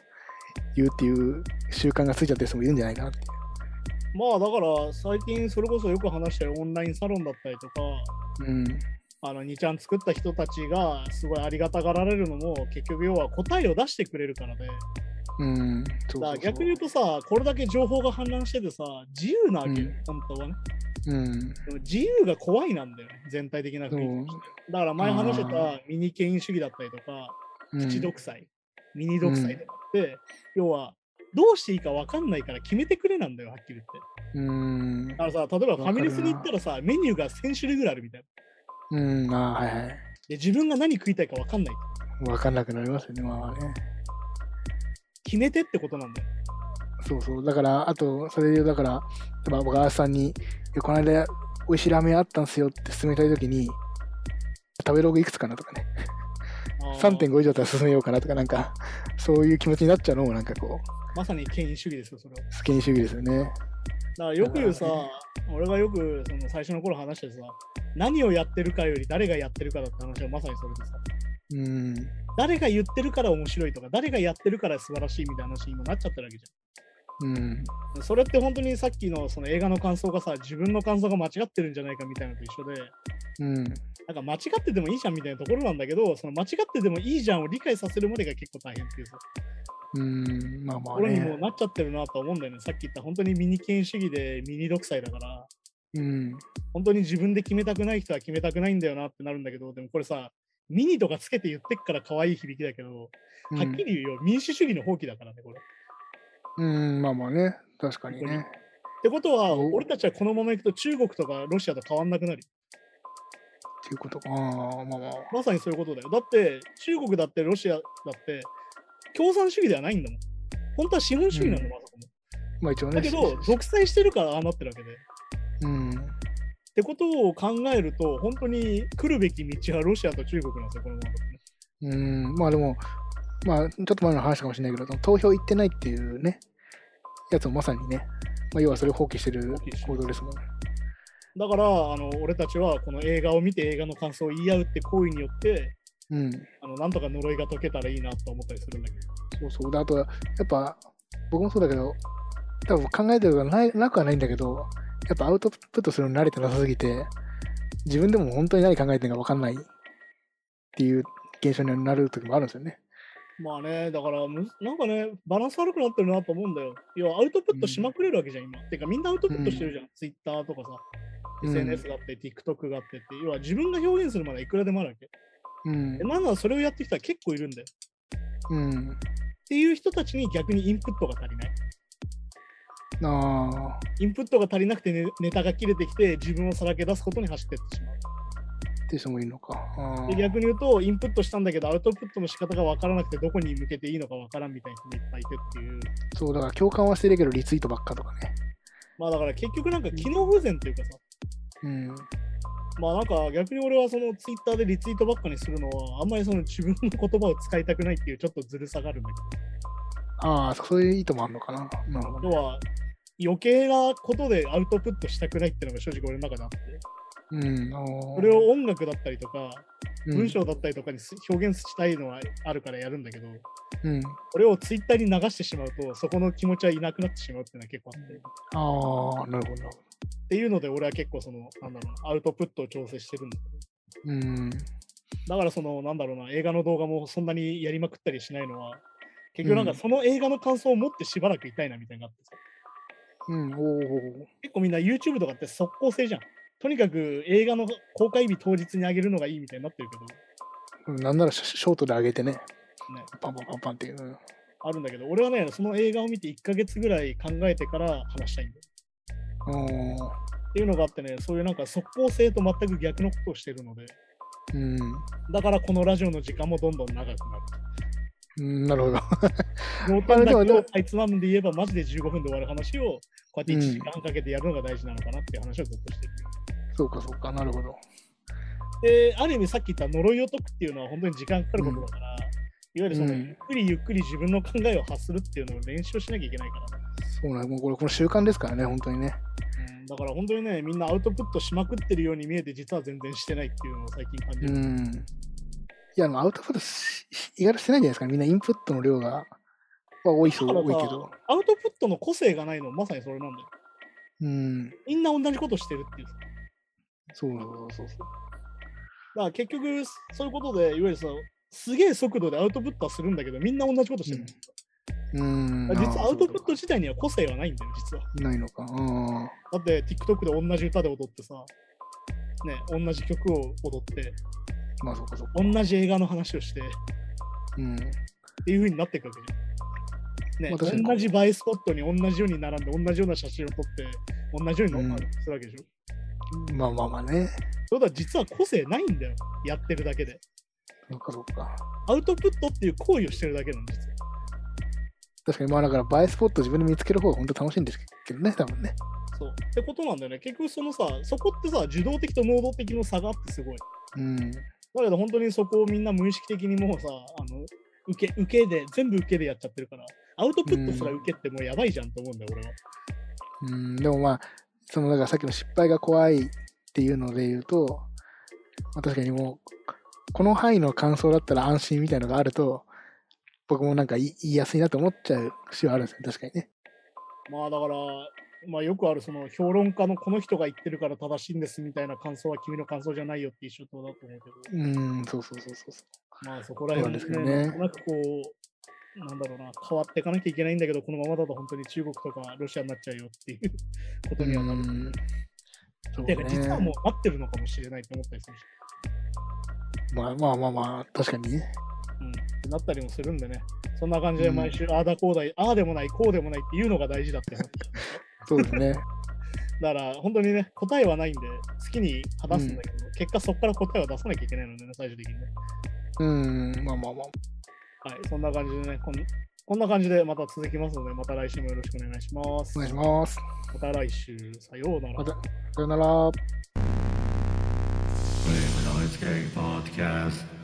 [SPEAKER 3] 言うっていう習慣がついちゃってる人もいるんじゃないかなって。
[SPEAKER 2] まあだから最近それこそよく話したよオンラインサロンだったりとか、
[SPEAKER 3] うん。
[SPEAKER 2] あの2ちゃん作った人たちがすごいありがたがられるのも結局要は答えを出してくれるからで、
[SPEAKER 3] うん。そうそうそう
[SPEAKER 2] だから逆に言うとさ、これだけ情報が氾濫しててさ、自由なわけよ、
[SPEAKER 3] うん
[SPEAKER 2] 本当はね。
[SPEAKER 3] うん。
[SPEAKER 2] でも自由が怖いなんだよね、全体的な
[SPEAKER 3] そ
[SPEAKER 2] 雰囲
[SPEAKER 3] う
[SPEAKER 2] 気。だから前話して
[SPEAKER 3] あ
[SPEAKER 2] たミニ権威主義だったりとか、
[SPEAKER 3] う
[SPEAKER 2] 口
[SPEAKER 3] ん。
[SPEAKER 2] 独裁、ミニ独裁とかって、要はどうしていいか分かんないから決めてくれなんだよ、はっきり言って。
[SPEAKER 3] うん
[SPEAKER 2] だ。からさ、例えばファミレスに行ったらさ、メニューが1000種類ぐらいあるみたいな。
[SPEAKER 3] うん。まあ、はいはい。
[SPEAKER 2] で、自分が何食いたいか分かんない。
[SPEAKER 3] わかんなくなりますよね、まあまあね。
[SPEAKER 2] 決めてってことなんだよ。
[SPEAKER 3] そうそう。だから、あと、それで、だから、まあ、僕、アースさんに、いやこの間、美味しいラーメンあったんすよって勧めたいときに、食べログいくつかなとかね、
[SPEAKER 2] あー
[SPEAKER 3] 3.5以上だったら勧めようかなとか、なんか、そういう気持ちになっちゃうのも、なんかこう、
[SPEAKER 2] まさに権威主義ですよ、それは。
[SPEAKER 3] スケン主義ですよね。
[SPEAKER 2] だからよく言うさ
[SPEAKER 3] だからね、
[SPEAKER 2] 俺がよくその最初の頃話してさ、何をやってるかより誰がやってるかだって話はまさにそれでさ、
[SPEAKER 3] うん。
[SPEAKER 2] 誰が言ってるから面白いとか、誰がやってるから素晴らしいみたいな話に今なっちゃってるわけじ
[SPEAKER 3] うん。
[SPEAKER 2] ゃん。それって本当にさっきのその映画の感想がさ、自分の感想が間違ってるんじゃないかみたいなのと一緒で、
[SPEAKER 3] う
[SPEAKER 2] な
[SPEAKER 3] ん。
[SPEAKER 2] んか間違っててもいいじゃんみたいなところなんだけど、その間違っててもいいじゃんを理解させるまでが結構大変っていうさ、
[SPEAKER 3] うん。まあ
[SPEAKER 2] と
[SPEAKER 3] まあ
[SPEAKER 2] ころにもう
[SPEAKER 3] ね。
[SPEAKER 2] なっちゃってるなとは思うんだよね。さっき言った本当にミニ権威主義でミニ独裁だから、
[SPEAKER 3] うん。
[SPEAKER 2] 本当に自分で決めたくない人は決めたくないんだよなってなるんだけど、でもこれさ、ミニとかつけて言ってっから可愛い響きだけど、
[SPEAKER 3] うん
[SPEAKER 2] はっきり言うよ、民主主義の放棄だからね、これ。っ
[SPEAKER 3] うん。まあまあね。確かにね。
[SPEAKER 2] てことは、
[SPEAKER 3] お
[SPEAKER 2] 俺たちはこのままいくと中国とかロシアと変わんなくなる。
[SPEAKER 3] っていうことか。ああ、まあまあ。
[SPEAKER 2] まさにそういうことだよ。だって、中国だってロシアだって、共産主義ではないんだもん。本当は資本主義なんだ、
[SPEAKER 3] うん
[SPEAKER 2] まさかも。
[SPEAKER 3] まあ一応ね。
[SPEAKER 2] だけど、独裁してるからああなってるわけで。っ
[SPEAKER 3] うん。
[SPEAKER 2] てことを考えると、本当に来るべき道はロシアと中国なんですよ、このままだとね。
[SPEAKER 3] うん、まあでも、まあ、ちょっと前の話かもしれないけど、その投票行ってないっていうね、やつもまさにね、まあ、要はそれを放棄してる
[SPEAKER 2] 棄してる
[SPEAKER 3] 行動ですもん。
[SPEAKER 2] だからあの俺たちはこの映画を見て映画の感想を言い合うって行為によって
[SPEAKER 3] うん、
[SPEAKER 2] あのなんとか呪いが解けたらいいなと思ったりするんだけど。
[SPEAKER 3] そうそう。であとは、やっぱ、僕もそうだけど、多分考えてることがないなくはないんだけど、やっぱアウトプットするのに慣れてなさすぎて、自分でも本当に何考えてるか分かんないっていう現象になる時もあるんですよね。
[SPEAKER 2] まあね、だからむなんかね、バランス悪くなってるなと思うんだよ。要はアウトプットしまくれるわけじゃん、今。てかみんなアウトプットしてるじゃん。Twitter とかさ、
[SPEAKER 3] うん
[SPEAKER 2] SNS があって、TikTok があってって。要は自分が表現するまでいくらでもあるわけ。
[SPEAKER 3] うん
[SPEAKER 2] で、。なんならそれをやってきたら結構いるんだよ。
[SPEAKER 3] うん。
[SPEAKER 2] っていう人たちに逆にインプットが足りない。
[SPEAKER 3] ああ。
[SPEAKER 2] インプットが足りなくてネネタが切れてきて自分をさらけ出すことに走ってってしまう。
[SPEAKER 3] っていう人もいるのか。あ
[SPEAKER 2] で
[SPEAKER 3] ー
[SPEAKER 2] 逆に言うと、インプットしたんだけど、アウトプットの仕方が分からなくて、どこに向けていいのか分からんみたいな人もいっぱいいてっていう。
[SPEAKER 3] そう、だから共感はしてるけど、リツイートばっかとかね。
[SPEAKER 2] まあだから結局なんか機能不全というかさ、
[SPEAKER 3] ううん。
[SPEAKER 2] まあなんか逆に俺はそのツイッターでリツイートばっかにするのはあんまりその自分の言葉を使いたくないっていうちょっとずるさがあるんだけ
[SPEAKER 3] ああ、そういう意図もあるのかな。なるほ
[SPEAKER 2] ど。
[SPEAKER 3] ど
[SPEAKER 2] 要は余計なことでアウトプットしたくないっていうのが正直俺の中であって
[SPEAKER 3] うん。あの
[SPEAKER 2] それを音楽だったりとか
[SPEAKER 3] うん
[SPEAKER 2] 文章だったりとかにす表現したいのはあるからやるんだけど
[SPEAKER 3] うん。
[SPEAKER 2] これをツイッターに流してしまうとそこの気持ちはいなくなってしまうっていうのは結構あってっ
[SPEAKER 3] ああ、なるほど。
[SPEAKER 2] ていうので俺は結構そのなんだろうなアウトプットを調整してるんだけど
[SPEAKER 3] うん。
[SPEAKER 2] だからそのなんだろうな映画の動画もそんなにやりまくったりしないのは結局なんか
[SPEAKER 3] うん
[SPEAKER 2] その映画の感想を持ってしばらくいたいなみたいになってさ、
[SPEAKER 3] うん。おお。
[SPEAKER 2] 結構みんな YouTube とかって即効性じゃんとにかく映画の公開日当日に上げるのがいいみたいになってるけど、
[SPEAKER 3] なんならショショートで上げてね、
[SPEAKER 2] ね、
[SPEAKER 3] パンパンパンパンっていう。うん
[SPEAKER 2] あるんだけど俺はねその映画を見て1ヶ月ぐらい考えてから話したいんだよ
[SPEAKER 3] おー
[SPEAKER 2] っていうのがあってねそういうなんか即効性と全く逆のことをしてるので
[SPEAKER 3] うん。
[SPEAKER 2] だからこのラジオの時間もどんどん長くなる
[SPEAKER 3] うんなるほど。 [laughs]
[SPEAKER 2] ノータンだ
[SPEAKER 3] まあ
[SPEAKER 2] け
[SPEAKER 3] でも
[SPEAKER 2] をあいつまんで言えばマジで15分で終わる話をこうやって1
[SPEAKER 3] うん
[SPEAKER 2] 時間かけてやるのが大事なのかなっていう話をずっとしてる。
[SPEAKER 3] そうかそうか、なるほど。
[SPEAKER 2] で、ある意味さっき言った呪いを解くっていうのは本当に時間かかることだから、いわゆるその、
[SPEAKER 3] うん
[SPEAKER 2] ゆっくりゆっくり自分の考えを発するっていうのを練習しなきゃいけないからね。
[SPEAKER 3] そうなんもうこれこの習慣ですからね、本当にね。
[SPEAKER 2] うんだから本当にね、みんなアウトプットしまくってるように見えて、実は全然してないっていうのを最近感じ
[SPEAKER 3] う
[SPEAKER 2] る。
[SPEAKER 3] ん。いや、でもアウトプットしし意外としてないんじゃないですか。みんなインプットの量がは多い人
[SPEAKER 2] だから
[SPEAKER 3] 多い
[SPEAKER 2] さ
[SPEAKER 3] けど。
[SPEAKER 2] アウトプットの個性がないのまさにそれなんだよ。
[SPEAKER 3] うん。
[SPEAKER 2] みんな同じことしてるっていうさ。
[SPEAKER 3] そうそうそうそう。
[SPEAKER 2] だから結局、そういうことで、いわゆるさ、すげえ速度でアウトプットはするんだけど、みんな同じことしてる。
[SPEAKER 3] うん。うん
[SPEAKER 2] 実はアウトプット
[SPEAKER 3] あーそう
[SPEAKER 2] 自体には個性はないんだよ、実は。
[SPEAKER 3] かないのか。あ
[SPEAKER 2] だって TikTok で同じ歌で踊ってさ、ね、同じ曲を踊って、
[SPEAKER 3] あ、まあそうかそうか。
[SPEAKER 2] 同じ映画の話をしてっ
[SPEAKER 3] うん。
[SPEAKER 2] ていう風になっていくわけじゃん。
[SPEAKER 3] まあ確か
[SPEAKER 2] ね、
[SPEAKER 3] に
[SPEAKER 2] 同じ映えスポットに同じように並んで、同じような写真を撮って、同じように乗っかるするわけでしょ。
[SPEAKER 3] まあまあまあね。
[SPEAKER 2] そうだ、実は個性ないんだよ、やってるだけで。
[SPEAKER 3] そうかそうか。
[SPEAKER 2] アウトプットっていう行為をしてるだけなんですよ。
[SPEAKER 3] 確かにまあだから映えスポット自分で見つける方が本当楽しいんですけどね、多分ね。
[SPEAKER 2] そう。ってことなんだよね。結局そのさ、そこってさ、受動的と能動的の差があってすごい。
[SPEAKER 3] うん。
[SPEAKER 2] だけど本当にそこをみんな無意識的にもうさ、あの受け受けで、全部受けでやっちゃってるから、アウトプットすら受けってもうやばいじゃんと思うんだよ、俺は。
[SPEAKER 3] うん、でもまあ、そのだからさっきの失敗が怖いっていうので言うと、まあ、確かにもう、この範囲の感想だったら安心みたいのがあると、僕もなんか言い言いやすいなと思っちゃう節はあるんですよ、確かにね。
[SPEAKER 2] まあだから、まあ、よくあるその評論家のこの人が言ってるから正しいんですみたいな感想は君の感想じゃないよって一緒とだと思うけど、
[SPEAKER 3] うん、そうそうそうそうそ
[SPEAKER 2] まあそこら辺
[SPEAKER 3] そうなんですよ
[SPEAKER 2] な
[SPEAKER 3] ね
[SPEAKER 2] んとなくこう、なんだろうな、変わっていかなきゃいけないんだけど、このままだと本当に中国とかロシアになっちゃうよっていうこと
[SPEAKER 3] う。
[SPEAKER 2] にはなる。
[SPEAKER 3] んそう
[SPEAKER 2] て
[SPEAKER 3] ね
[SPEAKER 2] か実はもう合ってるのかもしれないと思ったりするし、
[SPEAKER 3] まあまあまあまあ、確かにね。
[SPEAKER 2] うん、ってなったりもするんでね、そんな感じで毎週、ああだこうだい、ああでもない、こうでもないっていうのが大事だ [laughs] って話。
[SPEAKER 3] そうで
[SPEAKER 2] [laughs]
[SPEAKER 3] すね。
[SPEAKER 2] だから本当にね、答えはないんで、好きに話すんだけど、結果そこから答えを出さなきゃいけないのでね、最終的にね。
[SPEAKER 3] うん、まあまあまあ。
[SPEAKER 2] はい、そんな感じでね、こんこんな感じでまた続きますので、また来週もよろしくお願いします。
[SPEAKER 3] お願いします。
[SPEAKER 2] また来週、さようなら
[SPEAKER 3] ま。た、さよなら。
[SPEAKER 1] Wave Noise Gang Podcast.